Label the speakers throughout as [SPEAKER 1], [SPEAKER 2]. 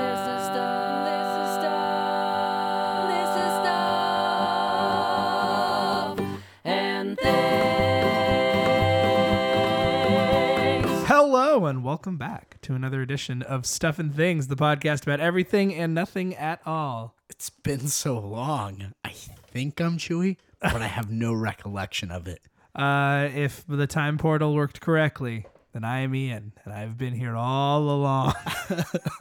[SPEAKER 1] This is stuff. This is stuff. This is stuff. And things.
[SPEAKER 2] Hello and welcome back to another edition of Stuff and Things, the podcast about everything and nothing at all.
[SPEAKER 3] It's been so long. I think I'm Chewy, but I have no recollection of it.
[SPEAKER 2] Uh, if the time portal worked correctly, then I am Ian, and I've been here all along.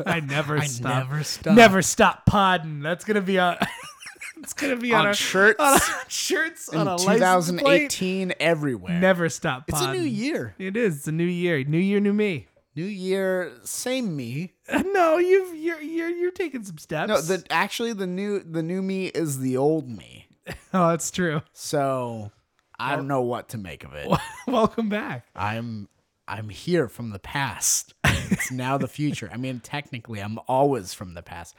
[SPEAKER 2] I never
[SPEAKER 3] I
[SPEAKER 2] stop.
[SPEAKER 3] never stop.
[SPEAKER 2] Never stop podding. That's gonna be on. it's gonna be on,
[SPEAKER 3] On
[SPEAKER 2] our-
[SPEAKER 3] shirts.
[SPEAKER 2] on our shirts on
[SPEAKER 3] In
[SPEAKER 2] a license plate.
[SPEAKER 3] 2018, everywhere.
[SPEAKER 2] Never stop.
[SPEAKER 3] It's a new
[SPEAKER 2] podding.
[SPEAKER 3] year.
[SPEAKER 2] It is. It's a new year. New year, new me.
[SPEAKER 3] New year, same me.
[SPEAKER 2] No, you've you're you're you're taking some steps.
[SPEAKER 3] No, the actually the new the new me is the old me.
[SPEAKER 2] oh, that's true.
[SPEAKER 3] So I don't know what to make of it.
[SPEAKER 2] welcome back.
[SPEAKER 3] I'm I'm here from the past. It's now the future. I mean, technically, I'm always from the past.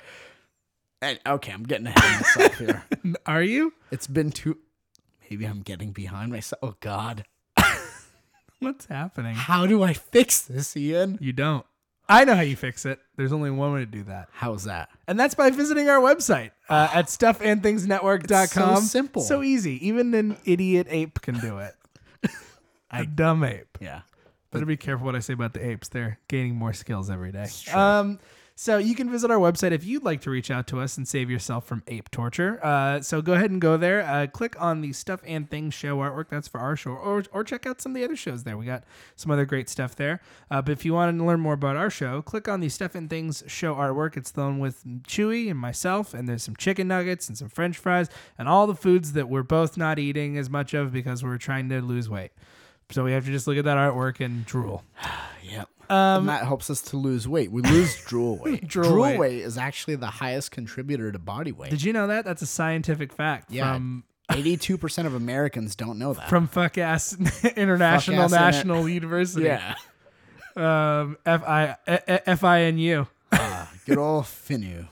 [SPEAKER 3] And, okay, I'm getting ahead of myself here.
[SPEAKER 2] Are you?
[SPEAKER 3] It's been too. Maybe I'm getting behind myself. Oh God,
[SPEAKER 2] What's happening?
[SPEAKER 3] how do I fix this, Ian?
[SPEAKER 2] You don't. I know how you fix it. There's only one way to do that.
[SPEAKER 3] How's that?
[SPEAKER 2] And that's by visiting our website uh, at stuffandthingsnetwork.com.
[SPEAKER 3] Ah. It's so simple.
[SPEAKER 2] So easy. Even an idiot ape can do it. A dumb ape.
[SPEAKER 3] Yeah,
[SPEAKER 2] Better be careful what I say about the apes. They're gaining more skills every day. Um, so you can visit our website if you'd like to reach out to us and save yourself from ape torture. Uh, so go ahead and go there. Uh, click on the Stuff and Things show artwork. That's for our show. Or, or check out some of the other shows there. We got some other great stuff there. Uh, but if you want to learn more about our show, click on the Stuff and Things show artwork. It's the one with Chewy and myself. And there's some chicken nuggets and some french fries and all the foods that we're both not eating as much of because we're trying to lose weight. So we have to just look at that artwork and drool.
[SPEAKER 3] yeah. Um, and that helps us to lose weight. We lose drool weight.
[SPEAKER 2] Drool weight.
[SPEAKER 3] is actually the highest contributor to body weight.
[SPEAKER 2] Did um, you know that? That's a scientific fact
[SPEAKER 3] Yeah,
[SPEAKER 2] from
[SPEAKER 3] eighty-two percent of Americans don't know that.
[SPEAKER 2] from fuck ass international
[SPEAKER 3] Fuck-ass Internet-
[SPEAKER 2] national university.
[SPEAKER 3] yeah,
[SPEAKER 2] Um F I F I N U.
[SPEAKER 3] good old Finu.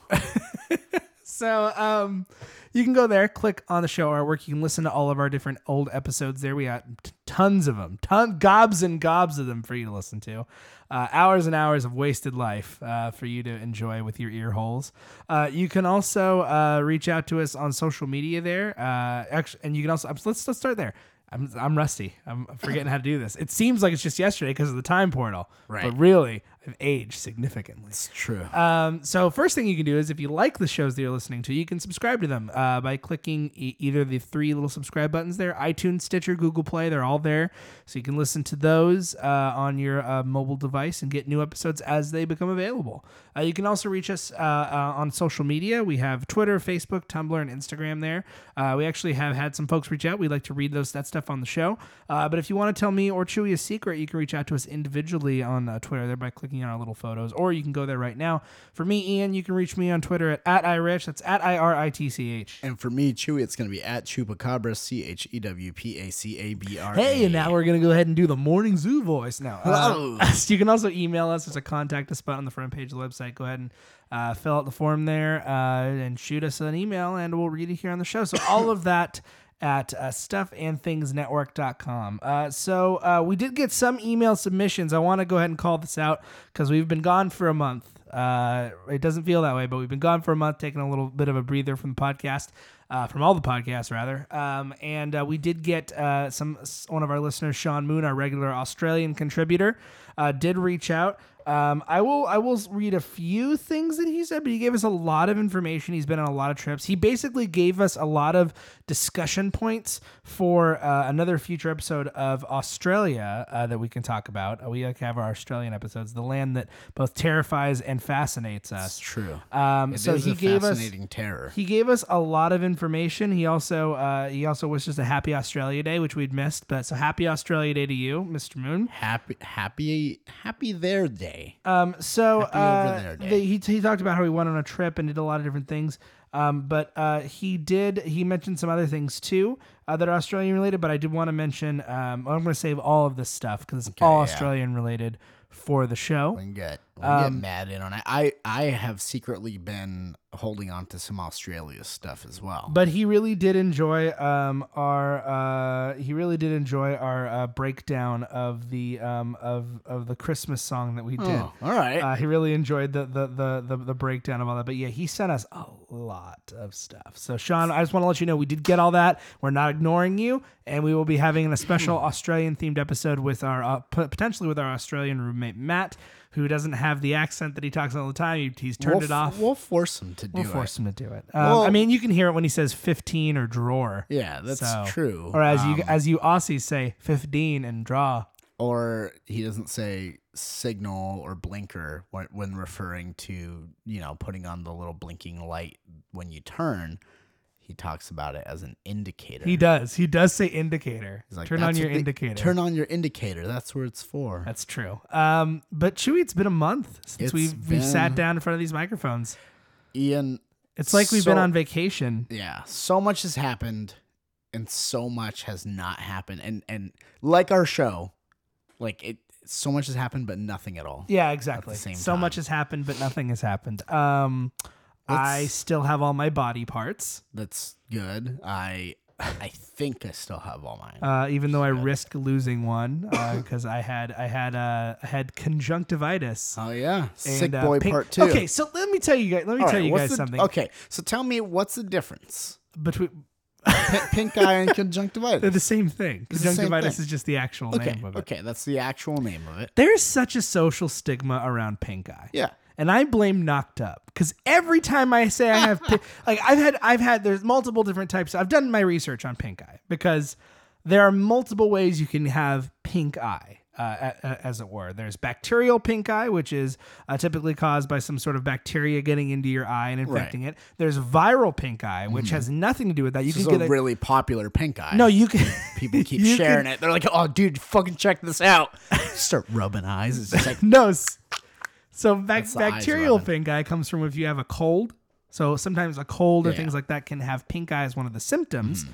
[SPEAKER 2] So um you can go there, click on the show artwork. You can listen to all of our different old episodes there. We got t- tons of them, ton gobs and gobs of them for you to listen to. Uh, hours and hours of wasted life uh, for you to enjoy with your ear holes. Uh, you can also uh, reach out to us on social media there. Uh, actually, and you can also let's let's start there. I'm, I'm rusty. I'm forgetting how to do this. It seems like it's just yesterday because of the time portal,
[SPEAKER 3] Right.
[SPEAKER 2] But really, I've aged significantly.
[SPEAKER 3] It's true.
[SPEAKER 2] Um, so first thing you can do is if you like the shows that you're listening to, you can subscribe to them uh, by clicking e- either the three little subscribe buttons there, iTunes, Stitcher, Google Play. They're all there, so you can listen to those uh, on your uh, mobile device and get new episodes as they become available. Uh, you can also reach us uh, uh, on social media. We have Twitter, Facebook, Tumblr, and Instagram there. Uh, we actually have had some folks reach out. We'd like to read those that stuff on the show. Uh, but if you want to tell me or Chewy a secret, you can reach out to us individually on uh, Twitter there by clicking on our little photos, or you can go there right now. For me, Ian, you can reach me on Twitter at, at irich. That's at i r i t c h.
[SPEAKER 3] And for me, Chewy, it's going to be at Chupacabra, C H E W P A C A B R. A.
[SPEAKER 2] Hey, and now we're gonna go ahead and do the morning zoo voice now. Uh,
[SPEAKER 3] Whoa.
[SPEAKER 2] you can also email us. There's a contact us button on the front page of the website. Go ahead and uh, fill out the form there uh, and shoot us an email, and we'll read it here on the show. So all of that at uh, stuffandthingsnetwork.com. Uh, so uh, we did get some email submissions. I want to go ahead and call this out because we've been gone for a month. Uh, it doesn't feel that way, but we've been gone for a month, taking a little bit of a breather from the podcast uh, from all the podcasts rather. Um, and uh, we did get uh, some s- one of our listeners, Sean Moon, our regular Australian contributor, uh, did reach out. Um, I will I will read a few things that he said, but he gave us a lot of information. He's been on a lot of trips. He basically gave us a lot of discussion points for uh, another future episode of Australia uh, that we can talk about. Uh, we like to have our Australian episodes, the land that both terrifies and fascinates
[SPEAKER 3] It's
[SPEAKER 2] us.
[SPEAKER 3] true.
[SPEAKER 2] Um,
[SPEAKER 3] It
[SPEAKER 2] so
[SPEAKER 3] is
[SPEAKER 2] he
[SPEAKER 3] a
[SPEAKER 2] gave us
[SPEAKER 3] fascinating terror.
[SPEAKER 2] he gave us a lot of information. He also uh, he also wishes a happy Australia Day, which we'd missed. But so happy Australia Day to you, Mr. Moon.
[SPEAKER 3] happy, happy, happy there day. day.
[SPEAKER 2] Um, so
[SPEAKER 3] Happy
[SPEAKER 2] uh,
[SPEAKER 3] over there day.
[SPEAKER 2] the, he he talked about how he went on a trip and did a lot of different things. Um, but uh, he did he mentioned some other things too uh, that are Australian related. But I did want to mention um, I'm going to save all of this stuff because it's all
[SPEAKER 3] yeah.
[SPEAKER 2] Australian related for the show.
[SPEAKER 3] We can get we can
[SPEAKER 2] Um,
[SPEAKER 3] get mad in on it. I I have secretly been holding on to some Australia stuff as well.
[SPEAKER 2] But he really did enjoy um, our uh, he really did enjoy our uh, breakdown of the um, of of the Christmas song that we did.
[SPEAKER 3] Oh, all right.
[SPEAKER 2] Uh, he really enjoyed the the, the the the breakdown of all that. But yeah, he sent us a lot of stuff. So Sean, I just want to let you know we did get all that. We're not ignoring you, and we will be having a special Australian themed episode with our uh, p- potentially with our Australian roommate Matt, who doesn't have the accent that he talks all the time. He, he's turned
[SPEAKER 3] we'll,
[SPEAKER 2] it
[SPEAKER 3] f-
[SPEAKER 2] off.
[SPEAKER 3] We'll force him to do
[SPEAKER 2] We'll
[SPEAKER 3] it.
[SPEAKER 2] force him to do it. Um, I
[SPEAKER 3] Well-
[SPEAKER 2] mean, you can hear it when he says fifteen or drawer.
[SPEAKER 3] Yeah, that's
[SPEAKER 2] So-
[SPEAKER 3] true.
[SPEAKER 2] Or as you
[SPEAKER 3] Um,
[SPEAKER 2] as you Aussies say, fifteen and draw.
[SPEAKER 3] or he doesn't say signal or blinker when, when referring to you know putting on the little blinking light when you turn. He talks about it as an indicator.
[SPEAKER 2] He does. He does say indicator.
[SPEAKER 3] He's like,
[SPEAKER 2] turn on
[SPEAKER 3] "That's
[SPEAKER 2] your
[SPEAKER 3] what they-
[SPEAKER 2] indicator.
[SPEAKER 3] Turn on your indicator. That's where it's for.
[SPEAKER 2] That's true. Um, but Chewy, it's been a month since
[SPEAKER 3] It's
[SPEAKER 2] we've we've sat
[SPEAKER 3] been-
[SPEAKER 2] down in front of these microphones.
[SPEAKER 3] Ian.
[SPEAKER 2] It's like we've been
[SPEAKER 3] So-
[SPEAKER 2] on vacation.
[SPEAKER 3] yeah so much has happened and so much has not happened and and like our show like it so much has happened but nothing at all
[SPEAKER 2] Yeah, exactly.
[SPEAKER 3] same
[SPEAKER 2] So much
[SPEAKER 3] time.
[SPEAKER 2] has happened, but nothing has happened. Um, I
[SPEAKER 3] Let's-
[SPEAKER 2] still have all my body parts,
[SPEAKER 3] that's good i i think i still have all mine
[SPEAKER 2] uh, even though I risk losing one because I had I had uh, I had conjunctivitis.
[SPEAKER 3] oh yeah
[SPEAKER 2] and,
[SPEAKER 3] sick
[SPEAKER 2] uh,
[SPEAKER 3] boy
[SPEAKER 2] pink-
[SPEAKER 3] part two
[SPEAKER 2] Okay, so let me tell you guys. Let me
[SPEAKER 3] All
[SPEAKER 2] tell
[SPEAKER 3] right,
[SPEAKER 2] you
[SPEAKER 3] what's
[SPEAKER 2] guys
[SPEAKER 3] the-
[SPEAKER 2] something.
[SPEAKER 3] okay so tell me what's the difference
[SPEAKER 2] Between
[SPEAKER 3] Pi- pink eye and conjunctivitis
[SPEAKER 2] they're the same thing.
[SPEAKER 3] It's the same
[SPEAKER 2] Conjunctivitis
[SPEAKER 3] thing.
[SPEAKER 2] is just the actual
[SPEAKER 3] okay
[SPEAKER 2] name of it.
[SPEAKER 3] okay that's the actual name of it
[SPEAKER 2] There is such a social stigma around pink eye.
[SPEAKER 3] yeah
[SPEAKER 2] and I blame knocked up because every time I say I have pi- like I've had I've had there's multiple different types. I've done my research on pink eye because there are multiple ways you can have pink eye. Uh, a- a- as it were, there's bacterial pink eye, which is uh, typically caused by some sort of bacteria getting into your eye and infecting it. There's viral pink eye, which has nothing to do with that. You
[SPEAKER 3] it's
[SPEAKER 2] can
[SPEAKER 3] a
[SPEAKER 2] get a,
[SPEAKER 3] really popular pink eye
[SPEAKER 2] no, you can
[SPEAKER 3] people keep
[SPEAKER 2] You
[SPEAKER 3] sharing
[SPEAKER 2] can-
[SPEAKER 3] it. They're like, "Oh, dude, fucking check this out!" Start rubbing eyes. It's just like,
[SPEAKER 2] no. s- So bac-
[SPEAKER 3] That's the eyes
[SPEAKER 2] bacterial
[SPEAKER 3] rubbing.
[SPEAKER 2] pink eye comes from if you have a cold. So sometimes a cold or
[SPEAKER 3] Yeah. Hmm.
[SPEAKER 2] things like that can have pink eye as one of the symptoms.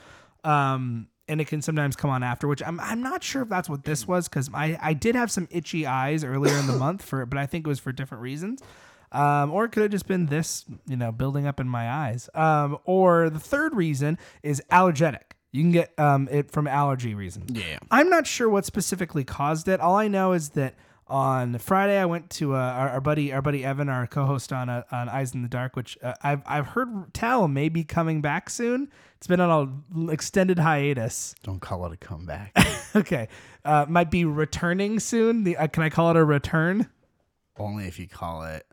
[SPEAKER 2] Um, and it can sometimes come on after, which I'm, I'm not sure if that's what this was because I, I did have some itchy eyes earlier in the month for but I think it was for different reasons. Um, or it could have just been this, you know, building up in my eyes. Um, or the third reason is allergenic. You can get um, it from allergy reasons.
[SPEAKER 3] yeah,
[SPEAKER 2] I'm not sure what specifically caused it. All I know is that on Friday I went to uh, our, our buddy our buddy Evan, our co-host on uh, on Eyes in the Dark, which uh, I've I've heard tell may be coming back soon. It's been on an extended hiatus.
[SPEAKER 3] don't call it a comeback.
[SPEAKER 2] okay, uh, might be returning soon. The, uh, can I call it a return?
[SPEAKER 3] Only if you call it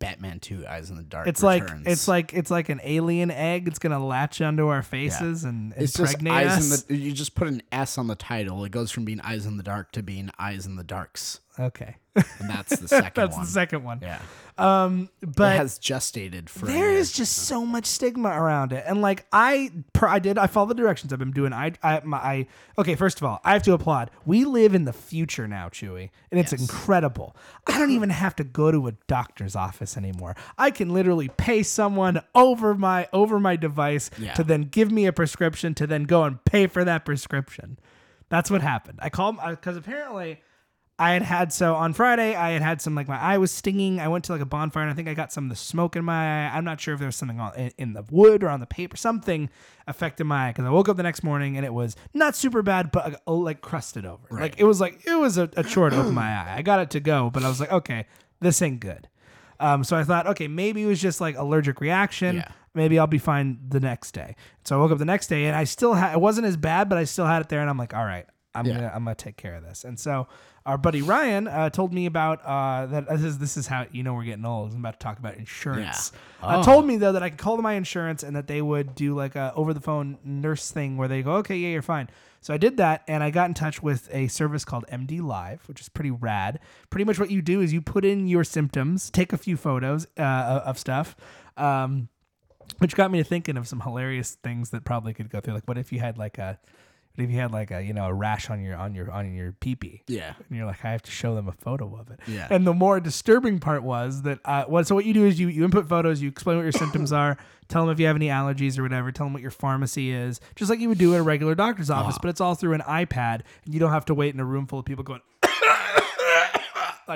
[SPEAKER 3] Batman Two: Eyes in the Dark.
[SPEAKER 2] It's
[SPEAKER 3] Returns.
[SPEAKER 2] like it's like it's like an alien egg. It's gonna latch onto our faces and, and
[SPEAKER 3] It's just
[SPEAKER 2] impregnate
[SPEAKER 3] eyes
[SPEAKER 2] us.
[SPEAKER 3] in the. You just put an S on the title. It goes from being Eyes in the Dark to being Eyes in the Darks,
[SPEAKER 2] okay,
[SPEAKER 3] and that's the second
[SPEAKER 2] that's
[SPEAKER 3] one.
[SPEAKER 2] the second one.
[SPEAKER 3] yeah,
[SPEAKER 2] Um,
[SPEAKER 3] it
[SPEAKER 2] but
[SPEAKER 3] has gestated for. a
[SPEAKER 2] There
[SPEAKER 3] year.
[SPEAKER 2] is just so much stigma around it, and like I, per, I did, I follow the directions I've been doing. I, I, my, I, okay. First of all, I have to applaud. We live in the future now, Chewy, and it's incredible. I don't even have to go to a doctor's office anymore. I can literally pay someone over my over my device
[SPEAKER 3] Yeah.
[SPEAKER 2] to then give me a prescription to then go and pay for that prescription. That's what happened. I called because apparently. I had had so on Friday I had had some like my eye was stinging. I went to like a bonfire and I think I got some of the smoke in my eye. I'm not sure if there was something on, in, in the wood or on the paper. Something affected my eye because I woke up the next morning and it was not super bad, but uh, oh, like crusted over. Like it was like it was a, a chore to open my eye. I got it to go, but I was like, okay, this ain't good. Um, so I thought, okay, maybe it was just like allergic reaction.
[SPEAKER 3] Yeah.
[SPEAKER 2] Maybe I'll be fine the next day. So I woke up the next day and I still had it wasn't as bad, but I still had it there, and I'm like, all right, I'm gonna I'm gonna take care of this. And so our buddy Ryan uh, told me about uh, that this is this is how you know we're getting old. I'm about to talk about insurance. Uh, told me though that I could call my insurance and that they would do like a over the phone nurse thing where they go, okay, yeah, you're fine. So I did that and I got in touch with a service called MD Live, which is pretty rad. Pretty much what you do is you put in your symptoms, take a few photos uh, of of stuff. Um, which got me to thinking of some hilarious things that probably could go through. Like, what if you had like a, what But if you had like a you know a rash on your on your on your pee pee,
[SPEAKER 3] Yeah.
[SPEAKER 2] and you're like, I have to show them a photo of it.
[SPEAKER 3] Yeah.
[SPEAKER 2] And the more disturbing part was that uh, what so what you do is you you input photos, you explain what your symptoms are, tell them if you have any allergies or whatever, tell them what your pharmacy is, just like you would do in a regular doctor's
[SPEAKER 3] Uh-huh.
[SPEAKER 2] office, but it's all through an iPad, and you don't have to wait in a room full of people going like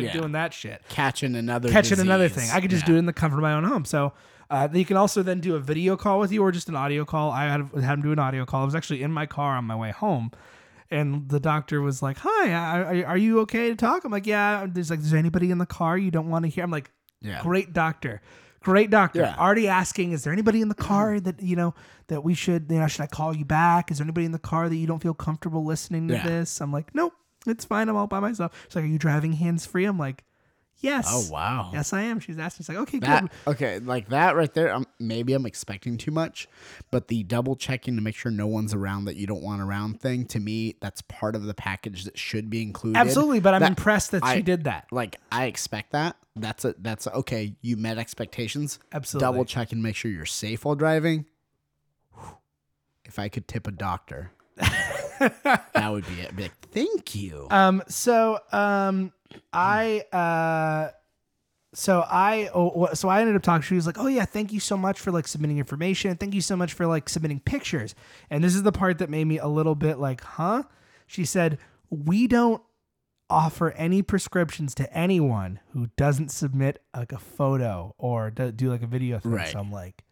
[SPEAKER 3] Yeah.
[SPEAKER 2] doing that shit
[SPEAKER 3] Catching another
[SPEAKER 2] catching another
[SPEAKER 3] disease.
[SPEAKER 2] thing. I could just
[SPEAKER 3] Yeah.
[SPEAKER 2] do it in the comfort of my own home. So uh, you can also then do a video call with you or just an audio call. I had, had him do an audio call. I was actually in my car on my way home. And the doctor was like, "Hi, are, are- are you okay to talk?" I'm like, "Yeah." There's like, "Is there anybody in the car you don't want to hear?" I'm like,
[SPEAKER 3] Yeah.
[SPEAKER 2] "Great doctor, great doctor."
[SPEAKER 3] Yeah. Mm-hmm.
[SPEAKER 2] Already asking, "Is there anybody in the car that you know that we should you know should I call you back? Is there anybody in the car that you don't feel comfortable listening to
[SPEAKER 3] Yeah.
[SPEAKER 2] this?" I'm like, "Nope, it's fine. I'm all by myself." She's like, "Are you driving hands free?" I'm like, "Yes."
[SPEAKER 3] Oh wow.
[SPEAKER 2] Yes, I am. She's asking. She's like, okay,
[SPEAKER 3] That
[SPEAKER 2] good.
[SPEAKER 3] okay, like that right there. Um, maybe I'm expecting too much, but the double checking to make sure no one's around that you don't want around thing to me, that's part of the package that should be included.
[SPEAKER 2] Absolutely, but I'm
[SPEAKER 3] That-
[SPEAKER 2] impressed that
[SPEAKER 3] I-
[SPEAKER 2] she did that.
[SPEAKER 3] Like I expect that. That's a that's a, okay. You met expectations.
[SPEAKER 2] Absolutely.
[SPEAKER 3] Double check and make sure you're safe while driving. If I could tip a doctor, that would be it. Be like, Thank you.
[SPEAKER 2] Um, so um, I uh, so I oh, wh- so I ended up talking. She was like, oh yeah, thank you so much for like submitting information. Thank you so much for like submitting pictures. And this is the part that made me a little bit like, huh? She said, we don't offer any prescriptions to anyone who doesn't submit like a photo or do, do like a video thing.
[SPEAKER 3] Right.
[SPEAKER 2] So I'm like.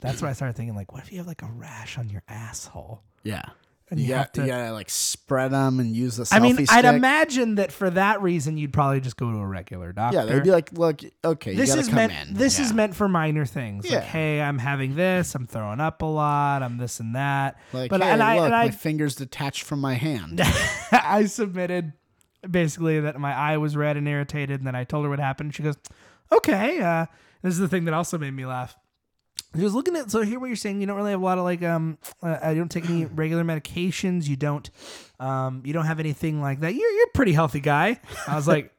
[SPEAKER 2] That's when I started thinking, like, what if you have like a rash on your asshole?
[SPEAKER 3] yeah.
[SPEAKER 2] And
[SPEAKER 3] you
[SPEAKER 2] you have
[SPEAKER 3] got,
[SPEAKER 2] to-
[SPEAKER 3] you gotta like spread them and use the selfie
[SPEAKER 2] I mean,
[SPEAKER 3] stick.
[SPEAKER 2] I'd imagine that for that reason, you'd probably just go to a regular doctor.
[SPEAKER 3] Yeah, they'd be like, look, okay, you
[SPEAKER 2] this
[SPEAKER 3] gotta
[SPEAKER 2] is
[SPEAKER 3] come
[SPEAKER 2] meant.
[SPEAKER 3] in.
[SPEAKER 2] This is
[SPEAKER 3] Yeah.
[SPEAKER 2] meant for minor things.
[SPEAKER 3] Yeah.
[SPEAKER 2] Like, hey, I'm having this. I'm throwing up a lot. I'm this and that.
[SPEAKER 3] like,
[SPEAKER 2] but
[SPEAKER 3] hey,
[SPEAKER 2] and I
[SPEAKER 3] look,
[SPEAKER 2] and
[SPEAKER 3] my
[SPEAKER 2] I,
[SPEAKER 3] fingers detached from my hand.
[SPEAKER 2] I submitted basically that my eye was red and irritated, and then I told her what happened. She goes, "Okay." Uh, this is the thing that also made me laugh. She was looking at. So I hear what you're saying. You don't really have a lot of like. Um, uh, I don't take any regular medications. You don't. Um, you don't have anything like that. You're you're a pretty healthy guy. I was like.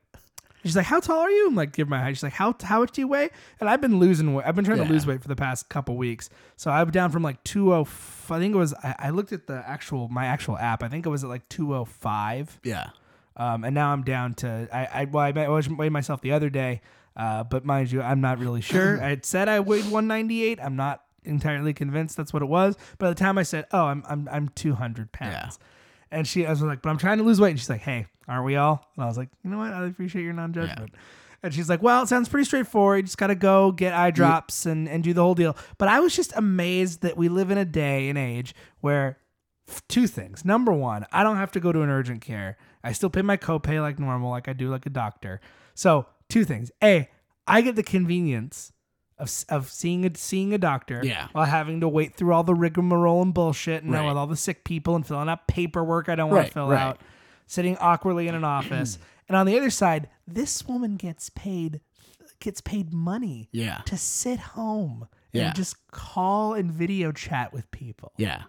[SPEAKER 2] She's like, "How tall are you?" I'm like, "Give her my height." She's like, "How how much do you weigh?" And I've been losing weight. I've been trying
[SPEAKER 3] Yeah.
[SPEAKER 2] to lose weight for the past couple weeks. So I'm down from like 205. I think it was. I, I looked at the actual my actual app. I think it was at like 205.
[SPEAKER 3] yeah.
[SPEAKER 2] Um, and now I'm down to I I, well, I ma- I weighed myself the other day, uh, but mind you, I'm not really sure. I had said I weighed 198. I'm not entirely convinced that's what it was. By the time I said, "Oh, I'm I'm I'm 200 pounds," and she I was like, "But I'm trying to lose weight," and she's like, "Hey, aren't we all?" And I was like, "You know what? I appreciate your non-judgment." And she's like, "Well, it sounds pretty straightforward. You just gotta go get eye drops and and do the whole deal." But I was just amazed that we live in a day and age where two things. Number one, I don't have to go to an urgent care. I still pay my copay like normal, like I do like a doctor. So two things: a, I get the convenience of of seeing a seeing a doctor,
[SPEAKER 3] Yeah.
[SPEAKER 2] while having to wait through all the rigmarole and bullshit, and
[SPEAKER 3] Right.
[SPEAKER 2] with all the sick people and filling out paperwork I don't want
[SPEAKER 3] Right,
[SPEAKER 2] to fill
[SPEAKER 3] right.
[SPEAKER 2] out, sitting awkwardly in an office. and on the other side, this woman gets paid gets paid money
[SPEAKER 3] Yeah.
[SPEAKER 2] to sit home
[SPEAKER 3] Yeah.
[SPEAKER 2] and just call and video chat with people.
[SPEAKER 3] Yeah.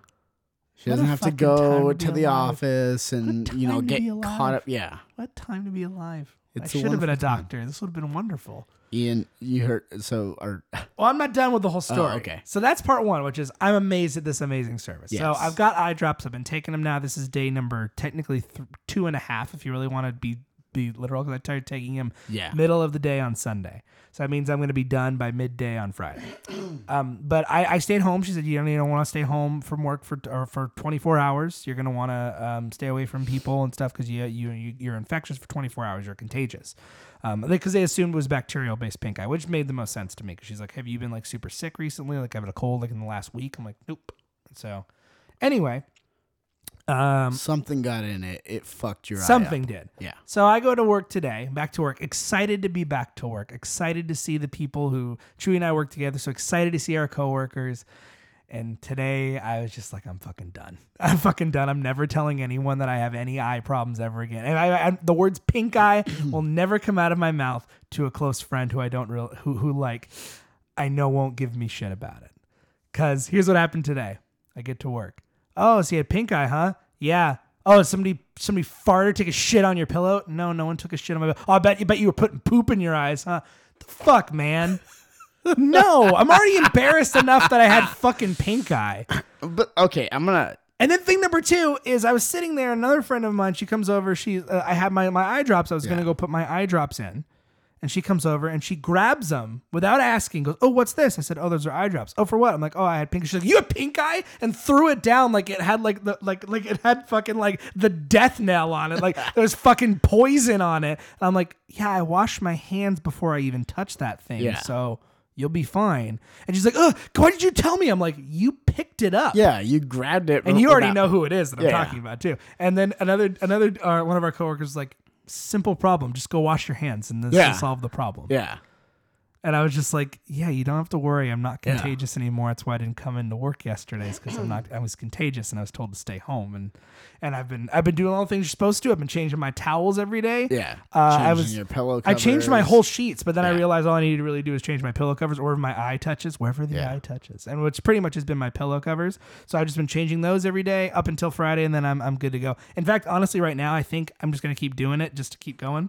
[SPEAKER 3] She
[SPEAKER 2] What
[SPEAKER 3] doesn't
[SPEAKER 2] a
[SPEAKER 3] have to
[SPEAKER 2] fucking time
[SPEAKER 3] go
[SPEAKER 2] to
[SPEAKER 3] to,
[SPEAKER 2] be
[SPEAKER 3] the
[SPEAKER 2] alive.
[SPEAKER 3] office and, you know,
[SPEAKER 2] time to
[SPEAKER 3] get
[SPEAKER 2] be
[SPEAKER 3] caught
[SPEAKER 2] alive.
[SPEAKER 3] up. Yeah.
[SPEAKER 2] What time to be alive.
[SPEAKER 3] It's a
[SPEAKER 2] I should have been a
[SPEAKER 3] wonderful time.
[SPEAKER 2] doctor. This would have been wonderful.
[SPEAKER 3] Ian, you heard, so, or,
[SPEAKER 2] Well, I'm not done with the whole story.
[SPEAKER 3] Oh, okay.
[SPEAKER 2] So that's part one, which is I'm amazed at this amazing service. So
[SPEAKER 3] Yes.
[SPEAKER 2] I've got eye drops. I've been taking them now. This is day number technically th- two and a half, if you really want to be be literal, because I started taking them
[SPEAKER 3] Yeah.
[SPEAKER 2] middle of the day on Sunday. So that means I'm going to be done by midday on Friday. um, but I, I stayed home. She said, "You don't, you don't want to stay home from work for or for 24 hours. You're going to want to um, stay away from people and stuff because you, you you you're infectious for 24 hours. You're contagious." Um, because they assumed it was bacterial based pink eye, which made the most sense to me. Because she's like, "Have you been like super sick recently? Like having a cold like in the last week?" I'm like, "Nope." So, anyway, um,
[SPEAKER 3] something got in it. It fucked your eye up.
[SPEAKER 2] something did.
[SPEAKER 3] Yeah.
[SPEAKER 2] So I go to work today, back to work, excited to be back to work, excited to see the people who Chewy and I work together. So excited to see our coworkers. And today I was just like, I'm fucking done. I'm fucking done. I'm never telling anyone that I have any eye problems ever again. And I, I, the words pink eye will never come out of my mouth to a close friend who I don't real who who like I know won't give me shit about it. Cause here's what happened today. I get to work. Oh, so you had pink eye, huh? Yeah. Oh, somebody somebody farted, took a shit on your pillow. No, no one took a shit on my pillow. Oh, I bet you bet you were putting poop in your eyes, huh? The fuck, man. no, I'm already embarrassed enough that I had fucking pink eye.
[SPEAKER 3] But, okay, I'm going to
[SPEAKER 2] And then thing number two is I was sitting there. Another friend of mine, she comes over. She, uh, I had my my eye drops. I was gonna go put my eye drops in, and she comes over and she grabs them without asking. Goes, oh, what's this? I said, oh, those are eye drops. Oh, for what? I'm like, oh, I had pink. She's like, you had pink eye, and threw it down like it had like the like like it had fucking like the death knell on it. Like there was fucking poison on it. And I'm like, yeah, I washed my hands before I even touched that thing.
[SPEAKER 3] Yeah.
[SPEAKER 2] So. You'll be fine. And she's like, Ugh, why did you tell me? I'm like, you picked it up
[SPEAKER 3] Yeah, you grabbed
[SPEAKER 2] and
[SPEAKER 3] it, wi-
[SPEAKER 2] you already
[SPEAKER 3] without-
[SPEAKER 2] know who it is that I'm
[SPEAKER 3] Yeah,
[SPEAKER 2] talking
[SPEAKER 3] yeah.
[SPEAKER 2] about too. And then another another uh, one of our coworkers was like simple problem, just go wash your hands and this
[SPEAKER 3] Yeah.
[SPEAKER 2] will solve the problem.
[SPEAKER 3] Yeah,
[SPEAKER 2] And I was just like, yeah, you don't have to worry. I'm not
[SPEAKER 3] Yeah.
[SPEAKER 2] contagious anymore. That's why I didn't come into work yesterday because I'm not. I was contagious and I was told to stay home. And and I've been I've been doing all the things you're supposed to. I've been changing my towels every day.
[SPEAKER 3] yeah.
[SPEAKER 2] Uh, I
[SPEAKER 3] Changing
[SPEAKER 2] was
[SPEAKER 3] your pillow.
[SPEAKER 2] I changed my
[SPEAKER 3] covers.
[SPEAKER 2] whole sheets, but then I
[SPEAKER 3] Yeah.
[SPEAKER 2] realized all I needed to really do is change my pillow covers or if my eye touches, wherever the
[SPEAKER 3] Yeah.
[SPEAKER 2] eye touches. And which pretty much has been my pillow covers. So I've just been changing those every day up until Friday and then I'm I'm good to go. In fact, honestly right now I think I'm just going to keep doing it just to keep going.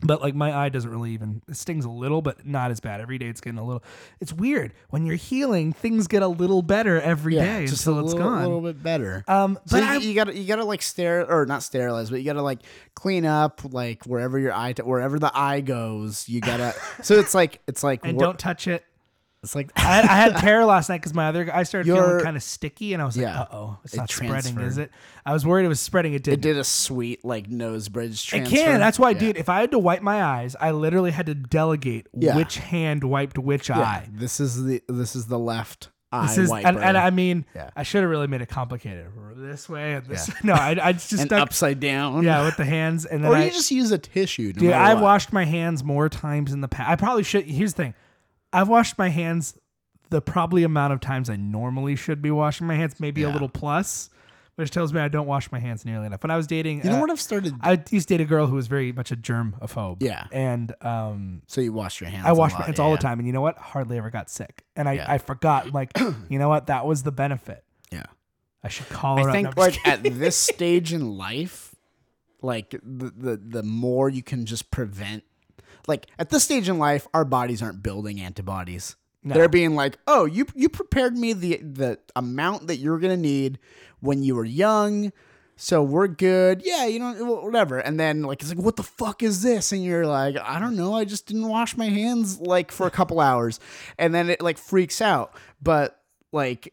[SPEAKER 2] But like my eye doesn't really even it stings a little, but not as bad. Every day it's getting a little it's weird. When you're healing, things get a little better every day
[SPEAKER 3] yeah, just
[SPEAKER 2] until
[SPEAKER 3] a little,
[SPEAKER 2] it's gone.
[SPEAKER 3] little bit better.
[SPEAKER 2] um
[SPEAKER 3] So
[SPEAKER 2] but
[SPEAKER 3] you,
[SPEAKER 2] I,
[SPEAKER 3] you gotta you gotta like stare or not sterilize, but you gotta like clean up like wherever your eye t- wherever the eye goes. You gotta so it's like it's like
[SPEAKER 2] and
[SPEAKER 3] wor-
[SPEAKER 2] don't touch it.
[SPEAKER 3] it's like
[SPEAKER 2] I, I had terror last night because my other I started feeling
[SPEAKER 3] Your-
[SPEAKER 2] kind of sticky, and I was
[SPEAKER 3] Yeah.
[SPEAKER 2] like, "Uh oh, it's
[SPEAKER 3] It
[SPEAKER 2] not spreading, is
[SPEAKER 3] transferred.
[SPEAKER 2] it?" I was worried it was spreading. It
[SPEAKER 3] it
[SPEAKER 2] didn't. It,
[SPEAKER 3] did a sweet like nose bridge transfer.
[SPEAKER 2] can. That's why,
[SPEAKER 3] Yeah.
[SPEAKER 2] dude. If I had to wipe my eyes, I literally had to delegate
[SPEAKER 3] Yeah.
[SPEAKER 2] which hand wiped which
[SPEAKER 3] Yeah,
[SPEAKER 2] eye.
[SPEAKER 3] Ah, This is the this is the left eye
[SPEAKER 2] This is,
[SPEAKER 3] wiper.
[SPEAKER 2] and, and I mean,
[SPEAKER 3] Yeah.
[SPEAKER 2] I should have really made it complicated. This way and this. No, I, I just
[SPEAKER 3] And
[SPEAKER 2] stuck.
[SPEAKER 3] upside down.
[SPEAKER 2] yeah, with the hands, and then
[SPEAKER 3] Or
[SPEAKER 2] I,
[SPEAKER 3] you just use a tissue. No
[SPEAKER 2] Dude,
[SPEAKER 3] matter
[SPEAKER 2] I've
[SPEAKER 3] what.
[SPEAKER 2] washed my hands more times in the past. I probably should. Here's the thing: I've washed my hands the probably amount of times I normally should be washing my hands, maybe a
[SPEAKER 3] Yeah.
[SPEAKER 2] little plus, which tells me I don't wash my hands nearly enough. When I was dating,
[SPEAKER 3] You know
[SPEAKER 2] uh,
[SPEAKER 3] what I've started.
[SPEAKER 2] I used to date a girl who was very much a germaphobe.
[SPEAKER 3] Yeah.
[SPEAKER 2] and um,
[SPEAKER 3] so you wash your hands.
[SPEAKER 2] I washed
[SPEAKER 3] a
[SPEAKER 2] my
[SPEAKER 3] lot,
[SPEAKER 2] hands all the
[SPEAKER 3] yeah.
[SPEAKER 2] time, and you know what? Hardly ever got sick, and I
[SPEAKER 3] Yeah.
[SPEAKER 2] I forgot. Like, you know what? That was the benefit.
[SPEAKER 3] Yeah.
[SPEAKER 2] I should call her.
[SPEAKER 3] I
[SPEAKER 2] up.
[SPEAKER 3] think
[SPEAKER 2] No, I'm just
[SPEAKER 3] like at this stage in life, like the, the the more you can just prevent. Like at this stage in life, our bodies aren't building antibodies.
[SPEAKER 2] No.
[SPEAKER 3] They're being like, "Oh, you you prepared me the the amount that you're gonna need when you were young, so we're good. Yeah, you know, wh- whatever." And then like it's like, "What the fuck is this?" And you're like, "I don't know. I just didn't wash my hands like for a couple hours," and then it like freaks out. But like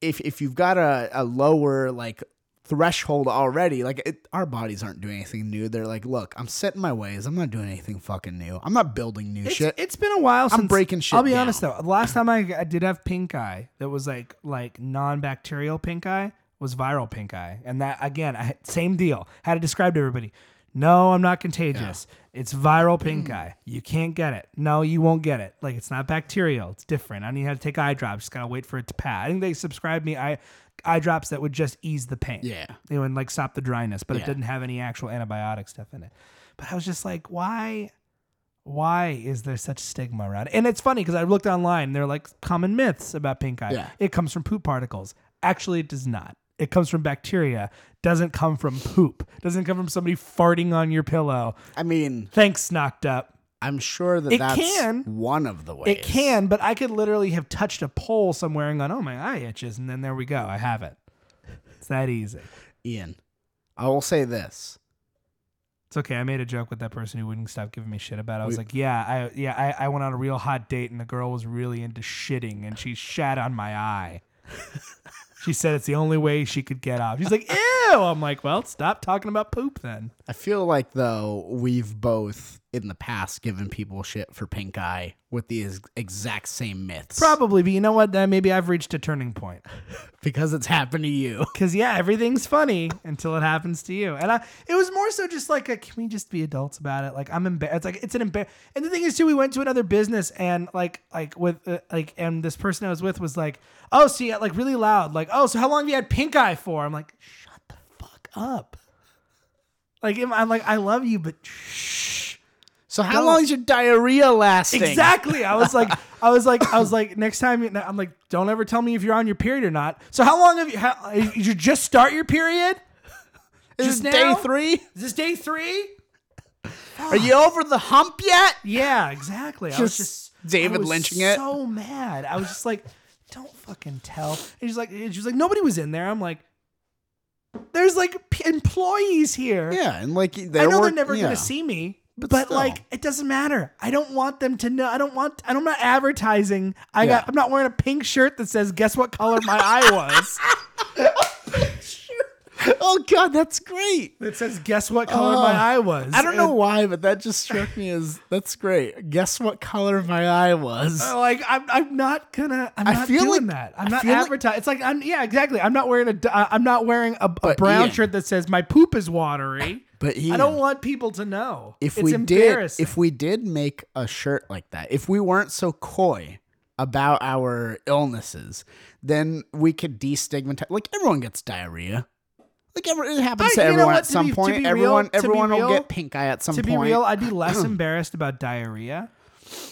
[SPEAKER 3] if if you've got a, a lower like threshold already like it, our bodies aren't doing anything new they're like look i'm setting my ways i'm not doing anything fucking new i'm not building new
[SPEAKER 2] It's-
[SPEAKER 3] shit
[SPEAKER 2] It's been a while since
[SPEAKER 3] breaking shit
[SPEAKER 2] I'll be
[SPEAKER 3] down.
[SPEAKER 2] honest though. The last time I, I did have pink eye, that was like like non-bacterial pink eye was viral pink eye, and that again, I, same deal. Had to describe to everybody. No, I'm not contagious. It's viral
[SPEAKER 3] Mm.
[SPEAKER 2] pink eye. You can't get it. No, you won't get it. Like it's not bacterial. It's different. I need to take eye drops. Just gotta wait for it to pass. I think they subscribed me eye eye drops that would just ease the pain
[SPEAKER 3] yeah
[SPEAKER 2] you know, and like stop the dryness, but it
[SPEAKER 3] Yeah.
[SPEAKER 2] didn't have any actual antibiotic stuff in it. But I was just like, why? Why is there such stigma around it? And it's funny because I looked online. They're like common myths about pink eye.
[SPEAKER 3] Yeah.
[SPEAKER 2] It comes from poop particles. Actually, it does not. It comes from bacteria. Doesn't come from poop. Doesn't come from somebody farting on your pillow.
[SPEAKER 3] i mean
[SPEAKER 2] Thanks, knocked up.
[SPEAKER 3] i'm sure that
[SPEAKER 2] It
[SPEAKER 3] that's
[SPEAKER 2] can.
[SPEAKER 3] one of the ways
[SPEAKER 2] It can, but I could literally have touched a pole somewhere and gone, "Oh my eye itches," and then there we go. I have it. It's that easy.
[SPEAKER 3] ian i will say this
[SPEAKER 2] It's okay. I made a joke with that person who wouldn't stop giving me shit about. it. I was
[SPEAKER 3] We-
[SPEAKER 2] like, yeah, I yeah, I, I went on a real hot date and the girl was really into shitting and she shat on my eye. she said it's the only way she could get off. She's like, ew. I'm like, well, stop talking about poop then.
[SPEAKER 3] i feel like though we've both in the past given people shit for pink eye with the ex- exact same myths
[SPEAKER 2] Probably, but you know what? Then maybe I've reached a turning point.
[SPEAKER 3] because it's happened to you
[SPEAKER 2] Cause yeah, everything's funny until it happens to you. And I, it was more so just like, a, can we just be adults about it? Like I'm embarrassed. It's like it's an embar. And the thing is too, we went to another business and like like with uh, like and this person I was with was like, oh, so you had like really loud, like oh, so how long have you had pink eye for? I'm like, shut the fuck up. Like I'm I'm like I love you, but shh.
[SPEAKER 3] so how long is your diarrhea lasting
[SPEAKER 2] Exactly. I was like, I was like, I was like, next time, you- I'm like, don't ever tell me if you're on your period or not. So how long have you? How, did you just start your period?
[SPEAKER 3] is
[SPEAKER 2] Just
[SPEAKER 3] this
[SPEAKER 2] now?
[SPEAKER 3] day three
[SPEAKER 2] Is this day three?
[SPEAKER 3] Are you over the hump yet?
[SPEAKER 2] Yeah, exactly. I was just
[SPEAKER 3] Just David
[SPEAKER 2] I was
[SPEAKER 3] lynching it.
[SPEAKER 2] So mad. I was just like, don't fucking tell. And she's like, and she was like, nobody was in there. I'm like, There's like p- employees here.
[SPEAKER 3] Yeah, and like
[SPEAKER 2] I know
[SPEAKER 3] work-
[SPEAKER 2] they're never
[SPEAKER 3] yeah.
[SPEAKER 2] gonna see me, but,
[SPEAKER 3] still.
[SPEAKER 2] like it doesn't matter. I don't want them to know. I don't want. I'm not advertising. I
[SPEAKER 3] Yeah.
[SPEAKER 2] got. I'm not wearing a pink shirt that says "Guess what color my eye was."
[SPEAKER 3] Oh god, that's great.
[SPEAKER 2] That says "Guess what color
[SPEAKER 3] Oh.
[SPEAKER 2] my eye was."
[SPEAKER 3] I don't know why, but that just struck me as that's great. Guess what color my eye was?
[SPEAKER 2] And, Uh, like I'm, I'm not gonna. I'm
[SPEAKER 3] I
[SPEAKER 2] not
[SPEAKER 3] feel
[SPEAKER 2] doing
[SPEAKER 3] like-
[SPEAKER 2] that. I'm
[SPEAKER 3] I
[SPEAKER 2] not
[SPEAKER 3] feel like-
[SPEAKER 2] advertising. it's like I'm. Yeah, exactly. I'm not wearing a. d- I'm not wearing a, a
[SPEAKER 3] But
[SPEAKER 2] brown
[SPEAKER 3] Ian-
[SPEAKER 2] shirt that says "My poop is watery."
[SPEAKER 3] But
[SPEAKER 2] I
[SPEAKER 3] Ian-
[SPEAKER 2] don't want people to know.
[SPEAKER 3] if
[SPEAKER 2] it's
[SPEAKER 3] we did
[SPEAKER 2] embarrassing.
[SPEAKER 3] if we did make a shirt like that if we weren't so coy about our illnesses then we could destigmatize like everyone gets diarrhea like every, it happens
[SPEAKER 2] I- you
[SPEAKER 3] to
[SPEAKER 2] know
[SPEAKER 3] everyone
[SPEAKER 2] what,
[SPEAKER 3] at
[SPEAKER 2] to
[SPEAKER 3] some
[SPEAKER 2] be- to
[SPEAKER 3] point
[SPEAKER 2] be real-
[SPEAKER 3] everyone
[SPEAKER 2] to be
[SPEAKER 3] everyone will
[SPEAKER 2] real-
[SPEAKER 3] get pink eye at some
[SPEAKER 2] to be
[SPEAKER 3] point
[SPEAKER 2] real, I'd be less embarrassed about diarrhea.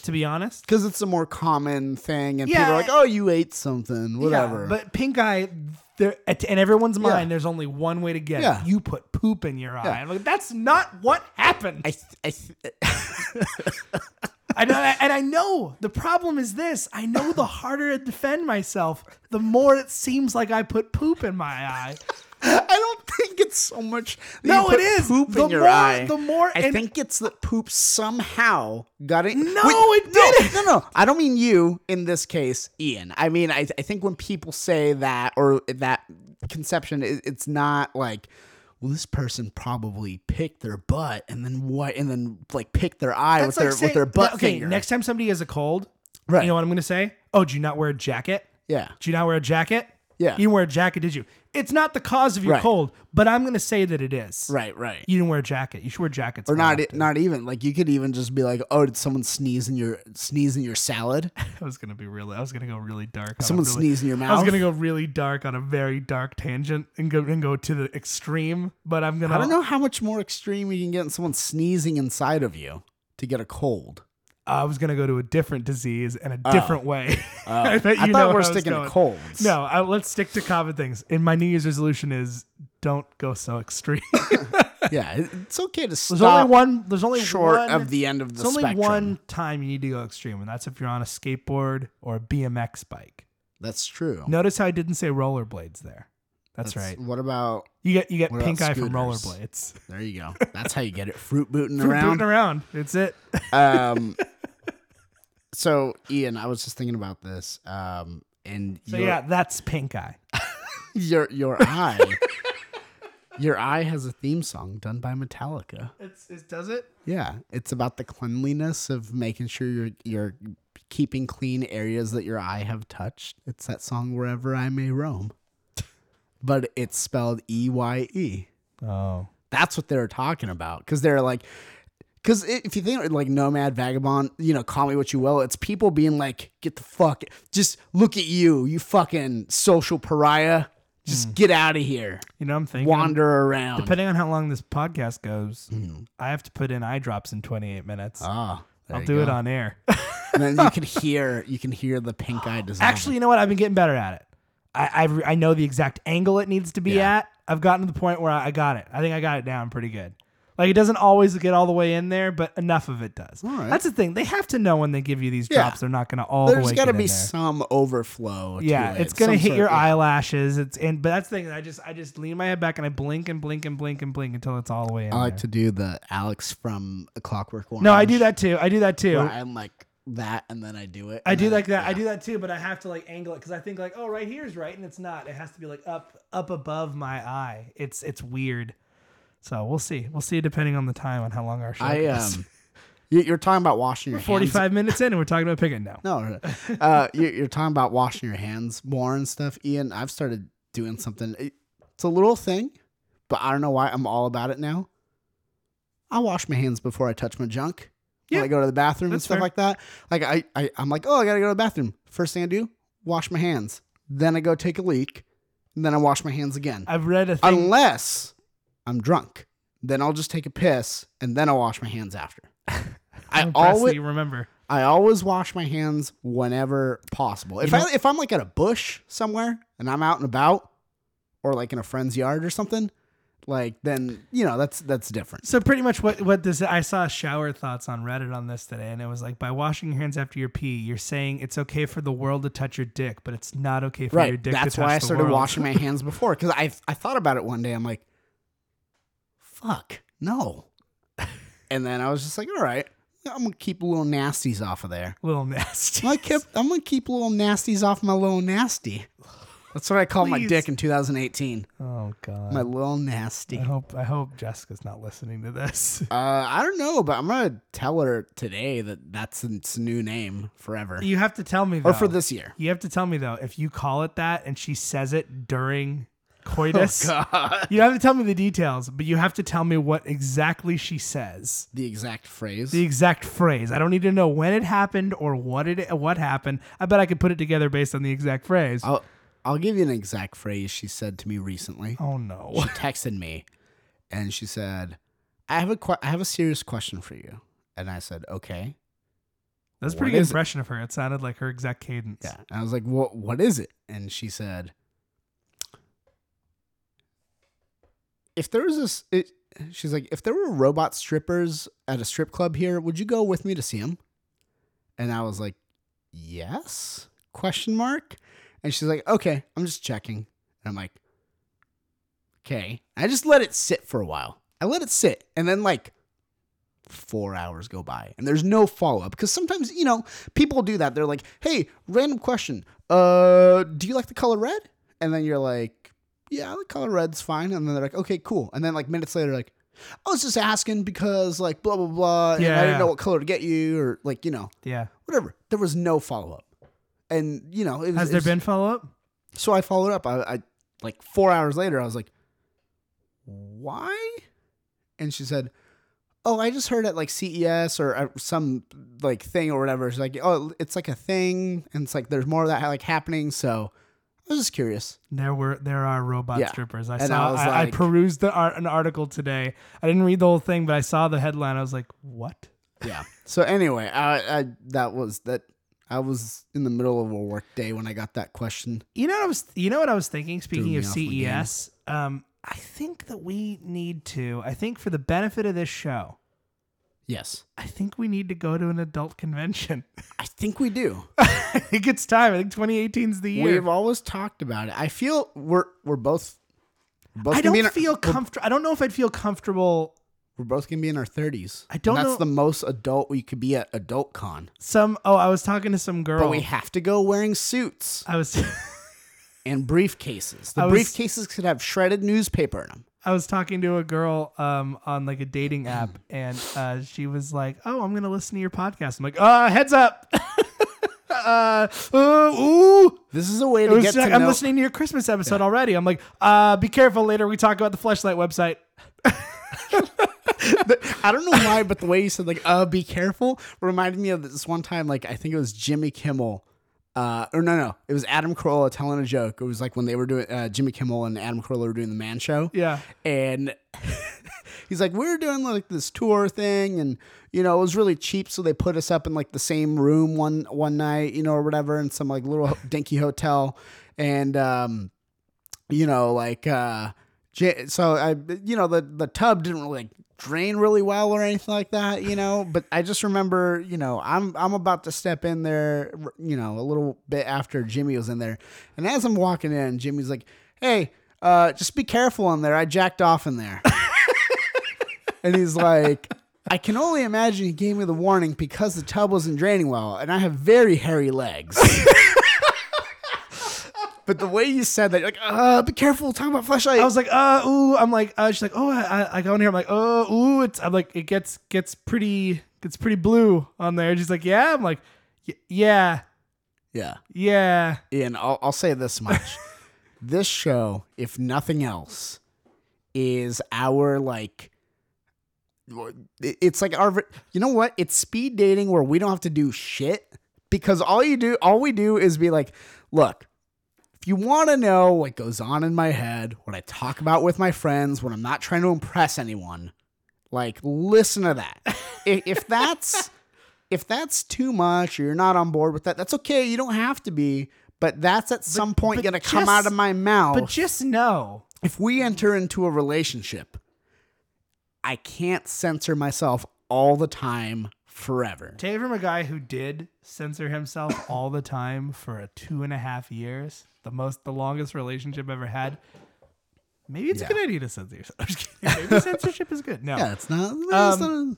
[SPEAKER 2] To be honest.
[SPEAKER 3] because it's a more common thing and people
[SPEAKER 2] Yeah.
[SPEAKER 3] are like oh you ate something whatever
[SPEAKER 2] Yeah, but pink eye, there at- in everyone's mind,
[SPEAKER 3] Yeah.
[SPEAKER 2] there's only one way to get
[SPEAKER 3] Yeah.
[SPEAKER 2] it. You put poop in your eye.
[SPEAKER 3] Yeah.
[SPEAKER 2] I'm like, that's not what happened.
[SPEAKER 3] I, th- I th-
[SPEAKER 2] I know, and I know the problem is this. I know the harder I defend myself, the more it seems like I put poop in my eye.
[SPEAKER 3] I don't think it's so much. that
[SPEAKER 2] No,
[SPEAKER 3] you put
[SPEAKER 2] it is.
[SPEAKER 3] Poop
[SPEAKER 2] The
[SPEAKER 3] in your
[SPEAKER 2] more-
[SPEAKER 3] eye.
[SPEAKER 2] the more-
[SPEAKER 3] I
[SPEAKER 2] and-
[SPEAKER 3] think it's that poop somehow got it.
[SPEAKER 2] No, it didn't.
[SPEAKER 3] No, no, I don't mean you in this case, Ian. I mean, I, I think when people say that or that conception, it, it's not like. Well, this person probably picked their butt and then what? And then like picked their eye with
[SPEAKER 2] That's like
[SPEAKER 3] their with
[SPEAKER 2] saying-
[SPEAKER 3] their butt
[SPEAKER 2] okay,
[SPEAKER 3] finger.
[SPEAKER 2] next time somebody has a cold,
[SPEAKER 3] Right.
[SPEAKER 2] You know what I'm going to say? Oh, do you not wear a jacket?
[SPEAKER 3] yeah.
[SPEAKER 2] Do you not wear a jacket?
[SPEAKER 3] Yeah.
[SPEAKER 2] You didn't wear a jacket, did you? It's not the cause of your
[SPEAKER 3] Right.
[SPEAKER 2] cold, but I'm going to say that it is.
[SPEAKER 3] Right. Right.
[SPEAKER 2] You didn't wear a jacket. You should wear jackets.
[SPEAKER 3] or
[SPEAKER 2] more
[SPEAKER 3] not. e,
[SPEAKER 2] often.
[SPEAKER 3] Not even like you could even just be like, oh, did someone sneeze in your sneeze in your salad?
[SPEAKER 2] I was gonna be really. I was gonna go really dark. on a
[SPEAKER 3] Someone
[SPEAKER 2] really,
[SPEAKER 3] sneeze in your
[SPEAKER 2] I was
[SPEAKER 3] mouth?
[SPEAKER 2] gonna go really dark on a very dark tangent and go and go to the extreme. But I'm gonna.
[SPEAKER 3] I don't know how much more extreme you can get in someone sneezing inside of you to get a cold.
[SPEAKER 2] I was gonna go to a different disease and a different way. I bet
[SPEAKER 3] Oh. I
[SPEAKER 2] you know
[SPEAKER 3] thought
[SPEAKER 2] where
[SPEAKER 3] we're
[SPEAKER 2] I was
[SPEAKER 3] sticking
[SPEAKER 2] going.
[SPEAKER 3] to colds.
[SPEAKER 2] No, I, let's stick to common things. And my New Year's resolution is don't go so extreme.
[SPEAKER 3] Yeah, it- it's okay to stop
[SPEAKER 2] there's only one. There's only
[SPEAKER 3] short
[SPEAKER 2] one,
[SPEAKER 3] of the end of the
[SPEAKER 2] There's only
[SPEAKER 3] spectrum.
[SPEAKER 2] one time you need to go extreme, and that's if you're on a skateboard or a BMX bike.
[SPEAKER 3] That's true.
[SPEAKER 2] Notice how I didn't say rollerblades there. That's, right.
[SPEAKER 3] What about?
[SPEAKER 2] You get you get
[SPEAKER 3] What about
[SPEAKER 2] pink eye from
[SPEAKER 3] scooters?
[SPEAKER 2] rollerblades.
[SPEAKER 3] There you go. That's how you get it. Fruit booting
[SPEAKER 2] Fruit
[SPEAKER 3] around.
[SPEAKER 2] booting around. It's it.
[SPEAKER 3] Um, so Ian, I was just thinking about this. Um, and
[SPEAKER 2] So
[SPEAKER 3] your-
[SPEAKER 2] yeah, that's pink eye.
[SPEAKER 3] your your eye, your eye has a theme song done by Metallica.
[SPEAKER 2] It's it does it.
[SPEAKER 3] Yeah, it's about the cleanliness of making sure you're you're keeping clean areas that your eye have touched. It's that song wherever I may roam, but it's spelled E Y E.
[SPEAKER 2] Oh,
[SPEAKER 3] That's what they were talking about because they're like, because if you think like Nomad Vagabond, you know, call me what you will, it's people being like, get the fuck, just look at you, you fucking social pariah,
[SPEAKER 2] Mm.
[SPEAKER 3] just get out of here,
[SPEAKER 2] you know I'm thinking.
[SPEAKER 3] wander around.
[SPEAKER 2] Depending on how long this podcast goes, I have to put in eye drops in 28 minutes.
[SPEAKER 3] Hmm. ah, there
[SPEAKER 2] I'll
[SPEAKER 3] you
[SPEAKER 2] do it
[SPEAKER 3] go. Ah.
[SPEAKER 2] on air.
[SPEAKER 3] And then you can hear, you can hear the pink eye design.
[SPEAKER 2] Actually, you know what? I've been getting better at it. I I've, I know the exact angle it needs to be
[SPEAKER 3] Yeah.
[SPEAKER 2] at. I've gotten to the point where I, I got it. I think I got it down pretty good. Like it doesn't always get all the way in there, but enough of it does.
[SPEAKER 3] right.
[SPEAKER 2] That's the thing. They have to know when they give you these
[SPEAKER 3] Yeah.
[SPEAKER 2] drops. They're not going to all the
[SPEAKER 3] There's
[SPEAKER 2] way.
[SPEAKER 3] got to
[SPEAKER 2] get
[SPEAKER 3] be
[SPEAKER 2] in there.
[SPEAKER 3] some overflow.
[SPEAKER 2] Yeah,
[SPEAKER 3] to it,
[SPEAKER 2] it's gonna
[SPEAKER 3] some
[SPEAKER 2] hit
[SPEAKER 3] sort-
[SPEAKER 2] your
[SPEAKER 3] yeah.
[SPEAKER 2] eyelashes. It's and but that's the thing. I just I just lean my head back and I blink and blink and blink and blink until it's all the way in.
[SPEAKER 3] I like
[SPEAKER 2] there.
[SPEAKER 3] to do the Alex from A Clockwork Orange.
[SPEAKER 2] No, I do that too. I do that too.
[SPEAKER 3] where
[SPEAKER 2] I,
[SPEAKER 3] I'm like that, and then I do it.
[SPEAKER 2] do like that. I do that too. But I have to like angle it because I think like oh right here is right and it's not. It has to be like up up above my eye. It's it's weird. So we'll see. We'll see depending on the time on how long our show
[SPEAKER 3] I
[SPEAKER 2] is.
[SPEAKER 3] um, you- you're talking about washing your
[SPEAKER 2] Forty
[SPEAKER 3] hands.
[SPEAKER 2] five minutes in and we're talking about picking now.
[SPEAKER 3] No, uh, you're, you're talking about washing your hands more and stuff. Ian, I've started doing something. It- It's a little thing, but I don't know why I'm all about it now. I wash my hands before I touch my junk.
[SPEAKER 2] Yeah.
[SPEAKER 3] when I go to the bathroom and
[SPEAKER 2] That's
[SPEAKER 3] stuff
[SPEAKER 2] fair.
[SPEAKER 3] like that. Like I, I, I'm like, oh, I gotta go to the bathroom. First thing I do, wash my hands. Then I go take a leak. And then I wash my hands again.
[SPEAKER 2] I've read a thing.
[SPEAKER 3] Unless I'm drunk, then I'll just take a piss and then I'll wash my hands after. I
[SPEAKER 2] I'm impressed that
[SPEAKER 3] always,
[SPEAKER 2] you remember.
[SPEAKER 3] I always wash my hands whenever possible. If I if I'm like at a bush somewhere and I'm out and about, or like in a friend's yard or something, like then you know that's that's different.
[SPEAKER 2] So pretty much what what this I saw shower thoughts on Reddit on this today, and it was like by washing your hands after your pee, you're saying it's okay for the world to touch your dick, but it's not okay for your
[SPEAKER 3] Right.
[SPEAKER 2] dick
[SPEAKER 3] That's
[SPEAKER 2] to touch
[SPEAKER 3] why I
[SPEAKER 2] the
[SPEAKER 3] started
[SPEAKER 2] world.
[SPEAKER 3] washing my hands before because I I thought about it one day. I'm like, fuck no. and then I was just like, all right, I'm gonna keep little nasties off of there.
[SPEAKER 2] Little nasty.
[SPEAKER 3] I kept, I'm gonna keep little nasties off my little nasty. That's what I called my
[SPEAKER 2] Please.
[SPEAKER 3] dick in 2018.
[SPEAKER 2] Oh god.
[SPEAKER 3] My little nasty.
[SPEAKER 2] I hope I hope Jessica's not listening to this.
[SPEAKER 3] Uh, I don't know, but I'm gonna tell her today that that's its new name forever,
[SPEAKER 2] You have to tell me though.
[SPEAKER 3] or for this year.
[SPEAKER 2] You have to tell me though if you call it that and she says it during
[SPEAKER 3] Oh,
[SPEAKER 2] coitus. You have to tell me the details, but you have to tell me what exactly she says.
[SPEAKER 3] The exact phrase.
[SPEAKER 2] The exact phrase. I don't need to know when it happened or what it what happened. I bet I could put it together based on the exact phrase.
[SPEAKER 3] I'll I'll give you an exact phrase she said to me recently.
[SPEAKER 2] oh no.
[SPEAKER 3] She texted me, and she said, "I have a que- I have a serious question for you," and I said, "Okay."
[SPEAKER 2] That's a pretty
[SPEAKER 3] What
[SPEAKER 2] good
[SPEAKER 3] is it?
[SPEAKER 2] impression of her. It sounded like her exact cadence.
[SPEAKER 3] Yeah. And I was like, "What? What is it?" And she said, "If there was this, it, she's like, if there were robot strippers at a strip club here, would you go with me to see them?" And I was like, "Yes?" Question mark. And she's like, "Okay, I'm just checking." And I'm like, "Okay." I just let it sit for a while. I let it sit, and then like four hours go by and there's no follow up because sometimes you know people do that they're like hey random question uh do you like the color red and then you're like yeah the color red's fine and then they're like okay cool and then like minutes later like i was just asking because like blah blah blah and i
[SPEAKER 2] Yeah.
[SPEAKER 3] didn't know what color to get you or like you know
[SPEAKER 2] Yeah.
[SPEAKER 3] whatever there was no follow up and you know it was,
[SPEAKER 2] Has
[SPEAKER 3] it
[SPEAKER 2] there
[SPEAKER 3] was-
[SPEAKER 2] been follow up?
[SPEAKER 3] so I followed up. I, I like four hours later, I was like, "Why?" And she said, "Oh, I just heard at like CES or uh, some like thing or whatever. She's like, oh, it's like a thing, and it's like there's more of that like happening. So I was just curious.
[SPEAKER 2] There were there are robot
[SPEAKER 3] Yeah.
[SPEAKER 2] strippers. I
[SPEAKER 3] And
[SPEAKER 2] saw. I,
[SPEAKER 3] I was
[SPEAKER 2] I
[SPEAKER 3] like-
[SPEAKER 2] perused the art, an article today. I didn't read the whole thing, but I saw the headline. I was like, "What?"
[SPEAKER 3] Yeah. so anyway, I, I that was that. I was in the middle of a work day when I got that question.
[SPEAKER 2] You know what I was. You know what I was thinking. Speaking
[SPEAKER 3] me
[SPEAKER 2] of
[SPEAKER 3] off my game.
[SPEAKER 2] CES, um, I think that we need to. I think for the benefit of this show,
[SPEAKER 3] Yes,
[SPEAKER 2] I think we need to go to an adult convention.
[SPEAKER 3] I think we do.
[SPEAKER 2] I think it's time. I think 2018 is the year.
[SPEAKER 3] We've always talked about it. I feel we're we're both. we're both
[SPEAKER 2] I
[SPEAKER 3] gonna be uh, in
[SPEAKER 2] don't
[SPEAKER 3] our-
[SPEAKER 2] feel comfortable. I don't know if I'd feel comfortable.
[SPEAKER 3] We're both gonna be in our thirties.
[SPEAKER 2] I don't
[SPEAKER 3] That's
[SPEAKER 2] know-
[SPEAKER 3] the most adult we could be at adult con.
[SPEAKER 2] Some. Oh, I was talking to some girl.
[SPEAKER 3] But we have to go wearing suits
[SPEAKER 2] I was.
[SPEAKER 3] and briefcases. The
[SPEAKER 2] I was-
[SPEAKER 3] briefcases could have shredded newspaper in them.
[SPEAKER 2] I was talking to a girl um, on like a dating app, and uh, she was like, "Oh, I'm gonna listen to your podcast." I'm like, "Uh, heads up." Uh, ooh, ooh.
[SPEAKER 3] This is a way
[SPEAKER 2] It
[SPEAKER 3] to
[SPEAKER 2] was
[SPEAKER 3] get
[SPEAKER 2] like,
[SPEAKER 3] to
[SPEAKER 2] I'm
[SPEAKER 3] know.
[SPEAKER 2] listening to your Christmas episode already. I'm like, uh, be careful. Later, we talk about the fleshlight website.
[SPEAKER 3] I don't know why, but the way you said like "uh, be careful" reminded me of this one time. Like I think it was Jimmy Kimmel, uh, or no, no, it was Adam Carolla telling a joke. It was like when they were doing uh, Jimmy Kimmel and Adam Carolla were doing the Man Show.
[SPEAKER 2] Yeah.
[SPEAKER 3] and he's like, we were doing like this tour thing, and you know, it was really cheap, so they put us up in like the same room one one night, you know, or whatever, in some like little ho- dinky hotel, and um, you know, like uh, j- so I, you know, the the tub didn't really like drain really well or anything like that, you know, but I just remember, you know, I'm I'm about to step in there, r- you know, a little bit after Jimmy was in there, and as I'm walking in, Jimmy's like, hey. Uh, just be careful in there. I jacked off in there. And he's like, I can only imagine he gave me the warning because the tub wasn't draining well, and I have very hairy legs. but the way you said that, you're like, uh, be careful, talking about flashlight.
[SPEAKER 2] I was like, uh, ooh. I'm like, uh, she's like, oh, I, I, I go in here. I'm like, oh, ooh. It's, I'm like, it gets, gets pretty, gets pretty blue on there. She's like, yeah. I'm like, y- yeah,
[SPEAKER 3] yeah.
[SPEAKER 2] yeah.
[SPEAKER 3] And I'll, I'll say this much. this show, if nothing else, is our like it- it's like our you know what? It's speed dating where we don't have to do shit because all you do all we do is be like, look, if you want to know what goes on in my head, what I talk about with my friends when I'm not trying to impress anyone, like listen to that. if, if that's if that's too much or you're not on board with that, that's okay. You don't have to be, but that's at some point
[SPEAKER 2] but
[SPEAKER 3] going to come
[SPEAKER 2] just-
[SPEAKER 3] out of my mouth.
[SPEAKER 2] But just know
[SPEAKER 3] if we
[SPEAKER 2] mm-hmm.
[SPEAKER 3] enter into a relationship, I can't censor myself all the time forever.
[SPEAKER 2] Take it from a guy who did censor himself all the time for a two and a half years, the most, the longest relationship ever had. Maybe it's a
[SPEAKER 3] Yeah.
[SPEAKER 2] good idea to censor yourself. I'm just kidding. Maybe censorship is good. No,
[SPEAKER 3] Yeah, it's not. It's
[SPEAKER 2] um,
[SPEAKER 3] not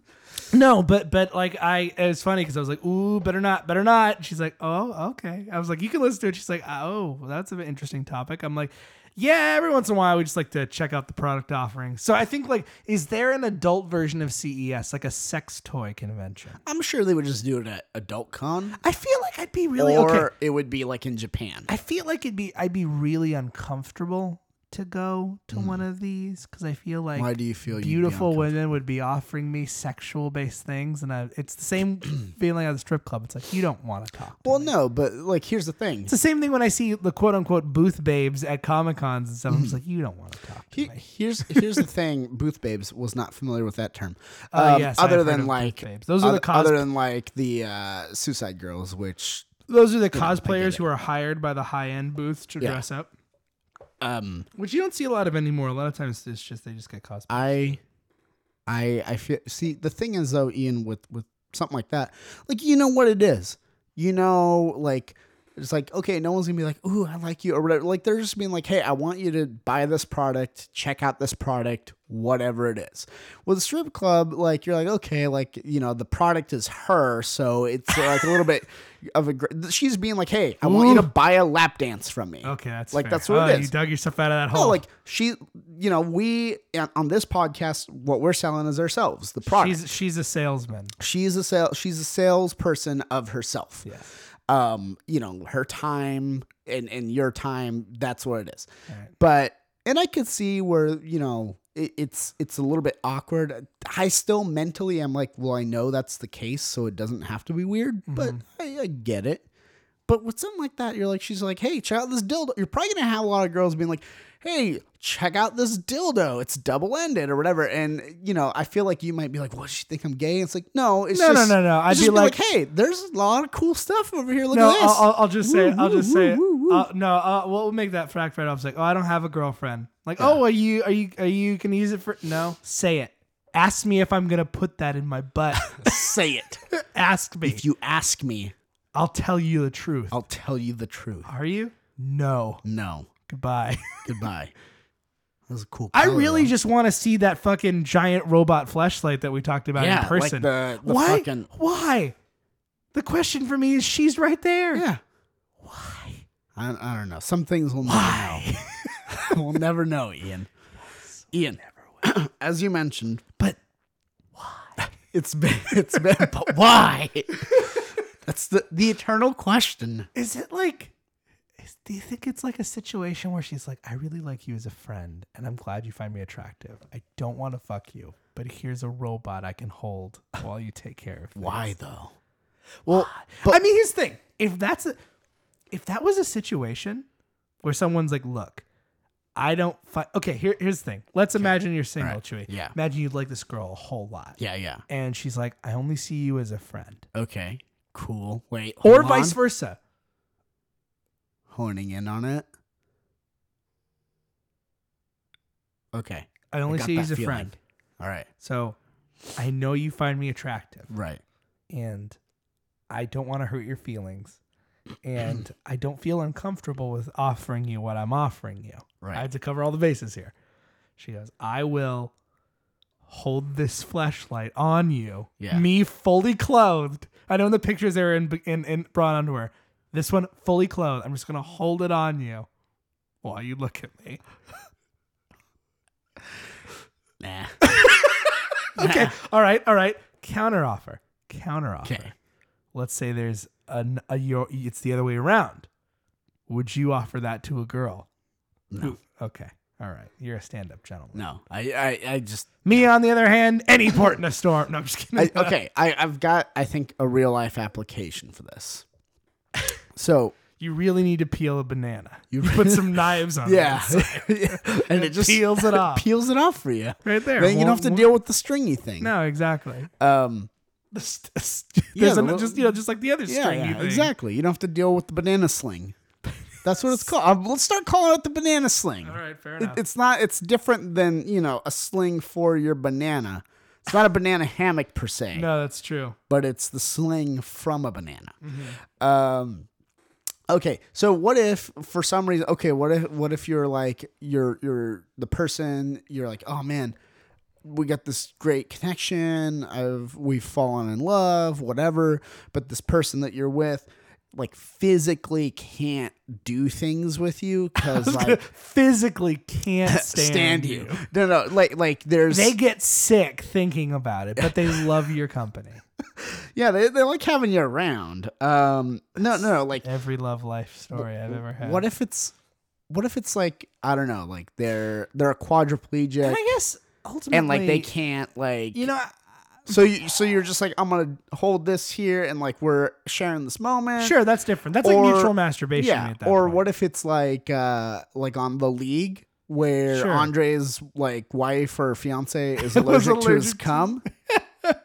[SPEAKER 2] no, but but like I, it's funny because I was like, ooh, better not, better not. She's like, oh, okay. I was like, you can listen to it. She's like, oh, well, that's an interesting topic. I'm like, yeah. Every once in a while, we just like to check out the product offering. So I think like, is there an adult version of CES, like a sex toy convention?
[SPEAKER 3] I'm sure they would just do it at Adult Con.
[SPEAKER 2] I feel like I'd be really
[SPEAKER 3] or
[SPEAKER 2] okay.
[SPEAKER 3] it would be like in Japan.
[SPEAKER 2] I feel like it'd be I'd be really uncomfortable to go to one of these because I feel like
[SPEAKER 3] Hmm. Why do you feel you'd be
[SPEAKER 2] beautiful
[SPEAKER 3] uncomfortable?
[SPEAKER 2] women would be offering me sexual based things, and I, it's the same feeling at the strip club. It's like you don't want to talk.
[SPEAKER 3] Well, no, but like here's the thing.
[SPEAKER 2] It's the same thing when I see the quote unquote booth babes at comic cons and stuff. I'm just like, you don't want to talk. To
[SPEAKER 3] He-
[SPEAKER 2] me.
[SPEAKER 3] here's here's the thing. Booth babes was not familiar with that term.
[SPEAKER 2] Uh,
[SPEAKER 3] Um,
[SPEAKER 2] yes, I've
[SPEAKER 3] other
[SPEAKER 2] heard
[SPEAKER 3] than
[SPEAKER 2] of booth
[SPEAKER 3] like
[SPEAKER 2] babes. Those are the
[SPEAKER 3] oth-
[SPEAKER 2] cos-
[SPEAKER 3] other than like the uh, Suicide Girls, which
[SPEAKER 2] Those are the
[SPEAKER 3] I get
[SPEAKER 2] cosplayers
[SPEAKER 3] it.
[SPEAKER 2] who are hired by the high end booths to
[SPEAKER 3] Yeah.
[SPEAKER 2] dress up,
[SPEAKER 3] um,
[SPEAKER 2] which you don't see a lot of anymore. A lot of times it's just they just get cosplay.
[SPEAKER 3] I I I feel see the thing is though, Ian, with with something like that, like you know what it is. You know, like it's like, okay, no one's gonna be like, ooh, I like you or whatever. Like they're just being like, hey, I want you to buy this product, check out this product, whatever it is. With a strip club, like you're like, okay, like, you know, the product is her, so it's like a little bit of a gr- she's being like, hey, I want you to buy a lap dance from me.
[SPEAKER 2] Okay, that's
[SPEAKER 3] like
[SPEAKER 2] fair.
[SPEAKER 3] that's what
[SPEAKER 2] oh,
[SPEAKER 3] it is.
[SPEAKER 2] You dug yourself out of that hole.
[SPEAKER 3] No, like she, you know, we on- on this podcast, what we're selling is ourselves, the product. She's,
[SPEAKER 2] she's she's a salesman.
[SPEAKER 3] a sale. She's a salesperson of herself.
[SPEAKER 2] Yeah.
[SPEAKER 3] Um, you know, her time and and your time. That's what it is. But and I could see where you know it, it's it's a little bit awkward. I still mentally am like, well, I know that's the case, so it doesn't have to be weird. But
[SPEAKER 2] Mm-hmm.
[SPEAKER 3] I, I get it. But with something like that, you're like, she's like, hey, check out this dildo. You're probably gonna have a lot of girls being like, hey, check out this dildo. It's double ended or whatever. And you know, I feel like you might be like, what? She think I'm gay? It's like, no, it's
[SPEAKER 2] No, no,
[SPEAKER 3] just-
[SPEAKER 2] no, no.
[SPEAKER 3] it's
[SPEAKER 2] I'd
[SPEAKER 3] just
[SPEAKER 2] be like-
[SPEAKER 3] hey, there's a lot of cool stuff over here. Look
[SPEAKER 2] No,
[SPEAKER 3] at this.
[SPEAKER 2] I'll, I'll, I'll just say,
[SPEAKER 3] Woo,
[SPEAKER 2] I'll
[SPEAKER 3] woo,
[SPEAKER 2] just
[SPEAKER 3] woo,
[SPEAKER 2] say,
[SPEAKER 3] woo, woo.
[SPEAKER 2] I'll- no, uh, we'll make that fact right off. It's like, oh, I don't have a girlfriend. Like, oh, are you, are you, are you gonna use it for? No, say it. Ask me if I'm gonna put that in my butt.
[SPEAKER 3] say it.
[SPEAKER 2] Ask me.
[SPEAKER 3] if you ask me,
[SPEAKER 2] I'll tell you the truth.
[SPEAKER 3] I'll tell you the truth.
[SPEAKER 2] Are you? No.
[SPEAKER 3] No.
[SPEAKER 2] Goodbye.
[SPEAKER 3] Goodbye. That was a cool.
[SPEAKER 2] I
[SPEAKER 3] color,
[SPEAKER 2] really
[SPEAKER 3] though.
[SPEAKER 2] just want to see that fucking giant robot fleshlight that we talked about
[SPEAKER 3] Yeah,
[SPEAKER 2] in
[SPEAKER 3] like
[SPEAKER 2] person.
[SPEAKER 3] the- the
[SPEAKER 2] Why?
[SPEAKER 3] fucking-
[SPEAKER 2] Why? The question for me is, she's right there.
[SPEAKER 3] Yeah. Why? I, I don't know. Some things we'll never know. we'll never know, Ian. Ian, as you mentioned,
[SPEAKER 2] But
[SPEAKER 3] it's been it's been. but why? That's the the eternal question.
[SPEAKER 2] is it like is, do you think it's like a situation where she's like i really like you as a friend and i'm glad you find me attractive i don't want to fuck you but here's a robot i can hold while you take care of me
[SPEAKER 3] Why though?
[SPEAKER 2] well
[SPEAKER 3] but-
[SPEAKER 2] i mean here's the thing if that's a if that was a situation where someone's like look i don't fi- okay here, here's the thing let's imagine you're single
[SPEAKER 3] Alright.
[SPEAKER 2] chewy
[SPEAKER 3] Yeah.
[SPEAKER 2] imagine you like this girl a whole lot
[SPEAKER 3] Yeah, yeah.
[SPEAKER 2] and she's like i only see you as a friend
[SPEAKER 3] Okay. Cool. Wait.
[SPEAKER 2] or
[SPEAKER 3] hold
[SPEAKER 2] vice
[SPEAKER 3] on.
[SPEAKER 2] versa
[SPEAKER 3] Honing in on it. Okay.
[SPEAKER 2] i only
[SPEAKER 3] got
[SPEAKER 2] see you
[SPEAKER 3] that
[SPEAKER 2] as a
[SPEAKER 3] feeling.
[SPEAKER 2] friend
[SPEAKER 3] All right.
[SPEAKER 2] So I know you find me attractive
[SPEAKER 3] Right.
[SPEAKER 2] and I don't want to hurt your feelings. And I don't feel uncomfortable with offering you what I'm offering you. I have
[SPEAKER 3] Right.
[SPEAKER 2] to cover all the bases here. She goes, I will hold this flashlight on you,
[SPEAKER 3] Yeah.
[SPEAKER 2] me fully clothed. I know in the pictures they were in, in, in bra and underwear. This one, fully clothed. I'm just going to hold it on you while you look at me.
[SPEAKER 3] Nah.
[SPEAKER 2] Okay. all right. All right. Counter offer. Counter offer.
[SPEAKER 3] Okay.
[SPEAKER 2] Let's say there's an, a your. It's the other way around. Would you offer that to a girl?
[SPEAKER 3] No.
[SPEAKER 2] Okay. All right. You're a stand-up gentleman.
[SPEAKER 3] No. I. I. I just.
[SPEAKER 2] Me, on the other hand, any port in a storm. No, I'm just kidding.
[SPEAKER 3] I, okay, I, I've got I think a real life application for this. So
[SPEAKER 2] You really need to peel a banana. You
[SPEAKER 3] You-
[SPEAKER 2] put some knives on.
[SPEAKER 3] yeah,
[SPEAKER 2] it.
[SPEAKER 3] and it just
[SPEAKER 2] peels it off.
[SPEAKER 3] peels it off for you.
[SPEAKER 2] Right there.
[SPEAKER 3] Then you don't have to
[SPEAKER 2] Won't-
[SPEAKER 3] deal with the stringy thing.
[SPEAKER 2] No, exactly.
[SPEAKER 3] Um.
[SPEAKER 2] The st- there's
[SPEAKER 3] the
[SPEAKER 2] an-
[SPEAKER 3] little-
[SPEAKER 2] just you know, just like the other
[SPEAKER 3] Yeah.
[SPEAKER 2] stringy
[SPEAKER 3] yeah,
[SPEAKER 2] thing.
[SPEAKER 3] exactly. You don't have to deal with the banana sling. That's what it's called. Uh, let's start calling it the banana sling.
[SPEAKER 2] All right, fair
[SPEAKER 3] It,
[SPEAKER 2] enough.
[SPEAKER 3] it's not. It's different than you know a sling for your banana. It's not a banana hammock per se,
[SPEAKER 2] no, that's true.
[SPEAKER 3] but it's the sling from a banana. Um, okay, so what if for some reason? Okay, what if what if you're like you're you're the person you're like oh man, we got this great connection. I've we've fallen in love, whatever. But this person that you're with. Like physically can't do things with you because like
[SPEAKER 2] Physically can't stand,
[SPEAKER 3] stand you. No, no, like like there's
[SPEAKER 2] They get sick thinking about it, but they love your company.
[SPEAKER 3] yeah, they, they like having you around. Um, no, no, no, like
[SPEAKER 2] Every love life story I've ever had.
[SPEAKER 3] what if it's what if it's like I don't know, like they're they're a quadriplegic
[SPEAKER 2] And I guess ultimately,
[SPEAKER 3] and like they can't like
[SPEAKER 2] you know, I-
[SPEAKER 3] so you so you're just like I'm gonna hold this here and like we're sharing this moment.
[SPEAKER 2] sure, that's different. That's
[SPEAKER 3] Or-
[SPEAKER 2] like mutual masturbation.
[SPEAKER 3] Yeah.
[SPEAKER 2] at that
[SPEAKER 3] Or
[SPEAKER 2] point.
[SPEAKER 3] what if it's like uh like on the league where
[SPEAKER 2] Sure.
[SPEAKER 3] Andre's like wife or fiance is
[SPEAKER 2] Was
[SPEAKER 3] allergic to his
[SPEAKER 2] allergic to-
[SPEAKER 3] cum.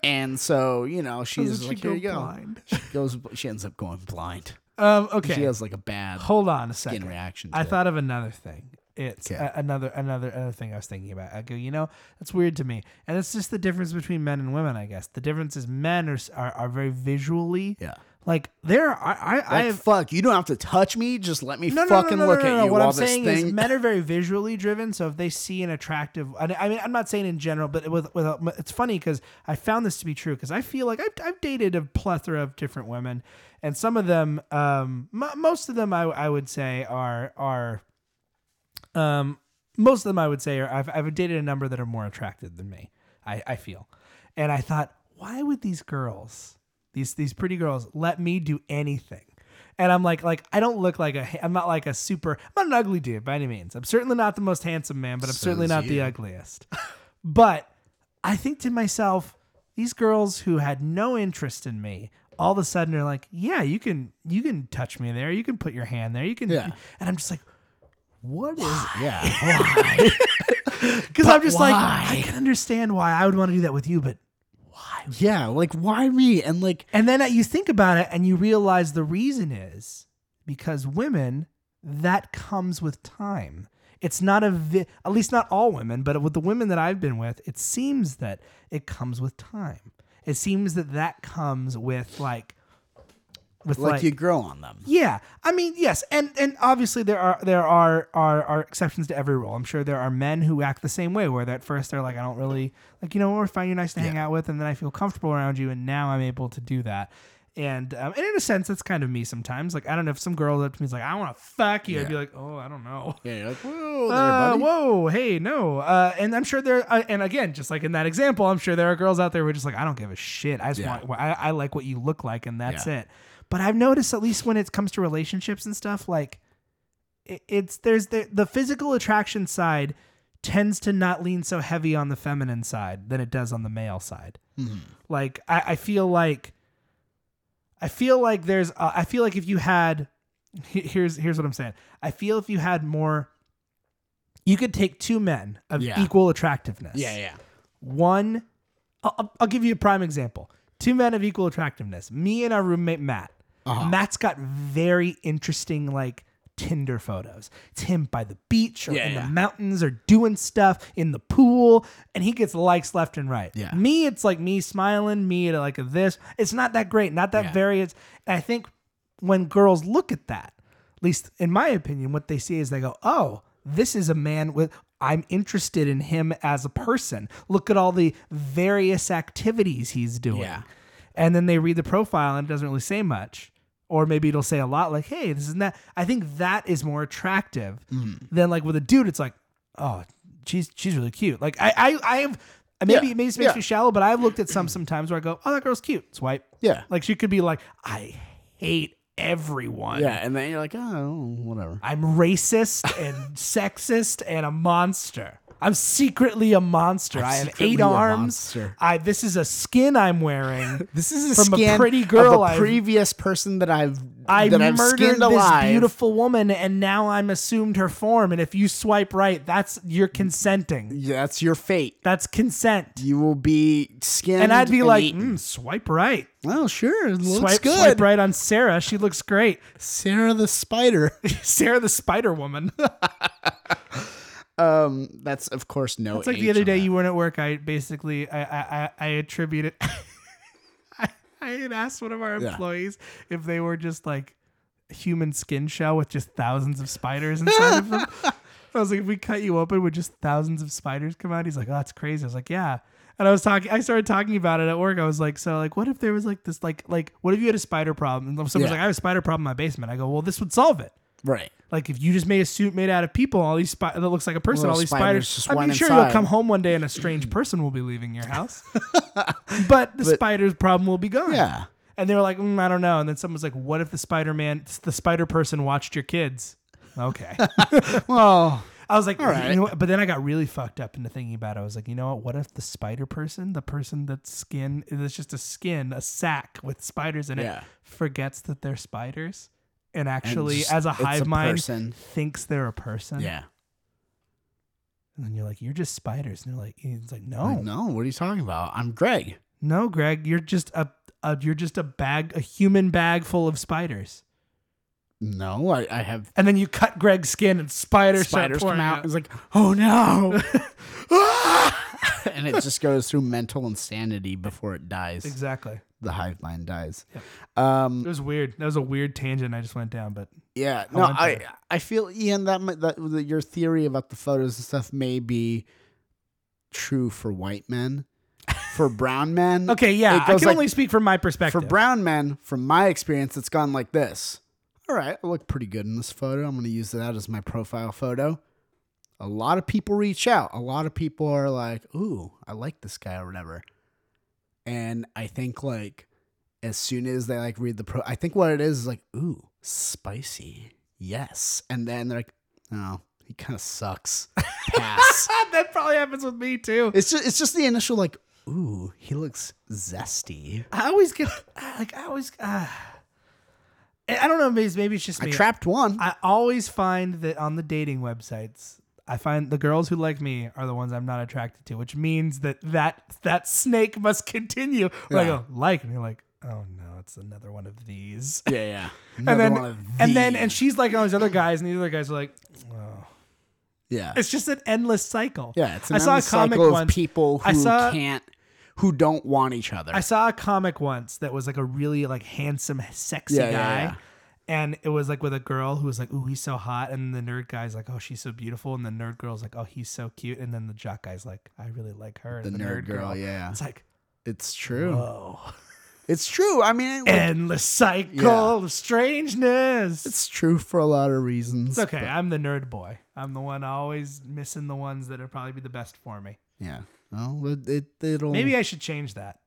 [SPEAKER 3] And so, you know, she's
[SPEAKER 2] Doesn't
[SPEAKER 3] like,
[SPEAKER 2] she
[SPEAKER 3] here
[SPEAKER 2] go
[SPEAKER 3] you go.
[SPEAKER 2] blind?
[SPEAKER 3] goes she ends up going blind.
[SPEAKER 2] Um, okay,
[SPEAKER 3] She has like a bad
[SPEAKER 2] hold on a
[SPEAKER 3] skin
[SPEAKER 2] second.
[SPEAKER 3] reaction. To
[SPEAKER 2] I
[SPEAKER 3] it.
[SPEAKER 2] thought of another thing. It's
[SPEAKER 3] Okay.
[SPEAKER 2] a- another another another thing I was thinking about. I go, you know, that's weird to me, and it's just the difference between men and women. I guess the difference is men are s- are, are very visually,
[SPEAKER 3] Yeah.
[SPEAKER 2] Like there, I I, I
[SPEAKER 3] Like,
[SPEAKER 2] have
[SPEAKER 3] fuck, you don't have to touch me. Just let me fucking look at you
[SPEAKER 2] What
[SPEAKER 3] while
[SPEAKER 2] I'm
[SPEAKER 3] this
[SPEAKER 2] saying
[SPEAKER 3] thing.
[SPEAKER 2] is, men are very visually driven. So if they see an attractive, I I mean, I'm not saying in general, but with with uh, it's funny because I found this to be true because I feel like I've, I've dated a plethora of different women, and some of them, um, mo most of them, I I would say are are, um, most of them I would say are I've I've dated a number that are more attractive than me. I I feel, and I thought, why would these girls? these these pretty girls let me do anything and i'm like like i don't look like a i'm not like a super i'm not an ugly dude by any means i'm certainly not the most handsome man but i'm certainly
[SPEAKER 3] is
[SPEAKER 2] not the
[SPEAKER 3] you.
[SPEAKER 2] ugliest but i think to myself these girls who had no interest in me all of a sudden are like yeah you can you can touch me there you can put your hand there you can
[SPEAKER 3] Yeah.
[SPEAKER 2] and i'm just like what is
[SPEAKER 3] yeah.
[SPEAKER 2] because i'm just
[SPEAKER 3] why?
[SPEAKER 2] like i can understand why i would want to do that with you but
[SPEAKER 3] yeah. Like, why me? And like,
[SPEAKER 2] And then uh, you think about it and you realize the reason is because women, that comes with time. It's not a, vi- at least not all women, but with the women that I've been with, it seems that it comes with time. It seems that that comes with like, with
[SPEAKER 3] like,
[SPEAKER 2] like,
[SPEAKER 3] you grow on them.
[SPEAKER 2] yeah, I mean, yes, and and obviously there are there are, are are exceptions to every rule. I'm sure there are men who act the same way, where at first they're like, I don't really like you know, we're fine, you're nice to hang out with, and then I feel comfortable around you, and now I'm able to do that. And um, and in a sense, that's kind of me sometimes. Like I don't know if some girl up to me is like, I want to fuck you, I'd be like, oh, I don't know.
[SPEAKER 3] Yeah. You're like, whoa, there,
[SPEAKER 2] Uh,
[SPEAKER 3] buddy.
[SPEAKER 2] whoa, hey, no. Uh, and I'm sure there, uh, and again, just like in that example, I'm sure there are girls out there who are just like, I don't give a shit. I just
[SPEAKER 3] Yeah.
[SPEAKER 2] want, I, I like what you look like, and that's
[SPEAKER 3] Yeah.
[SPEAKER 2] it. But I've noticed, at least when it comes to relationships and stuff, like it, it's there's the the physical attraction side tends to not lean so heavy on the feminine side than it does on the male side.
[SPEAKER 3] Mm-hmm.
[SPEAKER 2] Like I, I feel like I feel like there's uh, I feel like if you had he- here's here's what I'm saying. I feel if you had more you could take two men of
[SPEAKER 3] Yeah.
[SPEAKER 2] equal attractiveness.
[SPEAKER 3] Yeah. Yeah.
[SPEAKER 2] One I'll- I'll, I'll give you a prime example. Two men of equal attractiveness. Me and our roommate Matt.
[SPEAKER 3] Uh-huh.
[SPEAKER 2] Matt's got very interesting like Tinder photos. It's him by the beach or
[SPEAKER 3] Yeah,
[SPEAKER 2] in
[SPEAKER 3] yeah.
[SPEAKER 2] the mountains or doing stuff in the pool and he gets likes left and right.
[SPEAKER 3] Yeah.
[SPEAKER 2] Me, it's like me smiling, me at like a this. It's not that great, not that
[SPEAKER 3] Yeah.
[SPEAKER 2] very. It's, and I think when girls look at that, at least in my opinion, what they see is they go, oh, this is a man with. I'm interested in him as a person. Look at all the various activities he's doing.
[SPEAKER 3] Yeah.
[SPEAKER 2] And then they read the profile and it doesn't really say much. Or maybe it'll say a lot like, hey, this isn't that. I think that is more attractive
[SPEAKER 3] Mm-hmm.
[SPEAKER 2] than like with a dude, it's like, oh, she's she's really cute. Like I I, I have maybe maybe
[SPEAKER 3] Yeah,
[SPEAKER 2] this makes
[SPEAKER 3] yeah.
[SPEAKER 2] me shallow, but I've looked at some sometimes where I go, Oh, that girl's cute. Swipe.
[SPEAKER 3] Yeah.
[SPEAKER 2] Like she could be like, I hate everyone.
[SPEAKER 3] Yeah. And then you're like, oh, whatever.
[SPEAKER 2] I'm racist and sexist and a monster. I'm secretly a monster. i have
[SPEAKER 3] secretly
[SPEAKER 2] eight
[SPEAKER 3] a
[SPEAKER 2] arms.
[SPEAKER 3] monster.
[SPEAKER 2] I this is a skin I'm wearing.
[SPEAKER 3] This is a
[SPEAKER 2] From a
[SPEAKER 3] skin
[SPEAKER 2] pretty girl
[SPEAKER 3] of
[SPEAKER 2] I've-
[SPEAKER 3] a previous person that I've
[SPEAKER 2] I
[SPEAKER 3] that I've
[SPEAKER 2] murdered
[SPEAKER 3] skinned
[SPEAKER 2] this
[SPEAKER 3] alive.
[SPEAKER 2] beautiful woman, and now I'm assumed her form. And if you swipe right, that's you're consenting.
[SPEAKER 3] Yeah, that's your fate.
[SPEAKER 2] That's consent.
[SPEAKER 3] You will be skinned.
[SPEAKER 2] And I'd be like,
[SPEAKER 3] eaten.
[SPEAKER 2] mm, swipe right.
[SPEAKER 3] well, sure, it looks
[SPEAKER 2] Swipe,
[SPEAKER 3] good.
[SPEAKER 2] swipe right on Sarah. She looks great.
[SPEAKER 3] Sarah the spider.
[SPEAKER 2] Sarah the Spider Woman.
[SPEAKER 3] um, that's of course no.
[SPEAKER 2] It's like
[SPEAKER 3] H
[SPEAKER 2] the other
[SPEAKER 3] on
[SPEAKER 2] day
[SPEAKER 3] that.
[SPEAKER 2] you weren't at work. I basically I I I, I attribute it. I, I had asked one of our
[SPEAKER 3] Yeah.
[SPEAKER 2] employees if they were just like human skin shell with just thousands of spiders inside of them. I was like, if we cut you open, would just thousands of spiders come out? He's like, oh, that's crazy. I was like, yeah. And I was talking. I started talking about it at work. I was like, so like, what if there was like this like like what if you had a spider problem? And someone's
[SPEAKER 3] Yeah.
[SPEAKER 2] like, I have a spider problem in my basement. I go, well, this would solve it.
[SPEAKER 3] right?
[SPEAKER 2] Like if you just made a suit made out of people, all these spiders that looks like a person,
[SPEAKER 3] Little
[SPEAKER 2] all these spiders.
[SPEAKER 3] spiders just
[SPEAKER 2] I'm
[SPEAKER 3] went
[SPEAKER 2] sure you'll
[SPEAKER 3] inside.
[SPEAKER 2] come home one day and a strange person will be leaving your house, but the spider's problem will be gone.
[SPEAKER 3] Yeah.
[SPEAKER 2] And they were like, mm, I don't know. And then someone's like, What if the Spider Man, the Spider Person watched your kids? Okay.
[SPEAKER 3] Well,
[SPEAKER 2] I was like, you
[SPEAKER 3] right.
[SPEAKER 2] know what? But then I got really fucked up into thinking about it. I was like, you know what? What if the Spider Person, the person that's skin, it's just a skin, a sack with spiders in it,
[SPEAKER 3] Yeah.
[SPEAKER 2] forgets that they're spiders? And actually,
[SPEAKER 3] just-
[SPEAKER 2] as a
[SPEAKER 3] it's a
[SPEAKER 2] hive mind,
[SPEAKER 3] person.
[SPEAKER 2] thinks they're a person.
[SPEAKER 3] yeah.
[SPEAKER 2] And then you're like, you're just spiders. And they're like, and it's like, no,
[SPEAKER 3] Like, no, what are you talking about? I'm Greg.
[SPEAKER 2] no, Greg, you're just a, a, you're just a bag, a human bag full of spiders.
[SPEAKER 3] No, I, I have
[SPEAKER 2] And then you cut Greg's skin and spiders, start
[SPEAKER 3] spiders come
[SPEAKER 2] pouring
[SPEAKER 3] out. It's like, oh no. Ah! and it just goes through mental insanity before it dies.
[SPEAKER 2] Exactly.
[SPEAKER 3] The hive mind dies.
[SPEAKER 2] It
[SPEAKER 3] Um,
[SPEAKER 2] was weird. That was a weird tangent I just went down, but
[SPEAKER 3] yeah, no,
[SPEAKER 2] went
[SPEAKER 3] I,
[SPEAKER 2] there.
[SPEAKER 3] I feel Ian that, might- that that your theory about the photos and stuff may be true for white men, for brown men.
[SPEAKER 2] okay, yeah,
[SPEAKER 3] it
[SPEAKER 2] I
[SPEAKER 3] goes
[SPEAKER 2] can
[SPEAKER 3] like-
[SPEAKER 2] only speak from my perspective.
[SPEAKER 3] for brown men, from my experience, it's gone like this. All right, I look pretty good in this photo. I'm going to use that as my profile photo. A lot of people reach out. A lot of people are like, ooh, I like this guy or whatever. And I think, like, as soon as they like read the pro, I think what it is is like, ooh, spicy. Yes. And then they're like, oh, he kind of sucks. Pass.
[SPEAKER 2] Ah, that probably happens with me too.
[SPEAKER 3] it's, just, it's just the initial, like, ooh, he looks zesty.
[SPEAKER 2] I always get like I always. Uh, I don't know. Maybe maybe it's just
[SPEAKER 3] I
[SPEAKER 2] me.
[SPEAKER 3] trapped one.
[SPEAKER 2] I always find that on the dating websites, I find the girls who like me are the ones I'm not attracted to, which means that that that snake must continue. Where I
[SPEAKER 3] Yeah.
[SPEAKER 2] go like, and you're like, oh no, it's another one of these.
[SPEAKER 3] Yeah, yeah.
[SPEAKER 2] and
[SPEAKER 3] Another
[SPEAKER 2] then
[SPEAKER 3] one of
[SPEAKER 2] and then
[SPEAKER 3] these.
[SPEAKER 2] and she's like all these other guys, and the other guys are like, oh.
[SPEAKER 3] yeah,
[SPEAKER 2] it's just an endless cycle.
[SPEAKER 3] yeah. It's an
[SPEAKER 2] I saw a
[SPEAKER 3] endless
[SPEAKER 2] comic
[SPEAKER 3] cycle
[SPEAKER 2] once.
[SPEAKER 3] of people who
[SPEAKER 2] I saw-
[SPEAKER 3] can't, who don't want each other.
[SPEAKER 2] I saw a comic once that was like a really like handsome, sexy
[SPEAKER 3] Yeah, yeah,
[SPEAKER 2] guy.
[SPEAKER 3] yeah.
[SPEAKER 2] And it was like with a girl who was like, "Ooh, he's so hot," and the nerd guy's like, "Oh, she's so beautiful," and the nerd girl's like, "Oh, he's so cute," and then the jock guy's like, "I really like her." and
[SPEAKER 3] the nerd girl, yeah,
[SPEAKER 2] It's like,
[SPEAKER 3] it's true.
[SPEAKER 2] oh,
[SPEAKER 3] It's true. I mean, it-
[SPEAKER 2] endless cycle
[SPEAKER 3] Yeah.
[SPEAKER 2] of strangeness. It's,
[SPEAKER 3] it's true for a lot of reasons.
[SPEAKER 2] okay. I'm the nerd boy. I'm the one always missing the ones that are probably be the best for me.
[SPEAKER 3] Yeah. Well, it, it it'll
[SPEAKER 2] Maybe I should change that.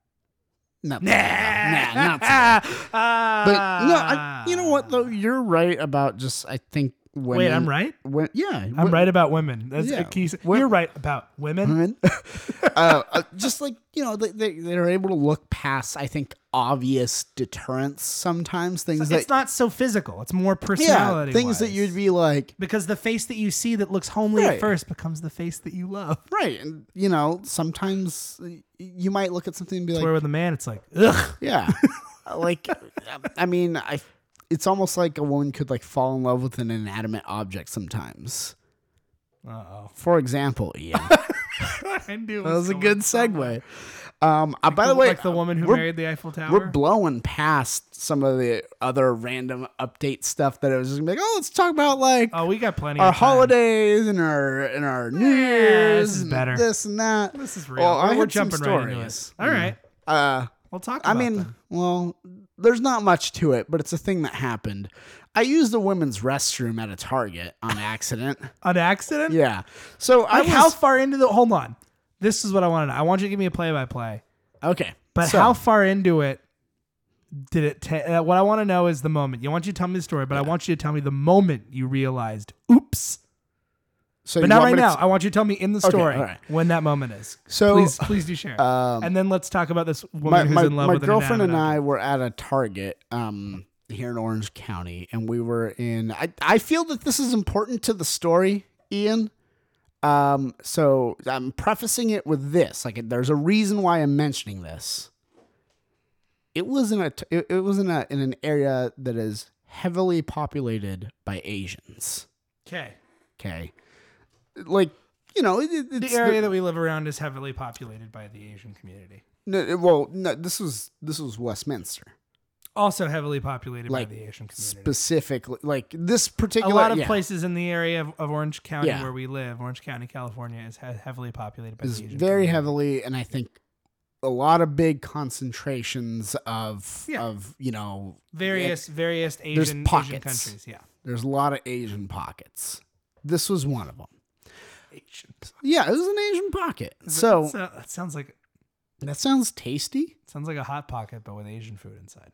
[SPEAKER 3] not nah, nah, not today.
[SPEAKER 2] Ah.
[SPEAKER 3] But no, I, you know what though? You're right about just. I think women.
[SPEAKER 2] Wait, I'm right.
[SPEAKER 3] When, yeah,
[SPEAKER 2] I'm right about women. That's
[SPEAKER 3] Yeah.
[SPEAKER 2] a key.
[SPEAKER 3] Wo-
[SPEAKER 2] You're right about women.
[SPEAKER 3] women. uh, uh, just like you know, they, they they're able to look past. I think obvious deterrents sometimes things that
[SPEAKER 2] It's not so physical. It's more
[SPEAKER 3] yeah
[SPEAKER 2] personality.
[SPEAKER 3] things that you'd be like
[SPEAKER 2] because the face that you see that looks homely at
[SPEAKER 3] Right.
[SPEAKER 2] first becomes the face that you love.
[SPEAKER 3] right and you know sometimes y- you might look at something and be
[SPEAKER 2] Where
[SPEAKER 3] like
[SPEAKER 2] with a man, it's like ugh.
[SPEAKER 3] yeah Uh, like i mean i it's almost like a woman could like fall in love with an inanimate object sometimes
[SPEAKER 2] Uh oh.
[SPEAKER 3] for example ian
[SPEAKER 2] I knew it
[SPEAKER 3] that was a
[SPEAKER 2] going
[SPEAKER 3] good segue um uh, by the way
[SPEAKER 2] like the woman who
[SPEAKER 3] we're-
[SPEAKER 2] married the Eiffel Tower.
[SPEAKER 3] we're blowing past some of the other random update stuff that I was just gonna be like, oh, let's talk about like
[SPEAKER 2] oh, we got plenty.
[SPEAKER 3] our
[SPEAKER 2] of time.
[SPEAKER 3] holidays and our and our New Year's.
[SPEAKER 2] this is
[SPEAKER 3] and
[SPEAKER 2] better.
[SPEAKER 3] This and that.
[SPEAKER 2] This is real.
[SPEAKER 3] Well, I
[SPEAKER 2] we're
[SPEAKER 3] had some
[SPEAKER 2] jumping right into it.
[SPEAKER 3] stories.
[SPEAKER 2] All right,
[SPEAKER 3] Uh,
[SPEAKER 2] we'll talk.
[SPEAKER 3] I
[SPEAKER 2] about
[SPEAKER 3] mean,
[SPEAKER 2] them.
[SPEAKER 3] well, there's not much to it, but it's a thing that happened. I used a women's restroom at a Target on accident.
[SPEAKER 2] an accident.
[SPEAKER 3] yeah. So I
[SPEAKER 2] Like, how
[SPEAKER 3] was
[SPEAKER 2] far into the? Hold on. This is what I want to know. I want you to give me a play-by-play.
[SPEAKER 3] okay,
[SPEAKER 2] But
[SPEAKER 3] so,
[SPEAKER 2] how far into it did it take? Uh, what I want to know is the moment. You want you to tell me the story, but I want you to tell me the moment you realized, oops,
[SPEAKER 3] So
[SPEAKER 2] but
[SPEAKER 3] you
[SPEAKER 2] not
[SPEAKER 3] want
[SPEAKER 2] right
[SPEAKER 3] me to
[SPEAKER 2] now.
[SPEAKER 3] ex-
[SPEAKER 2] I want you to tell me in the story
[SPEAKER 3] all right.
[SPEAKER 2] when that moment is.
[SPEAKER 3] So,
[SPEAKER 2] please, please do share.
[SPEAKER 3] um,
[SPEAKER 2] and then let's talk about this woman
[SPEAKER 3] my,
[SPEAKER 2] who's
[SPEAKER 3] my,
[SPEAKER 2] in love
[SPEAKER 3] my
[SPEAKER 2] with an
[SPEAKER 3] girlfriend and
[SPEAKER 2] inanimate
[SPEAKER 3] I were at a Target um, here in Orange County, and we were in. I, I feel that this is important to the story, Ian. Um, so I'm prefacing it with this: like, there's a reason why I'm mentioning this. It was in a t- it, it was in a in an area that is heavily populated by Asians.
[SPEAKER 2] object. Okay.
[SPEAKER 3] Okay, like you know, it, it- it's
[SPEAKER 2] The area that we live around is heavily populated by the Asian community.
[SPEAKER 3] no, well, no, this was this was Westminster.
[SPEAKER 2] Also heavily populated
[SPEAKER 3] Like,
[SPEAKER 2] by the Asian community.
[SPEAKER 3] specifically like this
[SPEAKER 2] A
[SPEAKER 3] particular
[SPEAKER 2] lot of
[SPEAKER 3] yeah,
[SPEAKER 2] places in the area of, of Orange County
[SPEAKER 3] Yeah.
[SPEAKER 2] where we live, Orange County, California, is he- heavily populated by
[SPEAKER 3] is
[SPEAKER 2] the Asian
[SPEAKER 3] very
[SPEAKER 2] community.
[SPEAKER 3] heavily and i think a lot of big concentrations of
[SPEAKER 2] Yeah.
[SPEAKER 3] of you know
[SPEAKER 2] various various
[SPEAKER 3] There's
[SPEAKER 2] Asian, Asian
[SPEAKER 3] pockets.
[SPEAKER 2] countries. Yeah,
[SPEAKER 3] there's a lot of asian pockets this was one of them
[SPEAKER 2] Asian.
[SPEAKER 3] yeah it was an asian pocket
[SPEAKER 2] That
[SPEAKER 3] so
[SPEAKER 2] so, that sounds like
[SPEAKER 3] that sounds tasty
[SPEAKER 2] sounds like a hot pocket, but with Asian food inside.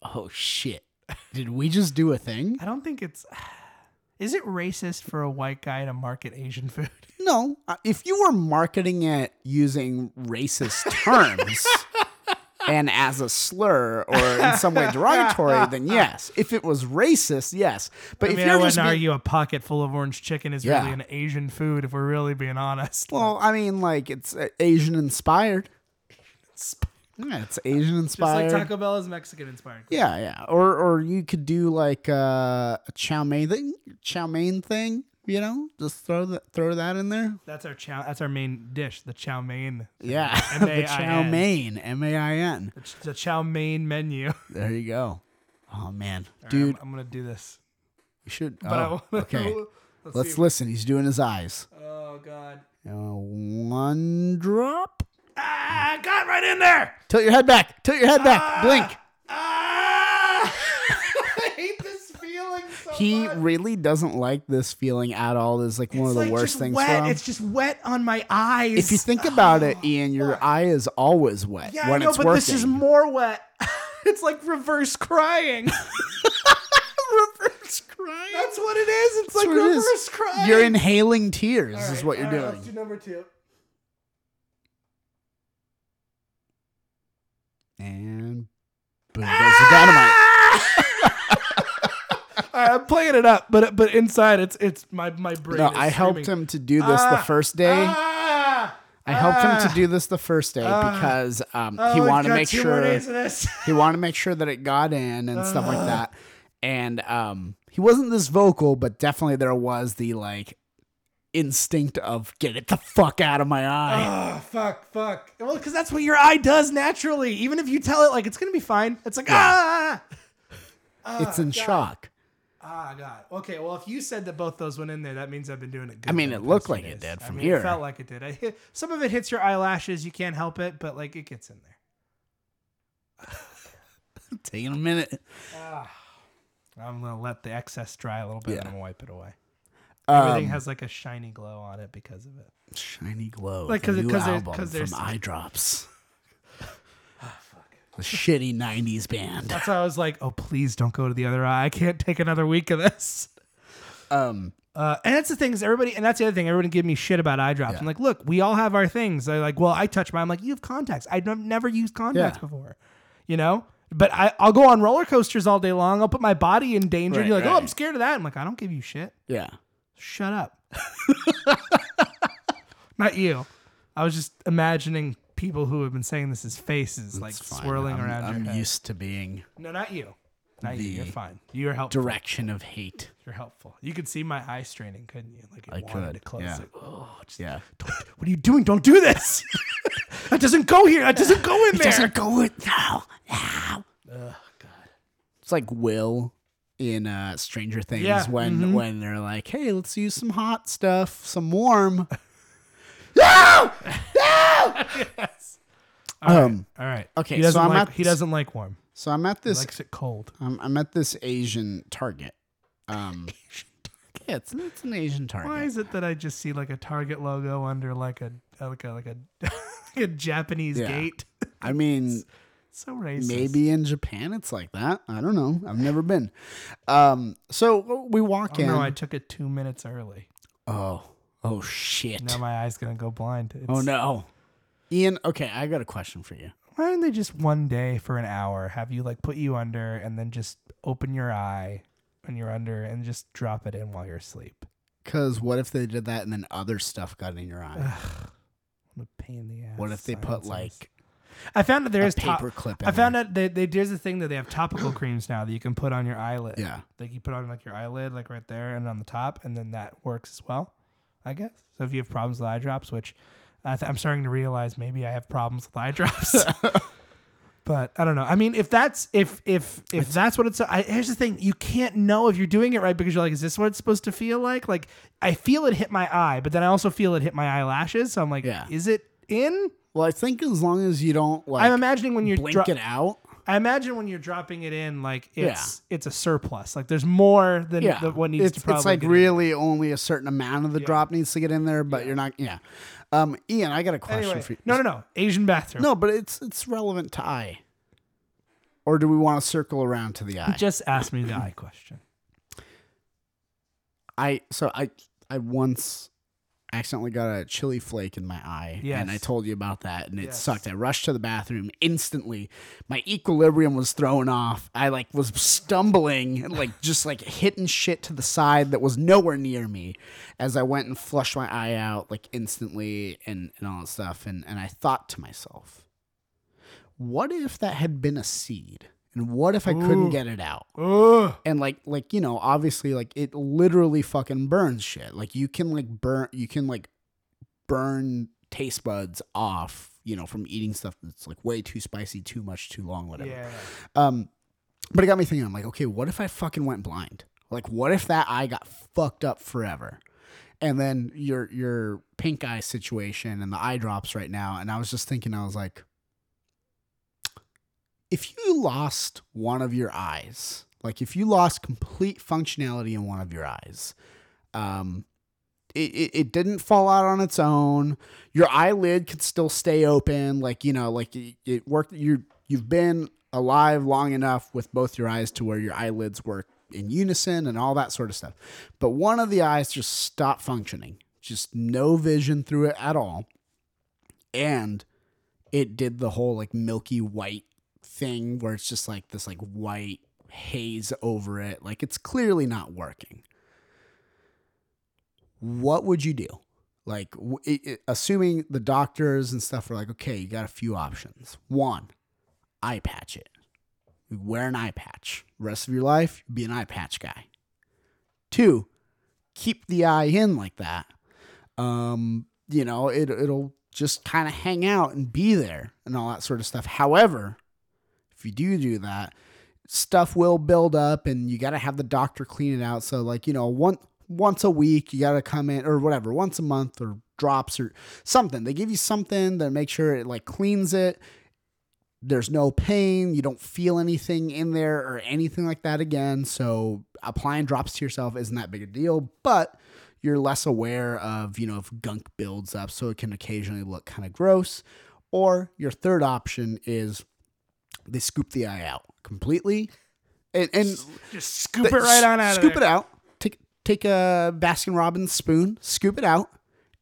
[SPEAKER 3] oh shit did we just do a thing
[SPEAKER 2] I don't think it's. Is it racist for a white guy to market Asian food?
[SPEAKER 3] no uh, if you were marketing it using racist terms and as a slur or in some way derogatory then yes if it was racist yes but
[SPEAKER 2] I
[SPEAKER 3] if
[SPEAKER 2] mean, I
[SPEAKER 3] you're
[SPEAKER 2] wouldn't
[SPEAKER 3] just being-
[SPEAKER 2] argue a pocket full of orange chicken is
[SPEAKER 3] Yeah.
[SPEAKER 2] really an Asian food if we're really being honest.
[SPEAKER 3] Well, I mean, like it's uh, Asian inspired. Yeah, it's Asian
[SPEAKER 2] just like
[SPEAKER 3] inspired.
[SPEAKER 2] Taco Bell is Mexican inspired.
[SPEAKER 3] yeah, yeah. Or or you could do like uh, a chow mein thing, chow mein thing. You know, just throw that throw that in there.
[SPEAKER 2] That's our chow. That's our main dish, the chow mein.
[SPEAKER 3] Yeah, the chow
[SPEAKER 2] M-A-I-N.
[SPEAKER 3] mein, M A I N.
[SPEAKER 2] The, ch- the chow mein menu.
[SPEAKER 3] There you go. Oh man, dude,
[SPEAKER 2] I'm, I'm gonna do this.
[SPEAKER 3] you should.
[SPEAKER 2] But I
[SPEAKER 3] Oh,
[SPEAKER 2] wanna-
[SPEAKER 3] okay,
[SPEAKER 2] Let's,
[SPEAKER 3] let's
[SPEAKER 2] see.
[SPEAKER 3] listen. He's doing his eyes.
[SPEAKER 2] Oh God!
[SPEAKER 3] Uh, one drop.
[SPEAKER 2] Ah, got right in there.
[SPEAKER 3] Tilt your head back. Tilt your head back. Blink.
[SPEAKER 2] Ah! I hate this feeling so
[SPEAKER 3] He
[SPEAKER 2] much.
[SPEAKER 3] really doesn't like this feeling at all. It's like one of
[SPEAKER 2] It's
[SPEAKER 3] the
[SPEAKER 2] like
[SPEAKER 3] worst
[SPEAKER 2] just
[SPEAKER 3] things
[SPEAKER 2] Wet.
[SPEAKER 3] for him.
[SPEAKER 2] It's just wet on my eyes.
[SPEAKER 3] if you think about it, Ian, your eye is always wet
[SPEAKER 2] yeah,
[SPEAKER 3] when
[SPEAKER 2] I know,
[SPEAKER 3] it's
[SPEAKER 2] but
[SPEAKER 3] working.
[SPEAKER 2] this is more wet. it's like reverse crying.
[SPEAKER 3] reverse crying.
[SPEAKER 2] That's what it is. It's like
[SPEAKER 3] what it is.
[SPEAKER 2] reverse crying.
[SPEAKER 3] You're inhaling tears, is what you're
[SPEAKER 2] All right,
[SPEAKER 3] doing.
[SPEAKER 2] Let's do number two.
[SPEAKER 3] and boom, goes the
[SPEAKER 2] Ah!
[SPEAKER 3] dynamite.
[SPEAKER 2] All right, I'm playing it up, but but inside it's it's my my brain.
[SPEAKER 3] No,
[SPEAKER 2] is
[SPEAKER 3] I helped
[SPEAKER 2] screaming.
[SPEAKER 3] him to do this the
[SPEAKER 2] Ah,
[SPEAKER 3] first day.
[SPEAKER 2] Ah,
[SPEAKER 3] I helped him
[SPEAKER 2] ah,
[SPEAKER 3] to do this the first day
[SPEAKER 2] ah.
[SPEAKER 3] because um,
[SPEAKER 2] oh,
[SPEAKER 3] he
[SPEAKER 2] we've
[SPEAKER 3] wanted to
[SPEAKER 2] got
[SPEAKER 3] make
[SPEAKER 2] two more
[SPEAKER 3] sure
[SPEAKER 2] days of this.
[SPEAKER 3] he wanted to make sure that it got in and stuff
[SPEAKER 2] Ah.
[SPEAKER 3] like that. And um, he wasn't this vocal, but definitely there was the like instinct of get it the fuck out of my eye.
[SPEAKER 2] Oh fuck, fuck. Well, because that's what your eye does naturally. Even if you tell it like it's gonna be fine, it's like ah,
[SPEAKER 3] it's in shock.
[SPEAKER 2] ah, god. Okay, well, if you said that both those went in there, that means I've been doing it. good.
[SPEAKER 3] I mean,
[SPEAKER 2] for the
[SPEAKER 3] it looked
[SPEAKER 2] past
[SPEAKER 3] like
[SPEAKER 2] few
[SPEAKER 3] it
[SPEAKER 2] days.
[SPEAKER 3] did
[SPEAKER 2] I
[SPEAKER 3] from
[SPEAKER 2] mean,
[SPEAKER 3] here.
[SPEAKER 2] It felt like it did. I hit, some of it hits your eyelashes. You can't help it, but like it gets in there.
[SPEAKER 3] Taking a minute.
[SPEAKER 2] I'm gonna let the excess dry a little bit, and I'm gonna wipe it away.
[SPEAKER 3] Um,
[SPEAKER 2] Everything has like a shiny glow on it because of it.
[SPEAKER 3] Shiny glow.
[SPEAKER 2] Like,
[SPEAKER 3] Like
[SPEAKER 2] 'cause
[SPEAKER 3] because
[SPEAKER 2] it- 'cause there's-
[SPEAKER 3] album
[SPEAKER 2] 'cause Ah, there's-
[SPEAKER 3] from Eye Drops. The shitty '90s band.
[SPEAKER 2] That's why I was like, oh please don't go to the other eye. I can't take another week of this.
[SPEAKER 3] Um,
[SPEAKER 2] Uh, and that's the thing is everybody, and that's the other thing. Everybody give me shit about eye drops. I'm like, look, we all have our things. They're like, well, I touch mine. I'm like, you have contacts. I've nev- never used contacts
[SPEAKER 3] Yeah.
[SPEAKER 2] before, you know. But I, I'll go on roller coasters all day long. I'll put my body in danger. and
[SPEAKER 3] Right,
[SPEAKER 2] you're like, oh,
[SPEAKER 3] right.
[SPEAKER 2] I'm scared of that. I'm like, I don't give you shit.
[SPEAKER 3] yeah.
[SPEAKER 2] Shut up. Not you. I was just imagining people who have been saying this as faces, like
[SPEAKER 3] Fine.
[SPEAKER 2] swirling
[SPEAKER 3] I'm-
[SPEAKER 2] around
[SPEAKER 3] I'm
[SPEAKER 2] your head.
[SPEAKER 3] used to being
[SPEAKER 2] No, not you. Not you. You're
[SPEAKER 3] The
[SPEAKER 2] fine. You're helpful.
[SPEAKER 3] direction of hate.
[SPEAKER 2] You're helpful. You could see my eye straining, couldn't you? Like it
[SPEAKER 3] I
[SPEAKER 2] wanted
[SPEAKER 3] could,
[SPEAKER 2] to close.
[SPEAKER 3] yeah.
[SPEAKER 2] Like, oh, just,
[SPEAKER 3] Yeah.
[SPEAKER 2] don't- what are you doing? Don't do this. that doesn't go here. That doesn't go in there.
[SPEAKER 3] doesn't go with now. Now. It's like Will in uh, Stranger Things
[SPEAKER 2] Yeah, mm-hmm.
[SPEAKER 3] when when they're like, "Hey, let's use some hot stuff, some warm."
[SPEAKER 2] All right.
[SPEAKER 3] Um,
[SPEAKER 2] All right.
[SPEAKER 3] okay,
[SPEAKER 2] He doesn't
[SPEAKER 3] so I'm
[SPEAKER 2] like
[SPEAKER 3] at-
[SPEAKER 2] he doesn't like warm.
[SPEAKER 3] So I'm at
[SPEAKER 2] He
[SPEAKER 3] this
[SPEAKER 2] likes it cold.
[SPEAKER 3] um, I'm at this Asian Target. Um, yeah, it's, it's an Asian Target.
[SPEAKER 2] Why is it that I just see like a Target logo under like a like a like a, like a Japanese
[SPEAKER 3] Yeah.
[SPEAKER 2] gate?
[SPEAKER 3] I mean,
[SPEAKER 2] So racist.
[SPEAKER 3] maybe in Japan it's like that. I don't know. I've never been. Um, so we walk
[SPEAKER 2] Oh,
[SPEAKER 3] in.
[SPEAKER 2] no, I took it two minutes early.
[SPEAKER 3] Oh, oh shit.
[SPEAKER 2] Now my eye's gonna go blind. It's,
[SPEAKER 3] oh no. Ian, okay, I got a question for you.
[SPEAKER 2] Why don't they just one day for an hour have you like put you under and then just open your eye when you're under and just drop it in while you're asleep?
[SPEAKER 3] Cause what if they did that and then other stuff got in your eye?
[SPEAKER 2] What a pain in the ass.
[SPEAKER 3] What if they put
[SPEAKER 2] science is.
[SPEAKER 3] like
[SPEAKER 2] I found that there
[SPEAKER 3] a
[SPEAKER 2] is top-
[SPEAKER 3] paper clip in
[SPEAKER 2] I found out that they, there's a thing that they have topical creams now that you can put on your eyelid.
[SPEAKER 3] Yeah.
[SPEAKER 2] Like you put on like your eyelid, like right there and on the top, and then that works as well, I guess. So if you have problems with eye drops, which I th- I'm starting to realize maybe I have problems with eye drops. But I don't know. I mean, if that's if if if that's what it's I, here's the thing: you can't know if you're doing it right because you're like, is this what it's supposed to feel like? Like I feel it hit my eye, but then I also feel it hit my eyelashes. So I'm like,
[SPEAKER 3] Yeah.
[SPEAKER 2] is it in?
[SPEAKER 3] Well, I think as long as you don't like
[SPEAKER 2] I'm imagining when you're
[SPEAKER 3] blink
[SPEAKER 2] dro-
[SPEAKER 3] it out.
[SPEAKER 2] I imagine when you're dropping it in, like it's it's a surplus. Like there's more than
[SPEAKER 3] Yeah.
[SPEAKER 2] than what needs
[SPEAKER 3] it's,
[SPEAKER 2] to probably.
[SPEAKER 3] it's like
[SPEAKER 2] get in.
[SPEAKER 3] really only a certain amount of the drop needs to get in there, but you're not yeah. Um Ian, I got a question
[SPEAKER 2] Anyway,
[SPEAKER 3] for you.
[SPEAKER 2] no, no, no. Asian bathroom.
[SPEAKER 3] No, but it's it's relevant to eye. Or do we want to circle around to the eye?
[SPEAKER 2] just ask me the eye question.
[SPEAKER 3] I so I I once accidentally got a chili flake in my eye, and I
[SPEAKER 2] Yes.
[SPEAKER 3] told you about that, and it
[SPEAKER 2] Yes.
[SPEAKER 3] sucked. I rushed to the bathroom instantly. My equilibrium was thrown off. I like was stumbling, like just like hitting shit to the side that was nowhere near me, as I went and flushed my eye out like instantly, and and all that stuff. And and I thought to myself, what if that had been a seed? And what if I couldn't
[SPEAKER 2] Ooh.
[SPEAKER 3] get it out?
[SPEAKER 2] Ugh.
[SPEAKER 3] and like like you know obviously like it literally fucking burns shit like you can like burn you can like burn taste buds off you know from eating stuff that's like way too spicy too much too long whatever
[SPEAKER 2] Yeah.
[SPEAKER 3] um but it got me thinking i'm like okay what if i fucking went blind like what if that eye got fucked up forever and then your your pink eye situation and the eye drops right now and i was just thinking i was like if you lost one of your eyes like if you lost complete functionality in one of your eyes um it, it, it didn't fall out on its own your eyelid could still stay open like you know like it, it worked you you've been alive long enough with both your eyes to where your eyelids work in unison and all that sort of stuff but one of the eyes just stopped functioning just no vision through it at all and it did the whole like milky white thing where it's just like this like white haze over it like it's clearly not working what would you do like w- it, it- assuming the doctors and stuff are like okay you got a few options one eye patch it you wear an eye patch rest of your life be an eye patch guy two keep the eye in like that um, you know, it it'll just kind of hang out and be there and all that sort of stuff. However, if you do do that, stuff will build up and you got to have the doctor clean it out. So like, you know, one once a week you got to come in or whatever, once a month or drops or something. They give you something that make sure it like cleans it. There's no pain, you don't feel anything in there or anything like that again. So applying drops to yourself isn't that big a deal, but you're less aware of, you know, if gunk builds up, so it can occasionally look kind of gross. Or your third option is they scoop the eye out completely, and, and
[SPEAKER 2] Just scoop it right on out.
[SPEAKER 3] Scoop
[SPEAKER 2] of
[SPEAKER 3] it out. Take take a Baskin Robbins spoon, scoop it out,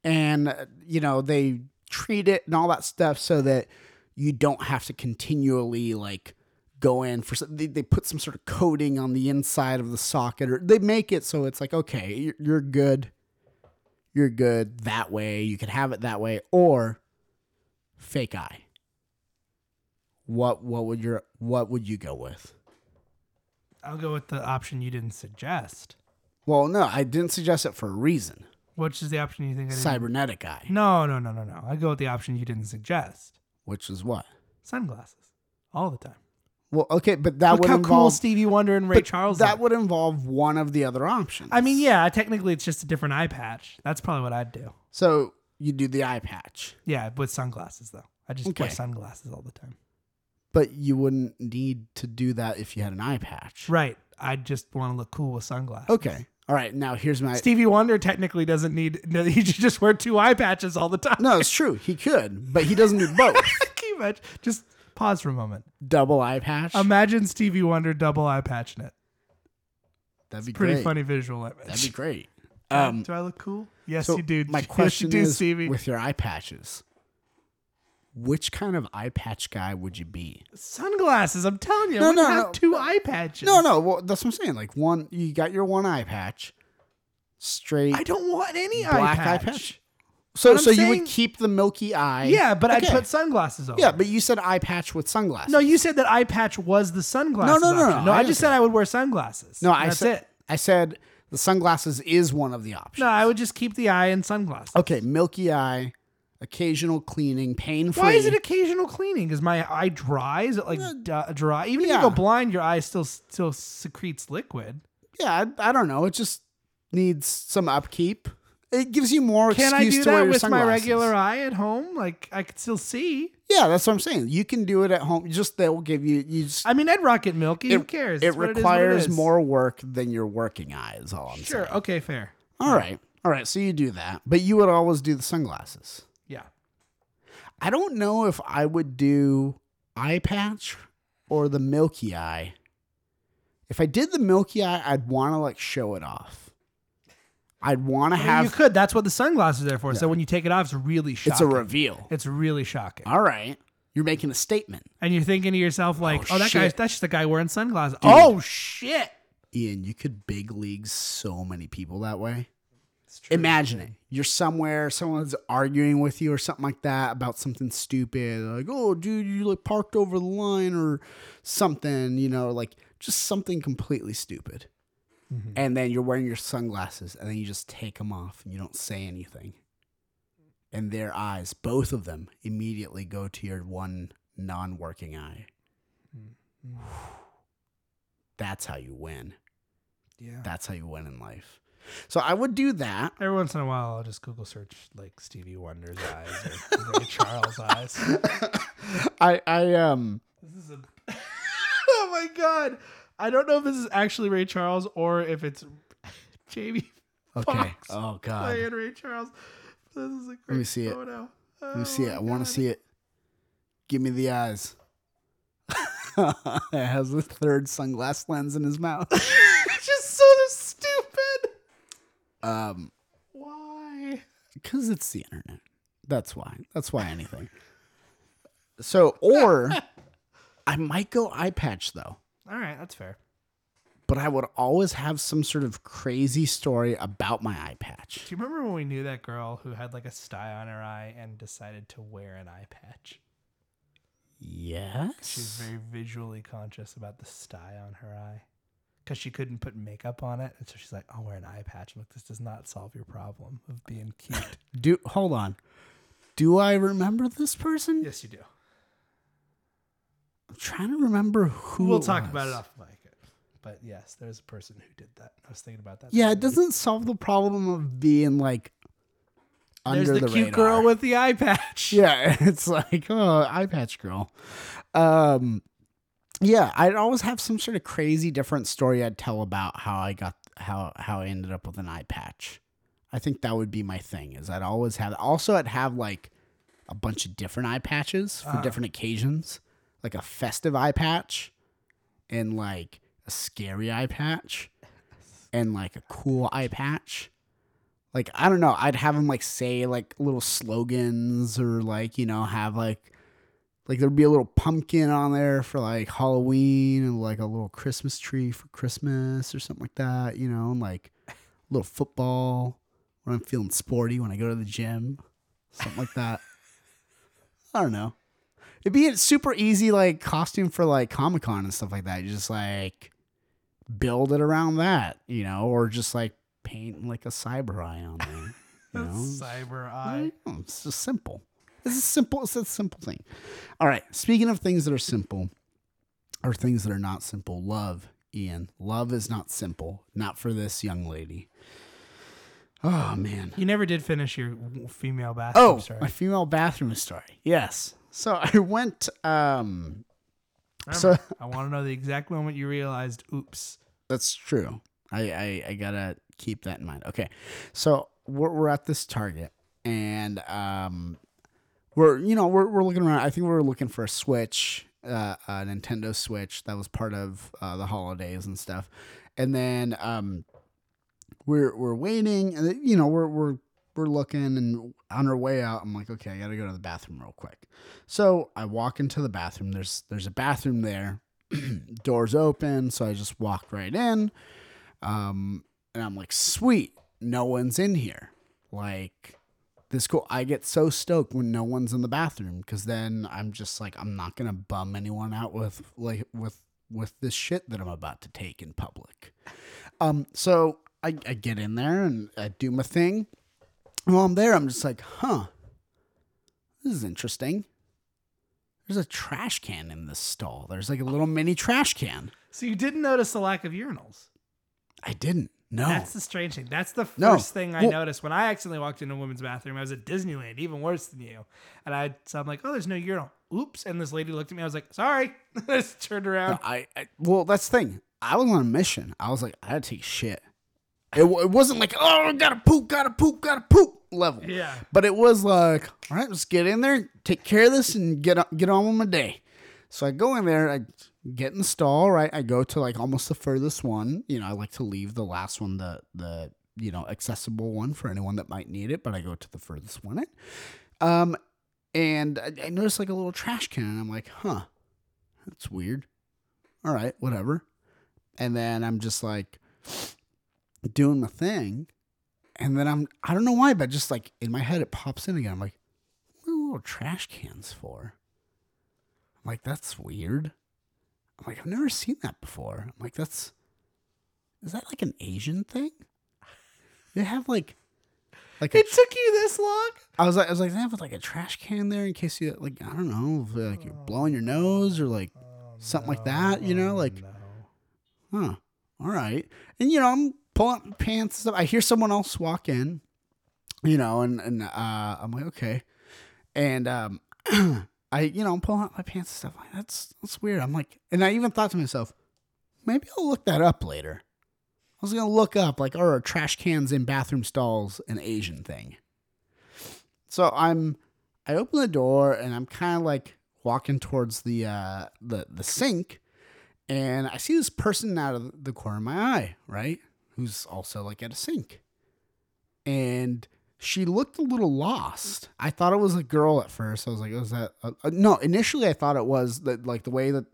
[SPEAKER 3] and uh, you know they treat it and all that stuff so that you don't have to continually like go in for. some- They, they put some sort of coating on the inside of the socket, or they make it so it's like okay, you're, you're good, you're good that way. You can have it that way, or fake eye. What what would your what would you go with?
[SPEAKER 2] I'll go with the option you didn't suggest.
[SPEAKER 3] Well, no, I didn't suggest it for a reason.
[SPEAKER 2] Which is the option you think I didn't?
[SPEAKER 3] cybernetic eye,
[SPEAKER 2] No, no, no, no, no. I go with the option you didn't suggest.
[SPEAKER 3] which is what?
[SPEAKER 2] Sunglasses, all the time.
[SPEAKER 3] Well, okay, but that
[SPEAKER 2] Look
[SPEAKER 3] would
[SPEAKER 2] how
[SPEAKER 3] involve
[SPEAKER 2] cool Stevie Wonder and Ray
[SPEAKER 3] but
[SPEAKER 2] Charles.
[SPEAKER 3] That
[SPEAKER 2] are.
[SPEAKER 3] would involve one of the other options.
[SPEAKER 2] I mean, yeah. Technically, it's just a different eye patch. That's probably what I'd do.
[SPEAKER 3] So you do the eye patch,
[SPEAKER 2] Yeah, with sunglasses though. I just wear
[SPEAKER 3] Okay.
[SPEAKER 2] sunglasses all the time.
[SPEAKER 3] but you wouldn't need to do that if you had an eye patch.
[SPEAKER 2] Right. I just want to look cool with sunglasses.
[SPEAKER 3] Okay. All right. Now here's my.
[SPEAKER 2] Stevie Wonder technically doesn't need. No, he should just wear two eye patches all the time.
[SPEAKER 3] no, it's true. He could, but he doesn't do both.
[SPEAKER 2] Can you imagine? Just pause for a moment.
[SPEAKER 3] Double eye patch.
[SPEAKER 2] Imagine Stevie Wonder double eye patching it.
[SPEAKER 3] That'd be
[SPEAKER 2] Pretty
[SPEAKER 3] great.
[SPEAKER 2] funny visual image.
[SPEAKER 3] That'd be great. Um,
[SPEAKER 4] Do I look cool? Yes,
[SPEAKER 3] so
[SPEAKER 4] you do.
[SPEAKER 3] my
[SPEAKER 4] Yes, you
[SPEAKER 3] question
[SPEAKER 4] do,
[SPEAKER 3] is,
[SPEAKER 4] Stevie.
[SPEAKER 3] with your eye patches, which kind of eye patch guy would you be?
[SPEAKER 2] Sunglasses. I'm telling you,
[SPEAKER 3] No,
[SPEAKER 2] I wouldn't
[SPEAKER 3] no,
[SPEAKER 2] have
[SPEAKER 3] no.
[SPEAKER 2] two eye patches.
[SPEAKER 3] No, no. Well, that's what I'm saying. Like one, you got your one eye patch, straight
[SPEAKER 2] I don't want any
[SPEAKER 3] black
[SPEAKER 2] eye, patch.
[SPEAKER 3] So,
[SPEAKER 2] But I'm
[SPEAKER 3] so you
[SPEAKER 2] saying-
[SPEAKER 3] would keep the milky eye.
[SPEAKER 2] Yeah, but
[SPEAKER 3] Okay.
[SPEAKER 2] I'd put sunglasses on.
[SPEAKER 3] Yeah, but you said eye patch with sunglasses.
[SPEAKER 2] No, you said that eye patch was the sunglasses.
[SPEAKER 3] No, no, no,
[SPEAKER 2] option.
[SPEAKER 3] no,
[SPEAKER 2] I,
[SPEAKER 3] I
[SPEAKER 2] just said I would wear sunglasses.
[SPEAKER 3] no.
[SPEAKER 2] And
[SPEAKER 3] I
[SPEAKER 2] that's
[SPEAKER 3] said
[SPEAKER 2] it.
[SPEAKER 3] I said the sunglasses is one of the options.
[SPEAKER 2] No, I would just keep the eye and sunglasses.
[SPEAKER 3] Okay, milky eye, occasional cleaning, pain free.
[SPEAKER 2] Why is it occasional cleaning? Is my eye dry? Is it like d- uh, dry? Even if you go
[SPEAKER 3] yeah.
[SPEAKER 2] blind, your eye still still secretes liquid.
[SPEAKER 3] yeah, I, I don't know. It just needs some upkeep. It gives you more
[SPEAKER 2] Can I do
[SPEAKER 3] excuse to wear
[SPEAKER 2] that
[SPEAKER 3] your
[SPEAKER 2] with my
[SPEAKER 3] sunglasses.
[SPEAKER 2] regular eye at home? Like I could still see.
[SPEAKER 3] Yeah, that's what I'm saying. You can do it at home. You Just they'll give you. You just
[SPEAKER 2] I mean, I'd rock it milky. Who
[SPEAKER 3] it-
[SPEAKER 2] cares?
[SPEAKER 3] It
[SPEAKER 2] It's what is, what
[SPEAKER 3] requires
[SPEAKER 2] is.
[SPEAKER 3] more work than your working eye. Is all I'm
[SPEAKER 2] Sure.
[SPEAKER 3] saying.
[SPEAKER 2] Okay. Fair.
[SPEAKER 3] All right. All right. So you do that, but you would always do the sunglasses.
[SPEAKER 2] Yeah.
[SPEAKER 3] I don't know if I would do eye patch or the milky eye. If I did the milky eye, I'd want to like show it off. I'd want to
[SPEAKER 2] I mean,
[SPEAKER 3] have
[SPEAKER 2] you could. That's what the sunglasses are there for. So when you take it off, it's really shocking.
[SPEAKER 3] it's a reveal.
[SPEAKER 2] It's really shocking.
[SPEAKER 3] All right. You're making a statement.
[SPEAKER 2] And you're thinking to yourself, like, oh,
[SPEAKER 3] Oh,
[SPEAKER 2] that guy,
[SPEAKER 3] shit.
[SPEAKER 2] that's just the guy wearing sunglasses. Oh, shit.
[SPEAKER 3] Ian, you could big league so many people that way. Imagine it. You're somewhere, someone's arguing with you or something like that about something stupid. Like, oh, dude, you like parked over the line or something, you know, like just something completely stupid.
[SPEAKER 2] Mm-hmm.
[SPEAKER 3] And then you're wearing your sunglasses and then you just take them off and you don't say anything. And their eyes, both of them, immediately go to your one non working eye. Mm-hmm.
[SPEAKER 2] Mm-hmm.
[SPEAKER 3] That's how you win.
[SPEAKER 2] Yeah.
[SPEAKER 3] That's how you win in life. So I would do that.
[SPEAKER 2] Every once in a while, I'll just Google search like Stevie Wonder's eyes or Ray Charles' eyes.
[SPEAKER 3] I I um
[SPEAKER 2] This is a. oh my god! I don't know if this is actually Ray Charles or if it's Jamie
[SPEAKER 3] okay.
[SPEAKER 2] Fox
[SPEAKER 3] Oh god.
[SPEAKER 2] playing Ray Charles. This is a great
[SPEAKER 3] Let me see it.
[SPEAKER 2] photo. Oh
[SPEAKER 3] Let me see it. I want to see it. Give me the eyes. it has the third sunglass lens in his mouth.
[SPEAKER 2] it's just so stupid.
[SPEAKER 3] Um,
[SPEAKER 2] Why?
[SPEAKER 3] because it's the internet. That's why. That's why anything. So or I might go eye patch though.
[SPEAKER 2] All right, that's fair.
[SPEAKER 3] But I would always have some sort of crazy story about my eye patch.
[SPEAKER 2] Do you remember when we knew that girl who had like a sty on her eye and decided to wear an eye patch?
[SPEAKER 3] Yes.
[SPEAKER 2] She was very visually conscious about the sty on her eye because she couldn't put makeup on it. And so she's like, I'll wear an eye patch. I'm like, this does not solve your problem of being cute.
[SPEAKER 3] Do hold on. Do I remember this person?
[SPEAKER 2] yes, you do.
[SPEAKER 3] I'm trying to remember who.
[SPEAKER 2] we'll
[SPEAKER 3] it
[SPEAKER 2] talk about
[SPEAKER 3] was.
[SPEAKER 2] it off mic. But yes, there's a person who did that. I was thinking about that.
[SPEAKER 3] Yeah,
[SPEAKER 2] today.
[SPEAKER 3] it doesn't solve the problem of being like
[SPEAKER 2] There's
[SPEAKER 3] under
[SPEAKER 2] the, cute
[SPEAKER 3] radar.
[SPEAKER 2] girl with the eye patch.
[SPEAKER 3] Yeah, it's like oh, eye patch girl. Um, yeah, I'd always have some sort of crazy different story I'd tell about how I got how how I ended up with an eye patch. I think that would be my thing. Is I'd always have also I'd have like a bunch of different eye patches for different occasions, like a festive eye patch, and like a scary eye patch, and like a cool eye patch like I don't know, I'd have them like say like little slogans or like you know have like like there'd be a little pumpkin on there for like Halloween and like a little Christmas tree for Christmas or something like that, you know, and like a little football when I'm feeling sporty when I go to the gym, something like that. I don't know. It'd be a super easy like costume for like Comic Con and stuff like that. You just like build it around that, you know, or just like paint like a cyber eye on there. You know?
[SPEAKER 2] Cyber
[SPEAKER 3] I
[SPEAKER 2] eye.
[SPEAKER 3] don't know, It's just simple. It's a simple. It's a simple thing. All right. Speaking of things that are simple, or things that are not simple, love, Ian. Love is not simple. Not for this young lady. Oh man.
[SPEAKER 2] You never did finish your w- female bathroom
[SPEAKER 3] Oh,
[SPEAKER 2] story.
[SPEAKER 3] my female bathroom story. Yes. So I went. Um,
[SPEAKER 2] Remember,
[SPEAKER 3] so-
[SPEAKER 2] I want to know the exact moment you realized, oops.
[SPEAKER 3] that's true. I, I I gotta keep that in mind. Okay. So we're we're at this Target and um we're you know we're, we're looking around. I think we were looking for a Switch, uh, a Nintendo Switch that was part of uh, the holidays and stuff. And then um, we're we're waiting, and you know we're we're we're looking, and on our way out, I'm like, okay, I gotta go to the bathroom real quick. So I walk into the bathroom. There's there's a bathroom there. Doors open, so I just walked right in. Um, and I'm like, sweet, no one's in here. Like this cool. I get so stoked when no one's in the bathroom because then I'm just like, I'm not gonna bum anyone out with like with with this shit that I'm about to take in public. Um, so I, I get in there and I do my thing. While I'm there, I'm just like, huh, this is interesting. There's a trash can in this stall. There's like a little mini trash can.
[SPEAKER 2] So you didn't notice the lack of urinals.
[SPEAKER 3] I didn't. No.
[SPEAKER 2] That's the strange thing. That's the first
[SPEAKER 3] No.
[SPEAKER 2] thing I
[SPEAKER 3] Well-
[SPEAKER 2] noticed when I accidentally walked into a women's bathroom. I was at Disneyland, even worse than you. And I, so I'm like, oh, there's no urinal. Oops. And this lady looked at me. I was like, sorry. I just turned around.
[SPEAKER 3] No, I, I well, that's the thing. I was on a mission. I was like, I gotta take a shit. It, wa- it wasn't like, oh, gotta poop, gotta poop, gotta poop level.
[SPEAKER 2] Yeah.
[SPEAKER 3] But it was like, all right, let's get in there, take care of this, and get on, get on with my day. So I go in there, I get in the stall, right? I go to like almost the furthest one. You know, I like to leave the last one, the the you know accessible one for anyone that might need it. But I go to the furthest one. Um, and I, I noticed like a little trash can, and I'm like, huh, that's weird. All right, whatever. And then I'm just like doing my thing, and then I'm I don't know why, but just like in my head it pops in again. I'm like, what are little trash cans for? I'm like, that's weird. I'm like, I've never seen that before. I'm like, that's is that like an Asian thing? They have like like a
[SPEAKER 2] it took you this long?
[SPEAKER 3] I was like, I was like, they have like a trash can there in case you like, I don't know, if, like you're blowing your nose or like something like that, you know,
[SPEAKER 2] Oh,
[SPEAKER 3] like, huh, all right. And you know, I'm pulling up my pants and stuff. I hear someone else walk in, you know, and and uh, I'm like, okay, and um, I, you know, I'm pulling up my pants and stuff. Like that's that's weird. I'm like, and I even thought to myself, maybe I'll look that up later. I was gonna look up like, are trash cans in bathroom stalls an Asian thing? so I'm I open the door and I'm kind of like walking towards the uh the the sink and I see this person out of the corner of my eye, right? Who's also like at a sink. And she looked a little lost. I thought it was a girl at first. I was like, "Was that?" A, a-" no, initially I thought it was that like the way that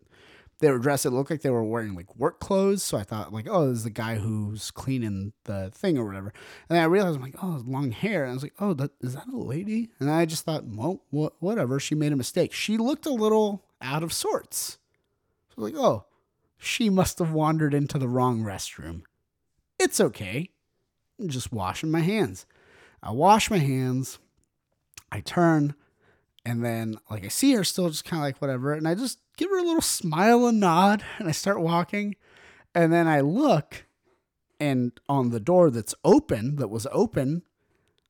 [SPEAKER 3] they were dressed. It looked like they were wearing like work clothes. So I thought like, "Oh, this is the guy who's cleaning the thing or whatever." And I realized I'm like, oh, long hair. And I was like, oh, that, is that a lady? And I just thought, well, wha- whatever. She made a mistake. She looked a little out of sorts. So I was like, oh, she must have wandered into the wrong restroom. It's okay. I'm just washing my hands. I wash my hands. I turn. And then, like, I see her still just kind of like whatever. And I just give her a little smile and nod. And I start walking. And then I look and on the door that's open that was open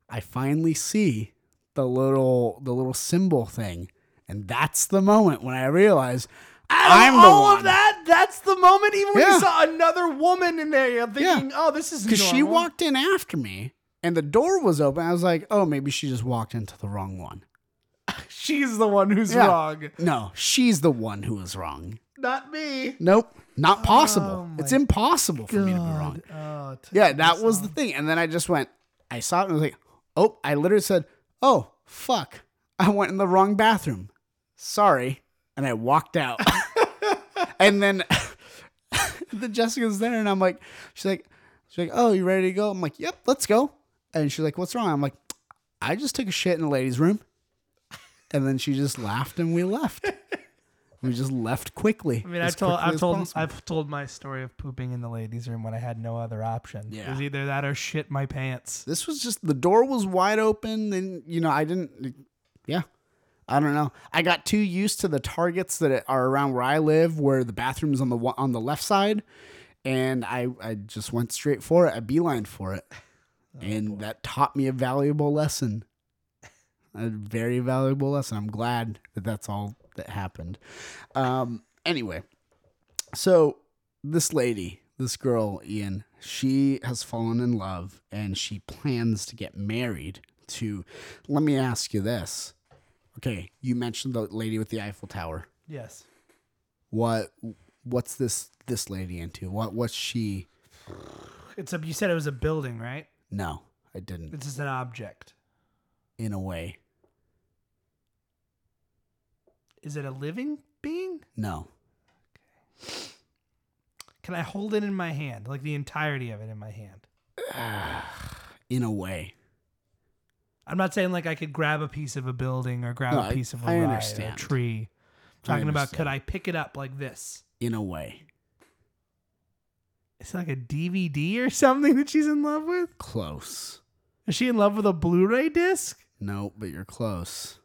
[SPEAKER 3] i finally see the little the little symbol thing and that's the moment when i realize
[SPEAKER 2] Out of
[SPEAKER 3] i'm the
[SPEAKER 2] all
[SPEAKER 3] one
[SPEAKER 2] of that. That's the moment. Even when
[SPEAKER 3] Yeah.
[SPEAKER 2] you saw another woman in there, you're thinking, oh, this is
[SPEAKER 3] because she
[SPEAKER 2] normal.
[SPEAKER 3] walked in after me and the door was open i was like oh maybe she just walked into the wrong one
[SPEAKER 2] She's the one who's
[SPEAKER 3] Yeah.
[SPEAKER 2] wrong,
[SPEAKER 3] no she's the one who was wrong
[SPEAKER 2] not me.
[SPEAKER 3] nope not possible
[SPEAKER 2] my
[SPEAKER 3] it's impossible for me to be wrong
[SPEAKER 2] Oh, it took
[SPEAKER 3] Yeah,
[SPEAKER 2] you
[SPEAKER 3] that
[SPEAKER 2] this
[SPEAKER 3] was the
[SPEAKER 2] long.
[SPEAKER 3] thing. And then I just went, I saw it and I was like, oh, I literally said, oh, fuck. I went in the wrong bathroom. Sorry. And I walked out. and then the Jessica's there and I'm like, she's like, she's like, oh, you ready to go? I'm like, yep, let's go. And she's like, what's wrong? I'm like, I just took a shit in the ladies' room. And then she just laughed and we left. we just left quickly.
[SPEAKER 2] I mean,
[SPEAKER 3] as
[SPEAKER 2] I've told,
[SPEAKER 3] quickly
[SPEAKER 2] I've
[SPEAKER 3] as
[SPEAKER 2] told,
[SPEAKER 3] possible.
[SPEAKER 2] I've told my story of pooping in the ladies' room when I had no other option. It was
[SPEAKER 3] Yeah.
[SPEAKER 2] either that or shit my pants.
[SPEAKER 3] This was just the door was wide open, and you know I didn't. Yeah, I don't know. I got too used to the targets that are around where I live, where the bathrooms on the wa- on the left side, and I I just went straight for it. I beelined for it, and that taught me a valuable lesson. A very valuable lesson. I'm glad that that's all that happened. Um. Anyway, so this lady, this girl, Ian, she has fallen in love and she plans to get married to. Let me ask you this. Okay, you mentioned the lady with the Eiffel Tower.
[SPEAKER 2] Yes.
[SPEAKER 3] What what's this this lady into? What what's she
[SPEAKER 2] It's a, you said it was a building, right?
[SPEAKER 3] No, I didn't.
[SPEAKER 2] It's just an object.
[SPEAKER 3] In a way,
[SPEAKER 2] Is it a living being?
[SPEAKER 3] no.
[SPEAKER 2] Can I hold it in my hand, like the entirety of it in my hand?
[SPEAKER 3] In a way.
[SPEAKER 2] I'm not saying like I could grab a piece of a building or grab
[SPEAKER 3] No,
[SPEAKER 2] a
[SPEAKER 3] I-
[SPEAKER 2] piece of a
[SPEAKER 3] I
[SPEAKER 2] rye or a
[SPEAKER 3] understand.
[SPEAKER 2] tree. I'm
[SPEAKER 3] I
[SPEAKER 2] talking about could I pick it up like this?
[SPEAKER 3] In a way.
[SPEAKER 2] Is it like a DVD or something that she's in love with?
[SPEAKER 3] Close.
[SPEAKER 2] Is she in love with a Blu-ray disc?
[SPEAKER 3] No, but you're close.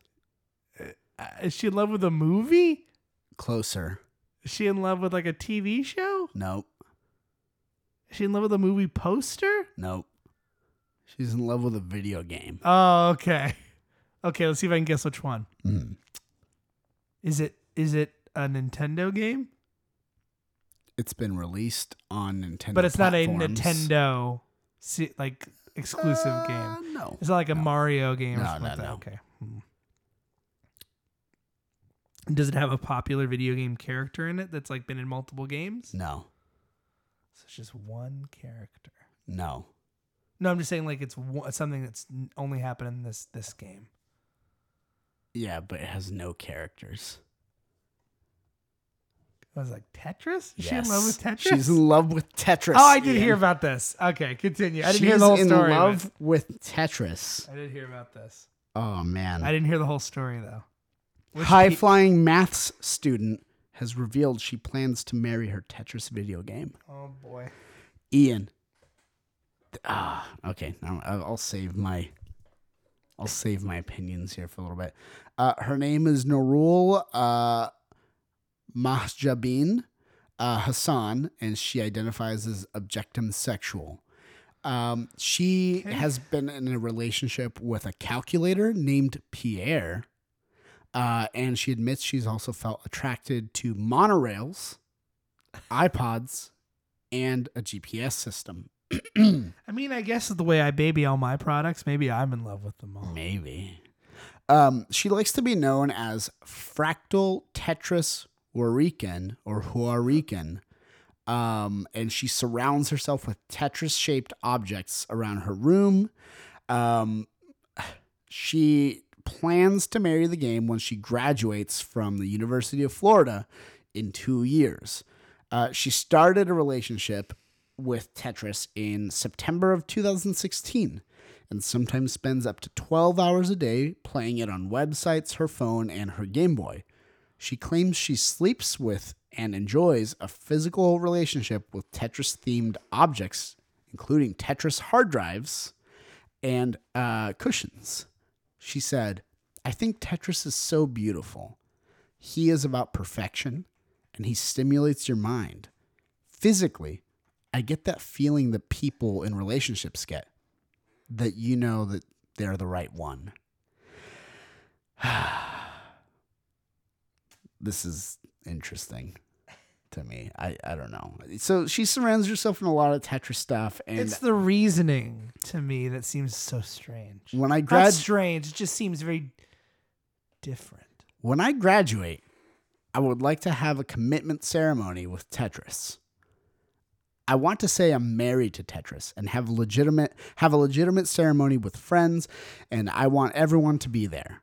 [SPEAKER 2] Uh, Is she in love with a movie?
[SPEAKER 3] Closer.
[SPEAKER 2] Is she in love with like a TV show?
[SPEAKER 3] Nope.
[SPEAKER 2] Is she in love with a movie poster?
[SPEAKER 3] Nope. She's in love with a video game.
[SPEAKER 2] Oh, okay. Okay, let's see if I can guess which one.
[SPEAKER 3] Mm.
[SPEAKER 2] Is it is it a Nintendo game?
[SPEAKER 3] It's been released on Nintendo.
[SPEAKER 2] But it's not a
[SPEAKER 3] platforms.
[SPEAKER 2] Nintendo se- like exclusive
[SPEAKER 3] Uh,
[SPEAKER 2] game.
[SPEAKER 3] No.
[SPEAKER 2] It's not like a Mario game or
[SPEAKER 3] No,
[SPEAKER 2] something
[SPEAKER 3] no,
[SPEAKER 2] like that.
[SPEAKER 3] no.
[SPEAKER 2] Okay. Hmm. Does it have a popular video game character in it that's like been in multiple games?
[SPEAKER 3] No.
[SPEAKER 2] So it's just one character.
[SPEAKER 3] No.
[SPEAKER 2] No, I'm just saying like it's one, something that's n- only happened in this this game.
[SPEAKER 3] Yeah, but it has no characters.
[SPEAKER 2] I was like Tetris. Is she in love with
[SPEAKER 3] Yes.
[SPEAKER 2] Tetris?
[SPEAKER 3] She's in love with Tetris.
[SPEAKER 2] oh, I did
[SPEAKER 3] Ian.
[SPEAKER 2] hear about this. Okay, continue. I didn't
[SPEAKER 3] She's
[SPEAKER 2] hear the whole
[SPEAKER 3] in
[SPEAKER 2] story. but-
[SPEAKER 3] love with Tetris.
[SPEAKER 2] I did hear about this.
[SPEAKER 3] Oh man.
[SPEAKER 2] I didn't hear the whole story though. Which
[SPEAKER 3] High
[SPEAKER 2] pe-
[SPEAKER 3] flying maths student has revealed she plans to marry her Tetris video game.
[SPEAKER 2] oh boy.
[SPEAKER 3] Ian. Th- Ah, okay. Now I'll I'll save my. I'll save my opinions here for a little bit. Uh, her name is Narul uh, Mahjabin uh, Hassan, and she identifies as objectum sexual. Um, she has been in a relationship with a calculator named Pierre, uh, and she admits she's also felt attracted to monorails, iPods, and a GPS system.
[SPEAKER 2] I mean, I guess the way I baby all my products, maybe I'm in love with them all.
[SPEAKER 3] Maybe. Um, she likes to be known as Fractal Tetris Huarican or Huarican. Um, and she surrounds herself with Tetris shaped objects around her room. Um, she plans to marry the game when she graduates from the University of Florida in two years. Uh, she started a relationship with Tetris in September of 2016 and sometimes spends up to 12 hours a day playing it on websites, her phone, and her Game Boy. She claims she sleeps with and enjoys a physical relationship with Tetris themed objects, including Tetris hard drives and uh, cushions. She said, I think Tetris is so beautiful. He is about perfection and he stimulates your mind. Physically, I get that feeling that people in relationships get that you know that they're the right one. this is interesting to me. I, I don't know. So she surrounds herself in a lot of Tetris stuff. And
[SPEAKER 2] It's the reasoning to me that seems so strange.
[SPEAKER 3] when I
[SPEAKER 2] Not
[SPEAKER 3] grad
[SPEAKER 2] strange. It just seems very different.
[SPEAKER 3] when I graduate, I would like to have a commitment ceremony with Tetris. I want to say I'm married to Tetris and have legitimate have a legitimate ceremony with friends and I want everyone to be there.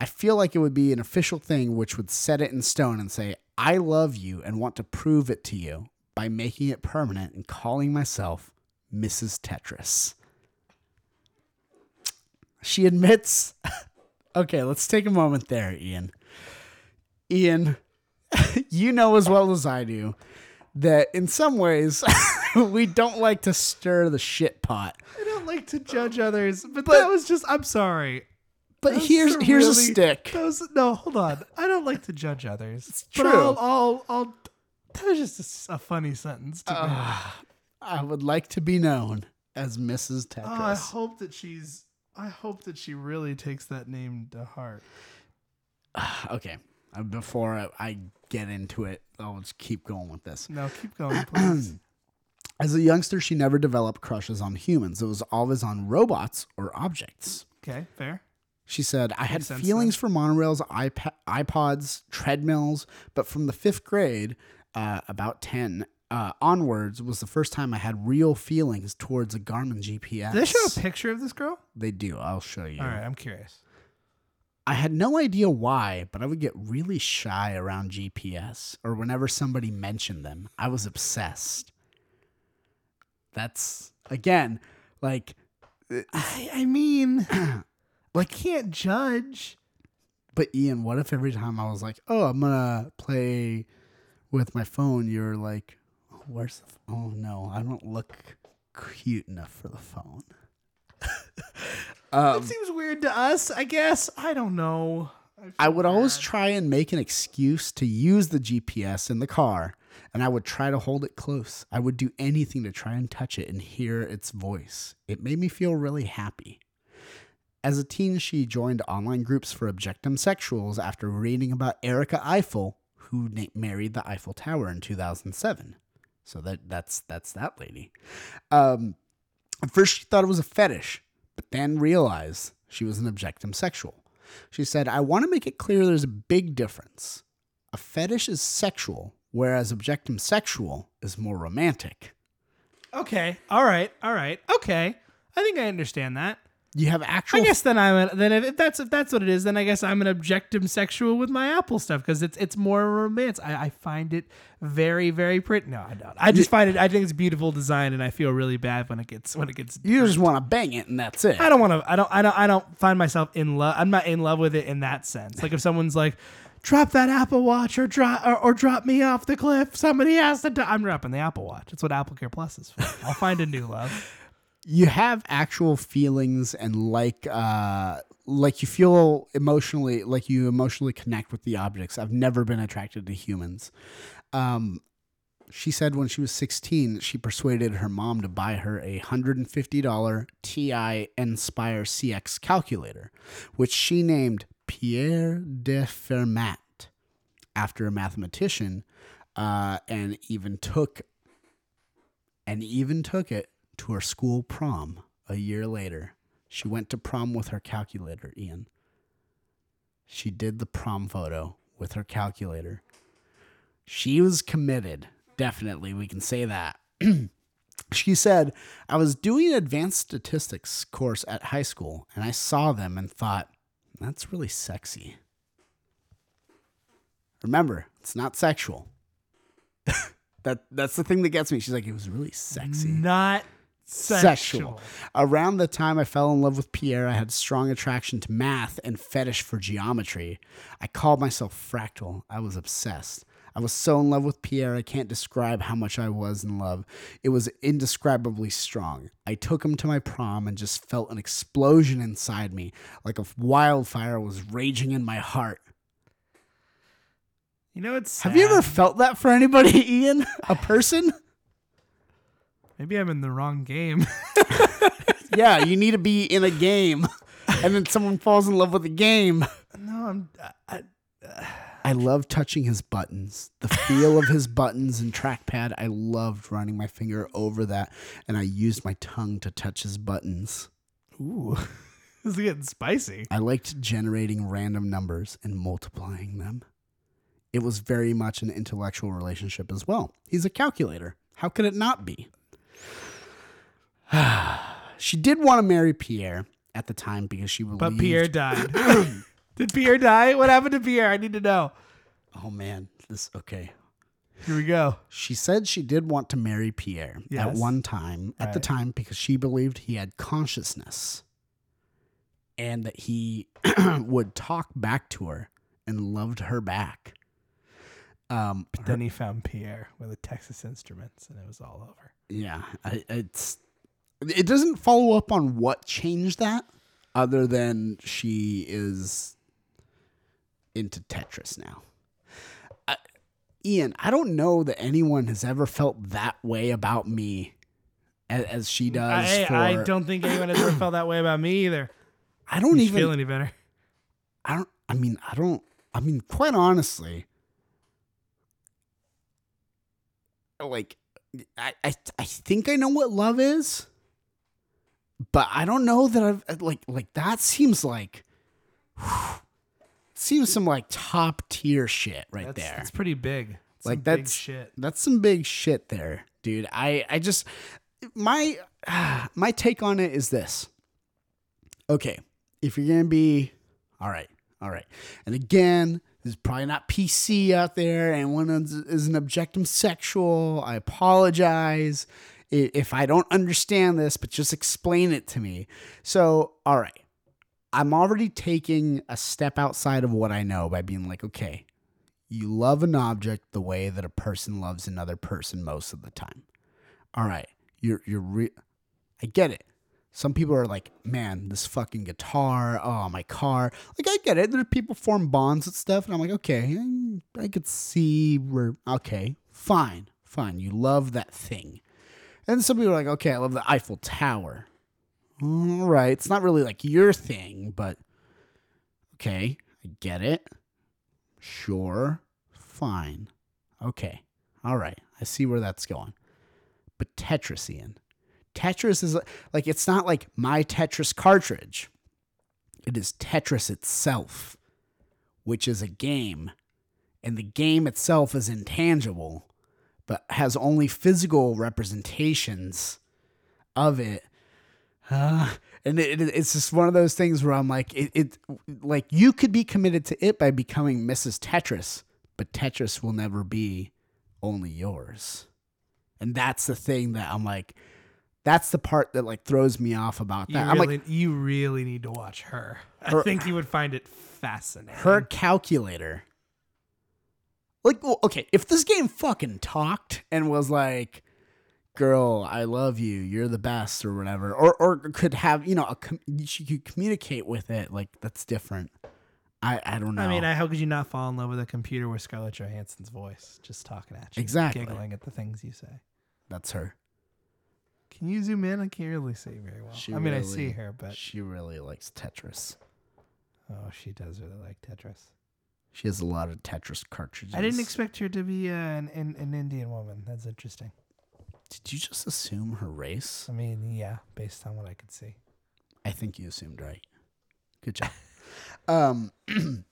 [SPEAKER 3] I feel like it would be an official thing which would set it in stone and say I love you and want to prove it to you by making it permanent and calling myself Mrs. Tetris. She admits Okay, let's take a moment there, Ian. Ian, you know as well as I do that in some ways we don't like to stir the shit pot.
[SPEAKER 2] I don't like to judge others, Oh. but, that was just. I'm sorry.
[SPEAKER 3] But
[SPEAKER 2] Those
[SPEAKER 3] here's
[SPEAKER 2] are
[SPEAKER 3] here's a
[SPEAKER 2] really-
[SPEAKER 3] stick.
[SPEAKER 2] Those no, hold on. I don't like to judge others. It's
[SPEAKER 3] true.
[SPEAKER 2] I'll, I'll, I'll, that was just a s- a, funny sentence.
[SPEAKER 3] Oh,
[SPEAKER 2] To me.
[SPEAKER 3] I would like to be known as Mrs. Tetris.
[SPEAKER 2] Oh, I hope that she's. I hope that she really takes that name to heart.
[SPEAKER 3] okay. uh, Before I, I get into it, I'll just keep going with this.
[SPEAKER 2] No, keep going, please.
[SPEAKER 3] As a youngster, she never developed crushes on humans. It was always on robots or objects.
[SPEAKER 2] okay, fair.
[SPEAKER 3] She said, I had
[SPEAKER 2] sense,
[SPEAKER 3] feelings for monorails, iPa- iPods, treadmills, but from the fifth grade, uh, about 10, uh, Onwards was the first time I had real feelings towards a Garmin GPS.
[SPEAKER 2] Did they show a picture of this girl?
[SPEAKER 3] They do. I'll show you.
[SPEAKER 2] All right, I'm curious.
[SPEAKER 3] I had no idea why, but I would get really shy around GPS or whenever somebody mentioned them. I was obsessed. That's again, like,
[SPEAKER 2] I, I mean, I can't judge.
[SPEAKER 3] but Ian, what if every time I was like, "Oh, I'm gonna play with my phone," you're like, oh, "Where's the? F- oh no, I don't look cute enough for the phone." Um,
[SPEAKER 2] it seems weird to us, I guess. I don't know.
[SPEAKER 3] I would always try and make an excuse to use the GPS in the car, and I would try to hold it close. I would do anything to try and touch it and hear its voice. It made me feel really happy. As a teen, she joined online groups for objectum sexuals after reading about Erica Eiffel, who na- married the Eiffel Tower in 2007. So that that's that's that lady. Um, at first, she thought it was a fetish, but then realized she was an objectum sexual. She said, I want to make it clear there's a big difference. A fetish is sexual, whereas objectum sexual is more romantic.
[SPEAKER 2] Okay. All right. All right. Okay. I think I understand that.
[SPEAKER 3] You have actual.
[SPEAKER 2] I guess then I'm a, then if if that's if that's what it is, then I guess I'm an objective sexual with my Apple stuff because it's it's more romance. I, I find it very very pretty. No, I don't. I just find it. I think it's beautiful design, and I feel really bad when it gets when it gets.
[SPEAKER 3] you just want to bang it and that's it.
[SPEAKER 2] I don't want to. I don't. I don't. I don't find myself in love. I'm not in love with it in that sense. Like if someone's like, drop that Apple Watch or drop or, or drop me off the cliff. Somebody has to. Die. I'm dropping the Apple Watch. That's what Apple Care Plus is for. I'll find a new love.
[SPEAKER 3] you have actual feelings and like uh like you feel emotionally like you emotionally connect with the objects i've never been attracted to humans um she said when she was 16 she persuaded her mom to buy her a $150 ti inspire cx calculator which she named pierre de fermat after a mathematician uh, and even took and even took it to her school prom a year later. She went to prom with her calculator, Ian. She did the prom photo with her calculator. She was committed. Definitely, we can say that. she said, I was doing an advanced statistics course at high school, and I saw them and thought, that's really sexy. Remember, it's not sexual. that that's the thing that gets me. She's like, it was really sexy
[SPEAKER 2] Not
[SPEAKER 3] sexual.
[SPEAKER 2] sexual.
[SPEAKER 3] Around the time I fell in love with Pierre, I had strong attraction to math and fetish for geometry. I called myself Fractal. I was obsessed. I was so in love with Pierre, I can't describe how much I was in love. It was indescribably strong. I took him to my prom and just felt an explosion inside me, like a wildfire was raging in my heart.
[SPEAKER 2] You know, it's.
[SPEAKER 3] Have you
[SPEAKER 2] sad.
[SPEAKER 3] ever felt that for anybody, Ian? A person?
[SPEAKER 2] Maybe I'm in the wrong game.
[SPEAKER 3] yeah, you need to be in a game. And then someone falls in love with a game.
[SPEAKER 2] no, I'm. I, I-
[SPEAKER 3] I love touching his buttons, the feel of his buttons and trackpad. I loved running my finger over that, and I used my tongue to touch his buttons.
[SPEAKER 2] ooh, this is getting spicy.
[SPEAKER 3] I liked generating random numbers and multiplying them. It was very much an intellectual relationship as well. He's a calculator. How could it not be? she did want to marry Pierre at the time because she believed.
[SPEAKER 2] But Pierre died. Did Pierre die? What happened to Pierre? I need to know.
[SPEAKER 3] Oh man, this okay.
[SPEAKER 2] Here we go.
[SPEAKER 3] She said she did want to marry Pierre at
[SPEAKER 2] Yes.
[SPEAKER 3] one time, at the
[SPEAKER 2] Right.
[SPEAKER 3] time, because she believed he had consciousness and that he would talk back to her and loved her back. Um,
[SPEAKER 2] But then he found Pierre with the Texas Instruments, and it was all over.
[SPEAKER 3] yeah, I, it's it doesn't follow up on what changed that, other than she is into Tetris now. I, Ian, I don't know that anyone has ever felt that way about me as, as she does.
[SPEAKER 2] I,
[SPEAKER 3] for,
[SPEAKER 2] I don't think anyone has ever felt that way about me either.
[SPEAKER 3] I don't
[SPEAKER 2] You
[SPEAKER 3] even.
[SPEAKER 2] feel any better?
[SPEAKER 3] I don't. I mean, I don't. I mean, quite honestly, like, I, I, I think I know what love is, but I don't know that I've uh, like, like that seems like, seems some like top tier shit right
[SPEAKER 2] That's,
[SPEAKER 3] there.
[SPEAKER 2] that's pretty big. Some
[SPEAKER 3] like
[SPEAKER 2] big
[SPEAKER 3] that's
[SPEAKER 2] shit.
[SPEAKER 3] that's some big shit there, dude. I I just my my take on it is this. Okay, if you're gonna be all right, all right, and again, there's probably not PC out there, and one is, is an objectum sexual. I apologize i- if I don't understand this, but just explain it to me. So, all right. I'm already taking a step outside of what I know by being like, okay, you love an object the way that a person loves another person most of the time. All right, you're you're re- I get it. Some people are like, man, this fucking guitar, oh my car. Like I get it. There are people form bonds and stuff, and I'm like, okay, I, I could see where. Okay, fine, fine. You love that thing, and some people are like, okay, I love the Eiffel Tower. All right, it's not really like your thing, but okay, I get it. Sure. Fine. Okay. All right. I see where that's going. But Tetris, Ian. Tetris is like, it's not like my Tetris cartridge. It is Tetris itself, which is a game. And the game itself is intangible, but has only physical representations of it uh, and it, it- it's just one of those things where I'm like, it, it, like you could be committed to it by becoming Mrs. Tetris, but Tetris will never be only yours. And that's the thing that I'm like, that's the part that like throws me off about that.
[SPEAKER 2] You
[SPEAKER 3] I'm
[SPEAKER 2] really,
[SPEAKER 3] like,
[SPEAKER 2] you really need to watch her. I
[SPEAKER 3] Her-
[SPEAKER 2] think you would find it fascinating.
[SPEAKER 3] her calculator. Like, well, okay, if this game fucking talked and was like, "Girl, I love you. You're the best," or whatever, or or could have you know a com- she could communicate with it. Like that's different. I I don't know.
[SPEAKER 2] I mean, I- how could you not fall in love with a computer with Scarlett Johansson's voice just talking at you,
[SPEAKER 3] Exactly.
[SPEAKER 2] giggling at the things you say?
[SPEAKER 3] that's her.
[SPEAKER 2] Can you zoom in? I can't really see very well.
[SPEAKER 3] She
[SPEAKER 2] I mean, I
[SPEAKER 3] really-
[SPEAKER 2] see her, but
[SPEAKER 3] she really likes Tetris.
[SPEAKER 2] oh, she does really like Tetris.
[SPEAKER 3] She has a lot of Tetris cartridges.
[SPEAKER 2] I didn't expect her to be uh, an, an an Indian woman. That's interesting.
[SPEAKER 3] Did you just assume her race?
[SPEAKER 2] I mean, yeah, based on what I could see.
[SPEAKER 3] I think you assumed right. Good job. um,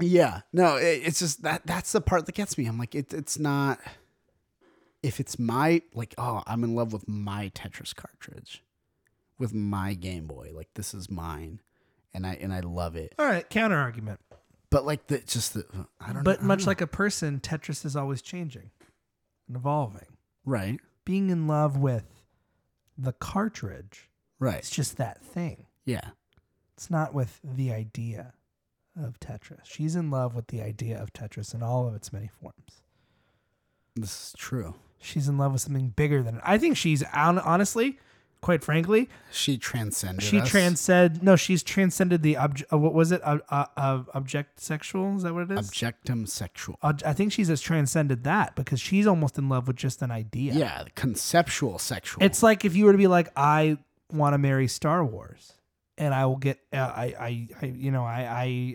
[SPEAKER 3] yeah, no, it, it's just that that's the part that gets me. I'm like, it, it's not. If it's my like, oh, I'm in love with my Tetris cartridge, with my Game Boy. Like this is mine, and I and I love it.
[SPEAKER 2] All right, counter argument.
[SPEAKER 3] But like the just the I don't.
[SPEAKER 2] But
[SPEAKER 3] know,
[SPEAKER 2] much like a person, Tetris is always changing and evolving.
[SPEAKER 3] right,
[SPEAKER 2] Being in love with the cartridge, it's
[SPEAKER 3] right,
[SPEAKER 2] just that thing.
[SPEAKER 3] yeah,
[SPEAKER 2] It's not with the idea of Tetris. She's in love with the idea of Tetris in all of its many forms.
[SPEAKER 3] this is true.
[SPEAKER 2] She's in love with something bigger than it. I think she's hon- honestly, quite frankly,
[SPEAKER 3] She transcended.
[SPEAKER 2] she
[SPEAKER 3] us.
[SPEAKER 2] transcended. No, she's transcended the obj- uh, what was it? Uh, uh, uh, object sexual? Is that what it is?
[SPEAKER 3] objectum sexual.
[SPEAKER 2] Ob- I think she's has transcended that because she's almost in love with just an idea.
[SPEAKER 3] Yeah, conceptual sexual.
[SPEAKER 2] It's like if you were to be like, I want to marry Star Wars, and I will get, uh, I, I, I, you know, I,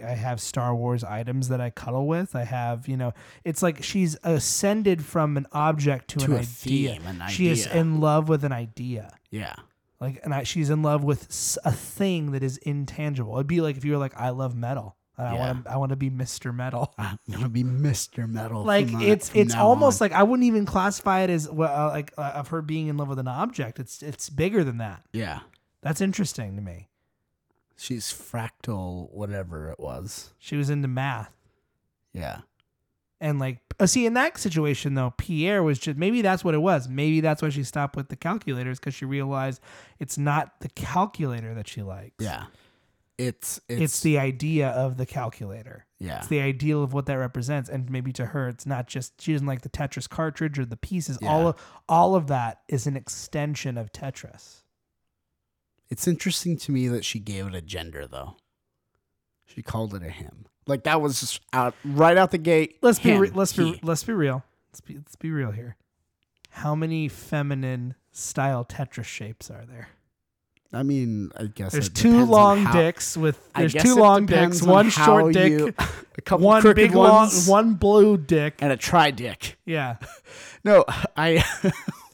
[SPEAKER 2] I, I have Star Wars items that I cuddle with. I have, you know, it's like she's ascended from an object to,
[SPEAKER 3] To
[SPEAKER 2] an
[SPEAKER 3] a
[SPEAKER 2] idea.
[SPEAKER 3] theme, an
[SPEAKER 2] She is
[SPEAKER 3] idea.
[SPEAKER 2] in love with an idea.
[SPEAKER 3] yeah,
[SPEAKER 2] Like, and I, she's in love with s- a thing that is intangible. It'd be like if you were like, I love metal. And I
[SPEAKER 3] Yeah.
[SPEAKER 2] want to, I want to be Mr. Metal.
[SPEAKER 3] I'm gonna be Mr. Metal. from
[SPEAKER 2] like
[SPEAKER 3] now-
[SPEAKER 2] it's
[SPEAKER 3] from
[SPEAKER 2] it's
[SPEAKER 3] now
[SPEAKER 2] almost
[SPEAKER 3] on.
[SPEAKER 2] like I wouldn't even classify it as well, uh, like uh, of her being in love with an object. It's it's bigger than that.
[SPEAKER 3] yeah,
[SPEAKER 2] That's interesting to me.
[SPEAKER 3] she's fractal, whatever it was.
[SPEAKER 2] She was into math
[SPEAKER 3] Yeah,
[SPEAKER 2] and like uh, see in that situation though, Pierre was just maybe that's what it was. Maybe that's why she stopped with the calculators because she realized it's not the calculator that she likes.
[SPEAKER 3] yeah. It's it's,
[SPEAKER 2] It's, the idea of the calculator.
[SPEAKER 3] yeah
[SPEAKER 2] It's the ideal of what that represents, and maybe to her, it's not just she doesn't like the Tetris cartridge or the pieces. All
[SPEAKER 3] Yeah.
[SPEAKER 2] of all of that is an extension of Tetris.
[SPEAKER 3] It's interesting to me that she gave it a gender though. She called it a him. Like that was just out right out the gate.
[SPEAKER 2] let's
[SPEAKER 3] him,
[SPEAKER 2] be re- let's be
[SPEAKER 3] he.
[SPEAKER 2] let's be real. Let's be let's be real here. How many feminine style Tetris shapes are there?
[SPEAKER 3] I mean, I guess
[SPEAKER 2] There's
[SPEAKER 3] it
[SPEAKER 2] two
[SPEAKER 3] depends on
[SPEAKER 2] long
[SPEAKER 3] how-
[SPEAKER 2] dicks with
[SPEAKER 3] I
[SPEAKER 2] there's
[SPEAKER 3] guess
[SPEAKER 2] two
[SPEAKER 3] it
[SPEAKER 2] long
[SPEAKER 3] depends
[SPEAKER 2] dicks,
[SPEAKER 3] on
[SPEAKER 2] one
[SPEAKER 3] how
[SPEAKER 2] short dick,
[SPEAKER 3] you- a couple
[SPEAKER 2] one
[SPEAKER 3] crooked
[SPEAKER 2] big
[SPEAKER 3] ones,
[SPEAKER 2] long, one blue dick.
[SPEAKER 3] and a tri dick.
[SPEAKER 2] Yeah,
[SPEAKER 3] No, I.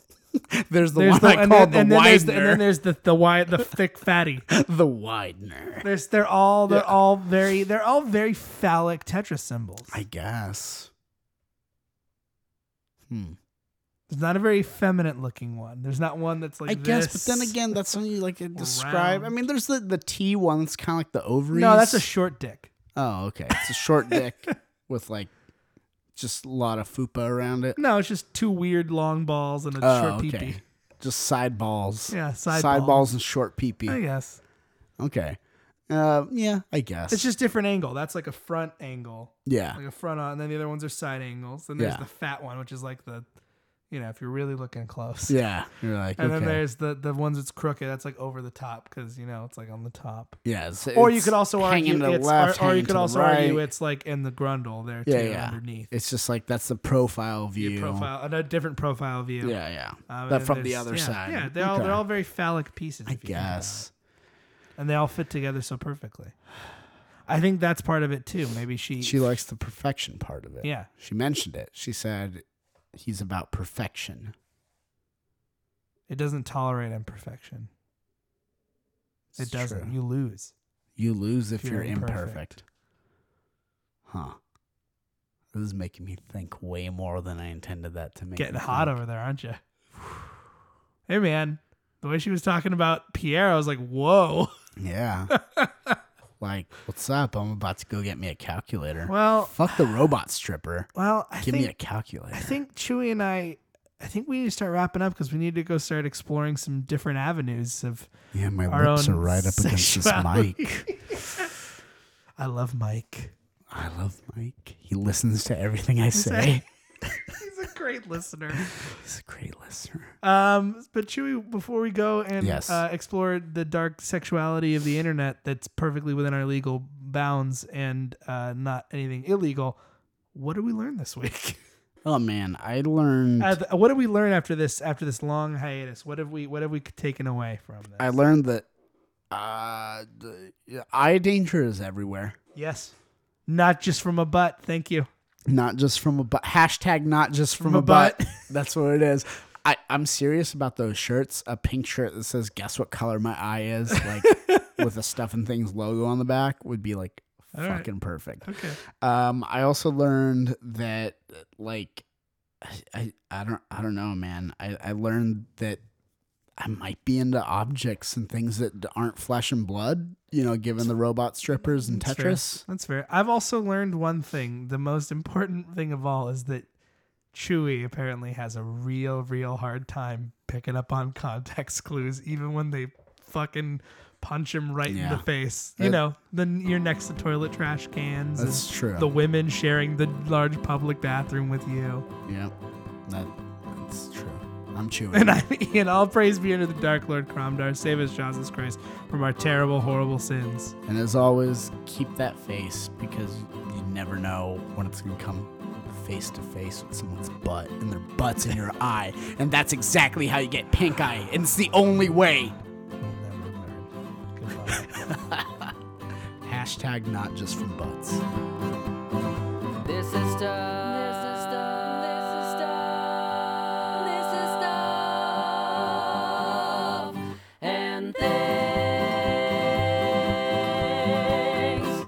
[SPEAKER 3] there's the
[SPEAKER 2] there's
[SPEAKER 3] one
[SPEAKER 2] the,
[SPEAKER 3] I
[SPEAKER 2] and,
[SPEAKER 3] called
[SPEAKER 2] then,
[SPEAKER 3] the
[SPEAKER 2] and, then there's the, and
[SPEAKER 3] widener.
[SPEAKER 2] then there's the the wide the thick fatty.
[SPEAKER 3] the widener.
[SPEAKER 2] There's they're all they're
[SPEAKER 3] Yeah.
[SPEAKER 2] all very they're all very phallic Tetris symbols.
[SPEAKER 3] I guess. Hmm.
[SPEAKER 2] There's not a very feminine looking one. There's not one that's like
[SPEAKER 3] I guess, but
[SPEAKER 2] this.
[SPEAKER 3] then again, that's when you like describe. I
[SPEAKER 2] round.
[SPEAKER 3] mean, there's the the T one that's kind of like the ovaries.
[SPEAKER 2] no, that's a short dick.
[SPEAKER 3] oh, okay. It's a short dick with like just a lot of fupa around it.
[SPEAKER 2] No, it's just two weird long balls and a
[SPEAKER 3] Oh,
[SPEAKER 2] short
[SPEAKER 3] okay.
[SPEAKER 2] pee pee.
[SPEAKER 3] Just side balls.
[SPEAKER 2] Yeah, side
[SPEAKER 3] side
[SPEAKER 2] balls.
[SPEAKER 3] balls and short pee
[SPEAKER 2] I
[SPEAKER 3] pee.
[SPEAKER 2] guess
[SPEAKER 3] Okay. Uh, yeah, I guess.
[SPEAKER 2] it's just different angle. That's like a front angle,
[SPEAKER 3] yeah.
[SPEAKER 2] like a front on, and then the other ones are side angles. Then there's
[SPEAKER 3] Yeah.
[SPEAKER 2] the fat one, which is like the, you know, if you're really looking close.
[SPEAKER 3] Yeah. You're like
[SPEAKER 2] And
[SPEAKER 3] okay.
[SPEAKER 2] then there's the the ones that's crooked. That's like over the top because you know it's like on the top.
[SPEAKER 3] yeah. it's-
[SPEAKER 2] or you
[SPEAKER 3] it's
[SPEAKER 2] could also argue
[SPEAKER 3] hanging to the
[SPEAKER 2] it's,
[SPEAKER 3] left,
[SPEAKER 2] or, or you
[SPEAKER 3] hanging to
[SPEAKER 2] could
[SPEAKER 3] the
[SPEAKER 2] also argue
[SPEAKER 3] right.
[SPEAKER 2] it's like in the grundle there too
[SPEAKER 3] yeah, yeah.
[SPEAKER 2] underneath
[SPEAKER 3] It's just like that's the profile view.
[SPEAKER 2] a profile a different profile view
[SPEAKER 3] Yeah, yeah.
[SPEAKER 2] Um, and
[SPEAKER 3] that
[SPEAKER 2] then
[SPEAKER 3] from the
[SPEAKER 2] there's-
[SPEAKER 3] other
[SPEAKER 2] yeah,
[SPEAKER 3] side.
[SPEAKER 2] yeah they're, all,
[SPEAKER 3] Okay.
[SPEAKER 2] they're all very phallic pieces
[SPEAKER 3] I
[SPEAKER 2] if you think about
[SPEAKER 3] guess.
[SPEAKER 2] it. and they all fit together so perfectly I think that's part of it too maybe she,
[SPEAKER 3] She likes the perfection part of it.
[SPEAKER 2] yeah
[SPEAKER 3] She mentioned it. She said he's about perfection.
[SPEAKER 2] it doesn't tolerate imperfection it
[SPEAKER 3] It's
[SPEAKER 2] doesn't
[SPEAKER 3] true.
[SPEAKER 2] you lose
[SPEAKER 3] You lose if
[SPEAKER 2] If
[SPEAKER 3] you're,
[SPEAKER 2] you're
[SPEAKER 3] imperfect. Huh. This is making me think way more than I intended that to make.
[SPEAKER 2] getting
[SPEAKER 3] me
[SPEAKER 2] hot
[SPEAKER 3] think.
[SPEAKER 2] over there aren't you hey man the way she was talking about Pierre I was like whoa
[SPEAKER 3] Yeah. like, what's up? I'm about to go get me a calculator.
[SPEAKER 2] well
[SPEAKER 3] Fuck the robot stripper.
[SPEAKER 2] well I
[SPEAKER 3] Give
[SPEAKER 2] think
[SPEAKER 3] me a calculator.
[SPEAKER 2] I think Chewy and I, I think we need to start wrapping up because we need to go start exploring some different avenues of.
[SPEAKER 3] yeah, my
[SPEAKER 2] our
[SPEAKER 3] lips are
[SPEAKER 2] own
[SPEAKER 3] right up against this
[SPEAKER 2] sexuality.
[SPEAKER 3] mic.
[SPEAKER 2] I love Mike.
[SPEAKER 3] I love Mike. He listens to everything I say.
[SPEAKER 2] Say. He's a great listener.
[SPEAKER 3] He's a great listener.
[SPEAKER 2] Um, but Chewy, before we go and
[SPEAKER 3] Yes.
[SPEAKER 2] uh, explore the dark sexuality of the internet that's perfectly within our legal bounds and uh, not anything illegal, what did we learn this week?
[SPEAKER 3] Oh man, I learned
[SPEAKER 2] Uh, th- what did we learn after this after this long hiatus? What have we what have we taken away from this?
[SPEAKER 3] I learned that uh the- eye danger is everywhere.
[SPEAKER 2] yes, not just from a butt. Thank you.
[SPEAKER 3] Not just from a butt. Hashtag not just from, a, butt. That's what it is. I, I'm serious about those shirts. A pink shirt that says "Guess what color my eye is," like with a stuff and things logo on the back, would be like
[SPEAKER 2] All right.
[SPEAKER 3] fucking perfect.
[SPEAKER 2] Okay.
[SPEAKER 3] Um, I also learned that like I- I I don't I don't know, man. I I learned that I might be into objects and things that aren't flesh and blood. You know, given the robot strippers and
[SPEAKER 2] That's fair.
[SPEAKER 3] Tetris.
[SPEAKER 2] That's fair. I've also learned one thing. The most important thing of all is that Chewy apparently has a real, real hard time picking up on context clues, even when they fucking punch him right in
[SPEAKER 3] Yeah.
[SPEAKER 2] the face. You
[SPEAKER 3] That-
[SPEAKER 2] know, then you're next to toilet trash cans. and
[SPEAKER 3] That's true.
[SPEAKER 2] The women sharing the large public bathroom with you.
[SPEAKER 3] yeah, that that's true. I'm chewing.
[SPEAKER 2] And I'm Ian. All praise be unto the Dark Lord Cromdar. Save us, Jesus Christ, from our terrible, horrible sins.
[SPEAKER 3] and as always, keep that face because you never know when it's gonna come face to face with someone's butt and their butts in your eye. And that's exactly how you get pink eye. And it's the only way.
[SPEAKER 2] We'll never learn. Goodbye.
[SPEAKER 3] Hashtag not just from butts.
[SPEAKER 1] This is stuff. This is stuff. This is stuff. And things.